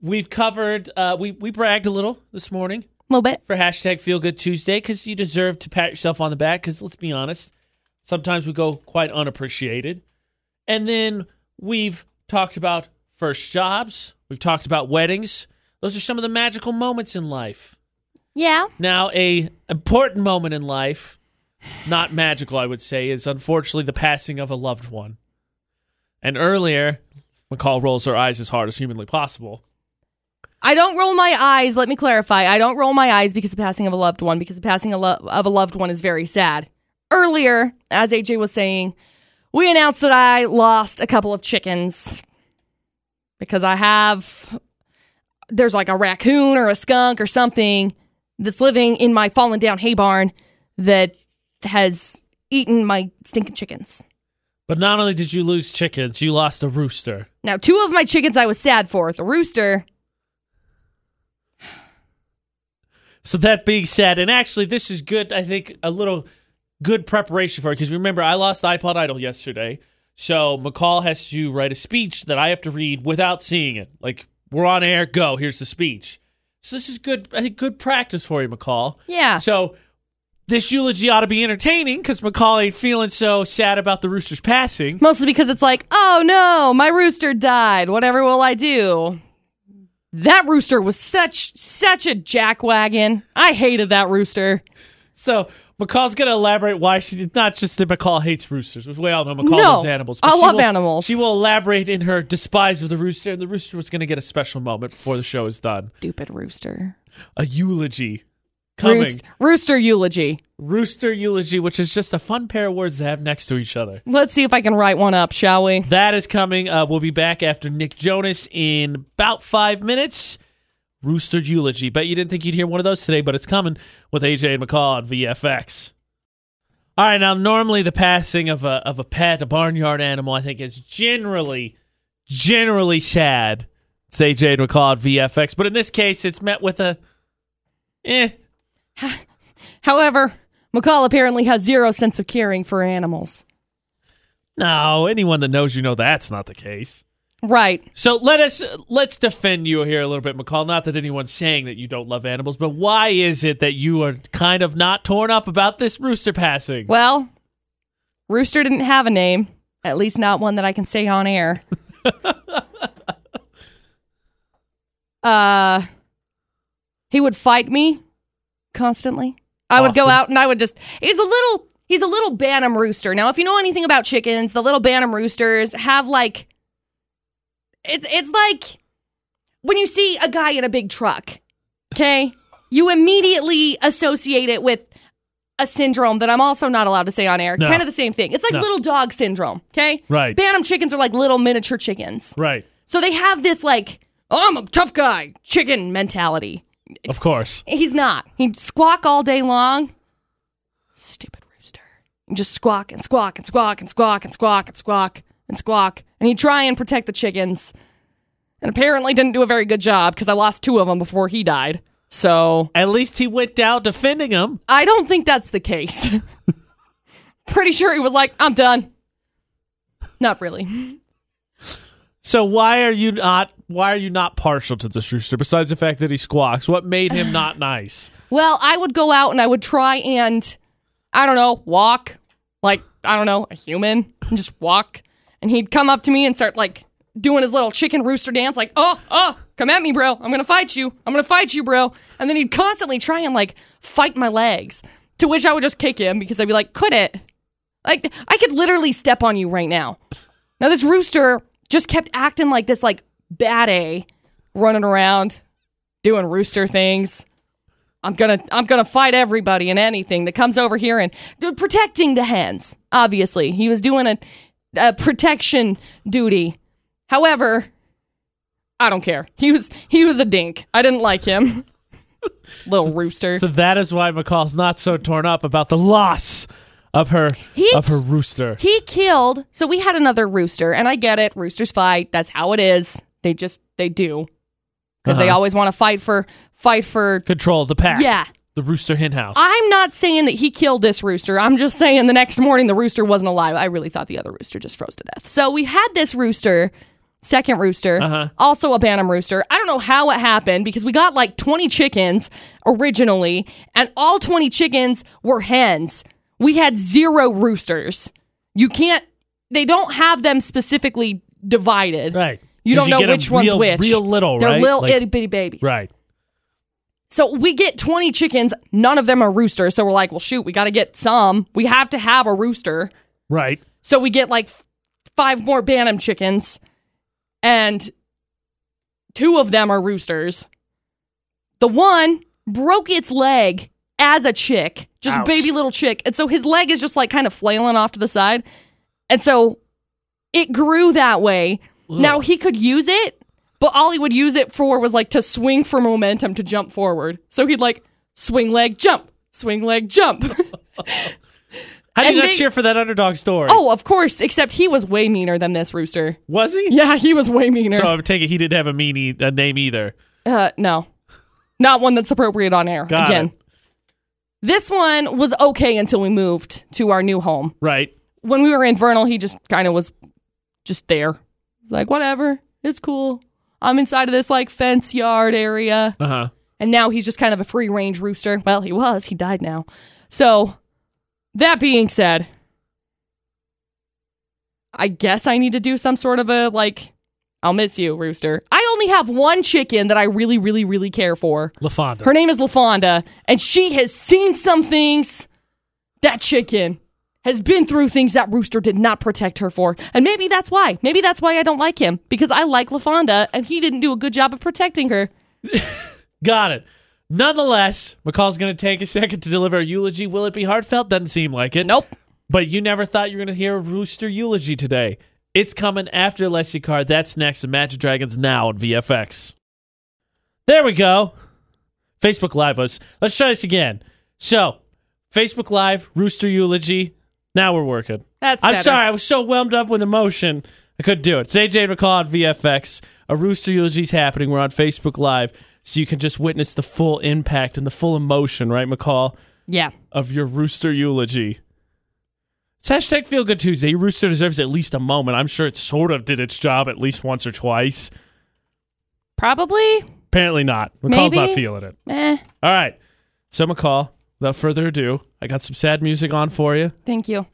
S1: we've covered. Uh, we we bragged a little this morning.
S2: A little bit.
S1: for hashtag Feel Good Tuesday because you deserve to pat yourself on the back. Because let's be honest, sometimes we go quite unappreciated. And then we've talked about first jobs. We've talked about weddings. Those are some of the magical moments in life.
S2: Yeah.
S1: Now, a important moment in life, not magical, I would say, is unfortunately the passing of a loved one. And earlier, McCall rolls her eyes as hard as humanly possible.
S2: I don't roll my eyes. Let me clarify. I don't roll my eyes because the passing of a loved one, because the passing of lo- of a loved one is very sad. Earlier, as AJ was saying, we announced that I lost a couple of chickens because I have, there's like a raccoon or a skunk or something that's living in my fallen down hay barn that has eaten my stinking chickens.
S1: But not only did you lose chickens, you lost a rooster.
S2: Now, two of my chickens I was sad for the rooster.
S1: So that being said, and actually, this is good. I think a little good preparation for it because remember, I lost iPod Idol yesterday, so McCall has to write a speech that I have to read without seeing it. Like we're on air, go. Here's the speech. So this is good. I think good practice for you, McCall.
S2: Yeah.
S1: So this eulogy ought to be entertaining because McCall ain't feeling so sad about the Roosters passing.
S2: Mostly because it's like, oh no, my rooster died. Whatever will I do? That rooster was such such a jackwagon. I hated that rooster.
S1: So McCall's gonna elaborate why she did not just that McCall hates roosters, which we all know McCall
S2: No,
S1: loves animals. but
S2: I
S1: she
S2: love
S1: will-
S2: animals.
S1: She will elaborate in her despise of the rooster, and the rooster was gonna get a special moment before the show is done.
S2: Stupid rooster.
S1: A eulogy coming.
S2: Roos- rooster eulogy.
S1: Rooster eulogy, which is just a fun pair of words to have next to each other.
S2: Let's see if I can write one up, shall we?
S1: That is coming. Uh, we'll be back after Nick Jonas in about five minutes. Rooster eulogy. Bet you didn't think you'd hear one of those today, but it's coming with AJ and McCall on VFX. All right, now normally the passing of a of a pet, a barnyard animal, I think is generally generally sad. It's AJ and McCall on VFX, but in this case, it's met with a eh.
S2: However, McCall apparently has zero sense of caring for animals.
S1: No, anyone that knows you know that's not the case.
S2: Right.
S1: So let us let's defend you here a little bit, McCall. Not that anyone's saying that you don't love animals, but why is it that you are kind of not torn up about this rooster passing?
S2: Well, Rooster didn't have a name, at least not one that I can say on air. uh he would fight me constantly. I would go
S13: Often.
S2: out and I would just he's a little he's a little bantam rooster. Now, if you know anything about chickens, the little bantam roosters have like it's it's like when you see a guy in a big truck, okay? you immediately associate it with a syndrome that I'm also not allowed to say on air.
S1: No.
S2: Kind of the same thing. It's like
S1: No.
S2: little dog syndrome, okay?
S1: Right.
S2: Bantam chickens are like little miniature chickens.
S1: Right.
S2: So they have this like, oh, I'm a tough guy, chicken mentality.
S1: Of course.
S2: He's not. He'd squawk all day long. Stupid rooster. Just squawk and squawk and squawk and squawk and squawk and squawk and squawk. And he'd try and protect the chickens. And apparently didn't do a very good job because I lost two of them before he died. So
S1: at least he went down defending him.
S2: I don't think that's the case. [laughs] Pretty sure he was like, I'm done. Not really.
S1: So why are you not why are you not partial to this rooster besides the fact that he squawks? What made him
S2: [laughs]
S1: not nice?
S2: Well, I would go out and I would try and, I don't know, walk like, I don't know, a human and just walk. And he'd come up to me and start like doing his little chicken rooster dance, like, oh, oh, come at me, bro. I'm going to fight you. I'm going to fight you, bro. And then he'd constantly try and like fight my legs, to which I would just kick him because I'd be like, could it? Like, I could literally step on you right now. Now, this rooster just kept acting like this, like, bad A, running around, doing rooster things. I'm gonna I'm gonna fight everybody and anything that comes over here and uh, protecting the hens. Obviously, he was doing a, a protection duty. However, I don't care. He was he was a dink. I didn't like him. [laughs] Little rooster.
S1: So that is why McCall's not so torn up about the loss of her
S2: He-
S1: of her rooster.
S2: He killed. So we had another rooster, and I get it. Roosters fight. That's how it is. They just they do because they
S1: Uh-huh.
S2: always want to fight for fight for
S1: Control the pack.
S2: Yeah.
S1: The rooster hen house.
S2: I'm not saying that he killed this rooster. I'm just saying the next morning the rooster wasn't alive. I really thought the other rooster just froze to death. So we had this rooster, second rooster,
S1: Uh-huh.
S2: also a Bantam rooster. I don't know how it happened because we got like 20 chickens originally, and all 20 chickens were hens. We had zero roosters. You can't, they don't have them specifically divided.
S1: Right.
S2: You
S1: 'Cause
S2: don't
S1: you
S2: know
S1: get 'em
S2: which one's
S1: real-
S2: which.
S1: real little,
S2: They're
S1: right?
S2: little
S1: Like-
S2: itty bitty babies.
S1: right.
S2: So we get 20 chickens. None of them are roosters. So we're like, well, shoot, we got to get some. We have to have a rooster.
S1: Right.
S2: So we get like f- five more Bantam chickens, and two of them are roosters. The one broke its leg as a chick, just
S13: Ouch.
S2: baby little chick. And so his leg is just like kind of flailing off to the side. And so it grew that way. Now he could use it, but all he would use it for was like to swing for momentum to jump forward. So he'd like swing leg, jump, swing leg, jump.
S1: How do you
S2: And
S1: not
S2: they-
S1: cheer for that underdog story?
S2: Oh, of course. Except he was way meaner than this rooster.
S1: Was he?
S2: Yeah, he was way meaner.
S1: So I take it he didn't have a meanie a name either.
S2: uh, no, not one that's appropriate on air.
S1: Got
S2: Again,
S1: it.
S2: this one was okay until we moved to our new home.
S1: Right.
S2: When we were in Vernal, he just kind of was just there. He's like, whatever, it's cool. I'm inside of this like fence yard area,
S1: Uh huh.
S2: and now he's just kind of a free range rooster. Well, he was. He died now. So, that being said, I guess I need to do some sort of a like, I'll miss you, rooster. I only have one chicken that I really, really, really care for.
S1: LaFonda.
S2: Her name is LaFonda, and she has seen some things. That chicken has been through things that rooster did not protect her for. And maybe that's why. Maybe that's why I don't like him because I like LaFonda and he didn't do a good job of protecting her.
S1: Got it. Nonetheless, McCall's going to take a second to deliver a eulogy. Will it be heartfelt? Doesn't seem like it.
S2: Nope.
S1: But you never thought you were going to hear a rooster eulogy today. It's coming after Leslie Card. That's next. And Magic Dragons now on VFX. There we go. Facebook Live us. Let's try this again. So, Facebook Live, rooster eulogy. Now we're working.
S2: That's
S1: I'm
S2: better.
S1: sorry. I was so whelmed up with emotion, I couldn't do it. It's AJ McCall on VFX. A Rooster Eulogy's happening. We're on Facebook Live, so you can just witness the full impact and the full emotion, right, McCall,
S2: Yeah.
S1: of your Rooster Eulogy. It's hashtag Feel Good Tuesday. Your rooster deserves at least a moment. I'm sure it sort of did its job at least once or twice.
S2: Probably.
S1: Apparently not. McCall's
S2: Maybe.
S1: not feeling it.
S2: Eh.
S1: All right. So, McCall, without further ado, I got some sad music on for you.
S2: Thank you.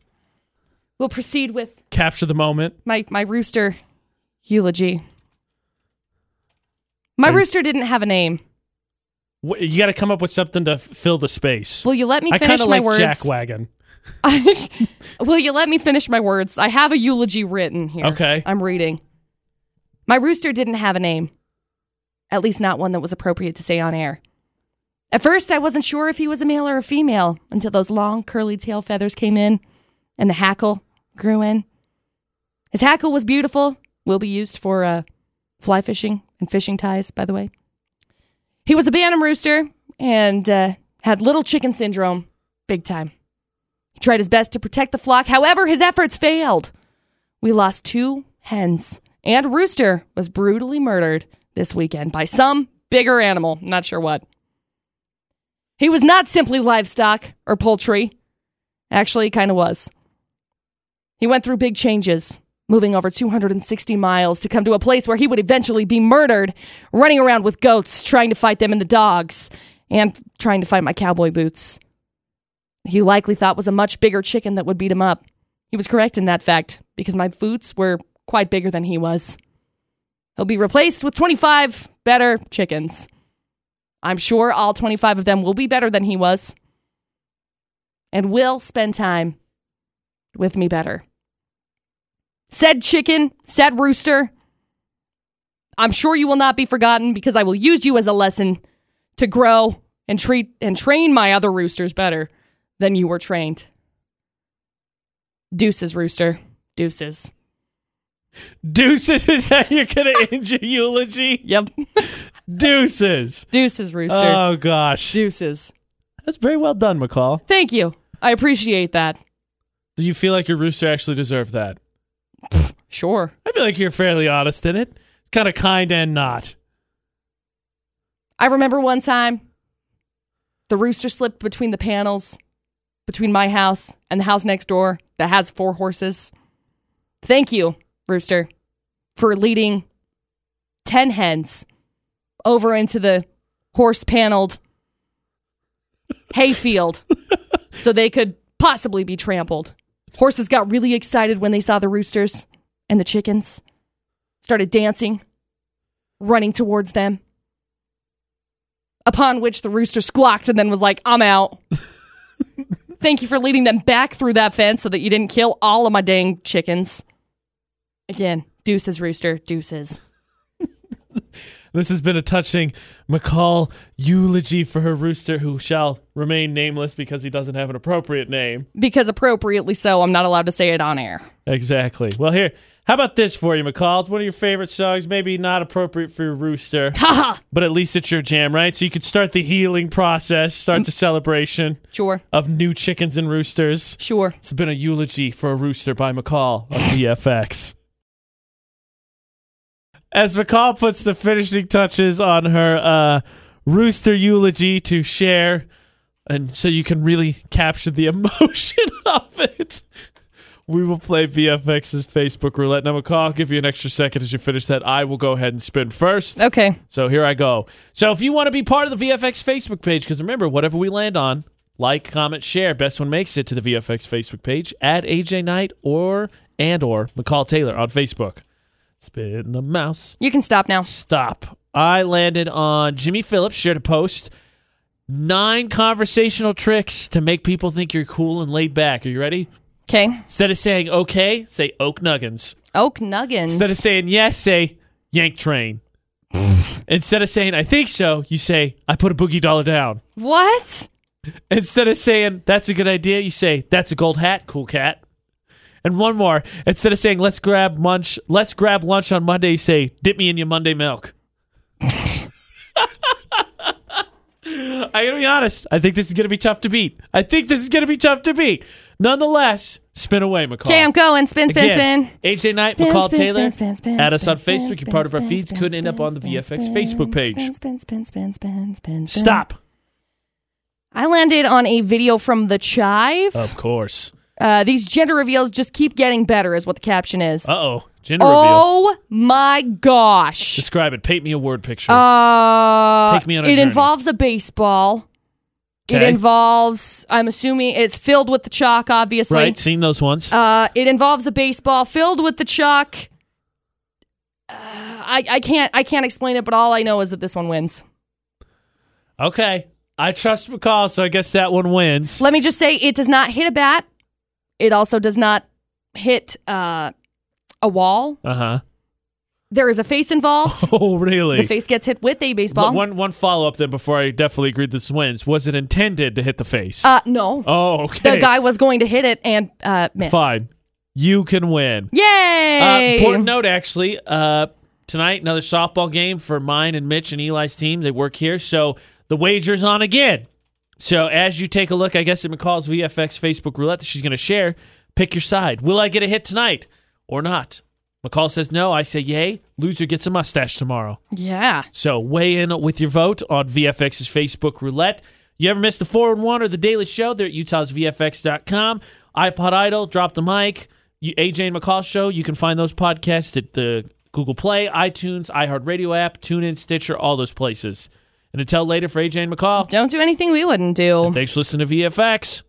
S2: We'll proceed with
S1: Capture the moment.
S2: my, my rooster eulogy. My
S1: Are you-
S2: rooster didn't have a name.
S1: Wh- You got to come up with something to f- fill the space.
S2: Will you let me
S1: I
S2: finish
S1: kinda
S2: my
S1: like
S2: words?
S1: Jack Wagon.
S2: [laughs] Will you let me finish my words? I have a eulogy written here.
S1: Okay.
S2: I'm reading. My rooster didn't have a name, at least not one that was appropriate to say on air. At first, I wasn't sure if he was a male or a female until those long, curly tail feathers came in and the hackle grew in. His hackle was beautiful, will be used for uh, fly fishing and fishing ties, by the way. He was a Bantam rooster and uh, had little chicken syndrome, big time. He tried his best to protect the flock. However, his efforts failed. We lost two hens, and Rooster was brutally murdered this weekend by some bigger animal, not sure what. He was not simply livestock or poultry. Actually, he kind of was. He went through big changes, moving over 260 miles to come to a place where he would eventually be murdered, running around with goats, trying to fight them and the dogs, and trying to find my cowboy boots he likely thought was a much bigger chicken that would beat him up. He was correct in that fact, because my boots were quite bigger than he was. He'll be replaced with 25 better chickens. I'm sure all 25 of them will be better than he was and will spend time with me better. Said chicken, said rooster, I'm sure you will not be forgotten because I will use you as a lesson to grow and treat and train my other roosters better than you were trained. Deuces, rooster. Deuces.
S1: Deuces [laughs] is how you're
S2: [laughs]
S1: gonna end your eulogy.
S2: Yep.
S1: Deuces.
S2: Deuces, rooster.
S1: Oh gosh.
S2: Deuces.
S1: That's very well done, McCall.
S2: Thank you. I appreciate that.
S1: Do you feel like your rooster actually deserved that?
S2: Sure.
S1: I feel like you're fairly honest in it. It's kind of kind and not.
S2: I remember one time the rooster slipped between the panels between my house and the house next door that has four horses. Thank you, rooster, for leading 10 hens over into the horse paneled hayfield so they could possibly be trampled. Horses got really excited when they saw the roosters and the chickens, started dancing, running towards them. Upon which the rooster squawked and then was like,
S1: [laughs]
S2: I'm out. Thank you for leading them back through that fence so that you didn't kill all of my dang chickens. Again, deuces, rooster, deuces.
S1: This has been a touching McCall eulogy for her rooster, who shall remain nameless because he doesn't have an appropriate name.
S2: Because appropriately so, I'm not allowed to say it on air.
S1: Exactly. Well, here, how about this for you, McCall? It's one of your favorite songs, maybe not appropriate for your rooster, but at least it's your jam, right? So you could start the healing process, start the celebration
S2: Sure.
S1: of new chickens and roosters.
S2: Sure.
S1: It's been a eulogy for a rooster by McCall of VFX. As McCall puts the finishing touches on her uh, rooster eulogy to share, and so you can really capture the [laughs] emotion of it, we will play VFX's Facebook roulette. Now, McCall, I'll give you an extra second as you finish that. I will go ahead and spin first.
S2: Okay.
S1: So here I go. So if you want to be part of the VFX Facebook page, because remember, whatever we land on, like, comment, share. Best one makes it to the VFX Facebook page at AJ Knight or and or McCall Taylor on Facebook. Spin the mouse.
S2: You can stop now.
S1: Stop. I landed on Jimmy Phillips shared a post. Nine conversational tricks to make people think you're cool and laid back. Are you ready?
S2: Okay.
S1: Instead of saying okay, say oak nuggins.
S2: Oak Nuggins.
S1: Instead of saying yes, say yank train. Instead of saying I think so, you say I put a boogie dollar down.
S2: what?
S1: Instead of saying that's a good idea, you say that's a gold hat, cool cat. And one more. Instead of saying let's grab lunch, let's grab lunch on Monday, you say dip me in your Monday milk. [laughs] I gotta be honest. I think this is gonna be tough to beat. I think this is gonna be tough to beat. Nonetheless, spin away, McCall.
S2: Okay, I'm going. Spin, spin,
S1: Again,
S2: spin.
S1: AJ Knight,
S2: Spin,
S1: McCall
S2: spin,
S1: Taylor.
S2: spin, spin, spin,
S1: Add us
S2: spin,
S1: on
S2: spin,
S1: Facebook.
S2: spin,
S1: You're part of our
S2: spin,
S1: feeds.
S2: spin,
S1: Could end up on the VFX Facebook page.
S2: Spin, spin, spin, spin, spin, spin, spin.
S1: Stop.
S2: I landed on a video from The Chive.
S1: Of course.
S2: Uh, these gender reveals just keep getting better, is what the caption is.
S1: Uh oh. Gender reveal.
S2: Oh my gosh.
S1: Describe it. Paint me a word picture.
S2: Oh, Uh,
S1: Take me on a
S2: it
S1: journey.
S2: involves a baseball. It
S1: Okay.
S2: involves, I'm assuming, it's filled with the chalk, obviously.
S1: right. Seen those ones.
S2: Uh, it involves a baseball filled with the chalk. Uh, I, I can't I can't explain it, but all I know is that this one wins.
S1: okay. I trust McCall, so I guess that one wins.
S2: Let me just say it does not hit a bat. It also does not hit uh, a wall.
S1: Uh huh.
S2: There is a face involved.
S1: [laughs] Oh, really?
S2: The face gets hit with a
S1: L-
S2: baseball.
S1: One one follow up then before I definitely agreed this wins. Was it intended to hit the face?
S2: Uh, no.
S1: oh, okay.
S2: The guy was going to hit it and uh, missed.
S1: Fine. You can win. Uh,
S2: Yay!
S1: important note, actually. Uh, tonight, another softball game for mine and Mitch and Eli's team. They work here, so the wager's on again. So as you take a look, I guess at McCall's VFX Facebook roulette that she's going to share, pick your side. Will I get a hit tonight or not? McCall says no. I say yay. Loser gets a mustache tomorrow.
S2: yeah.
S1: So weigh in with your vote on VFX's Facebook roulette. You ever missed the 4 and 1 or the Daily Show? They're at utahsvfx.com. iPod Idol, Drop the Mic, you, AJ and McCall Show. You can find those podcasts at the Google Play, iTunes, iHeartRadio app, TuneIn, Stitcher, all those places. And until later for AJ and McCall,
S2: Don't do anything we wouldn't do.
S1: thanks for listening to VFX.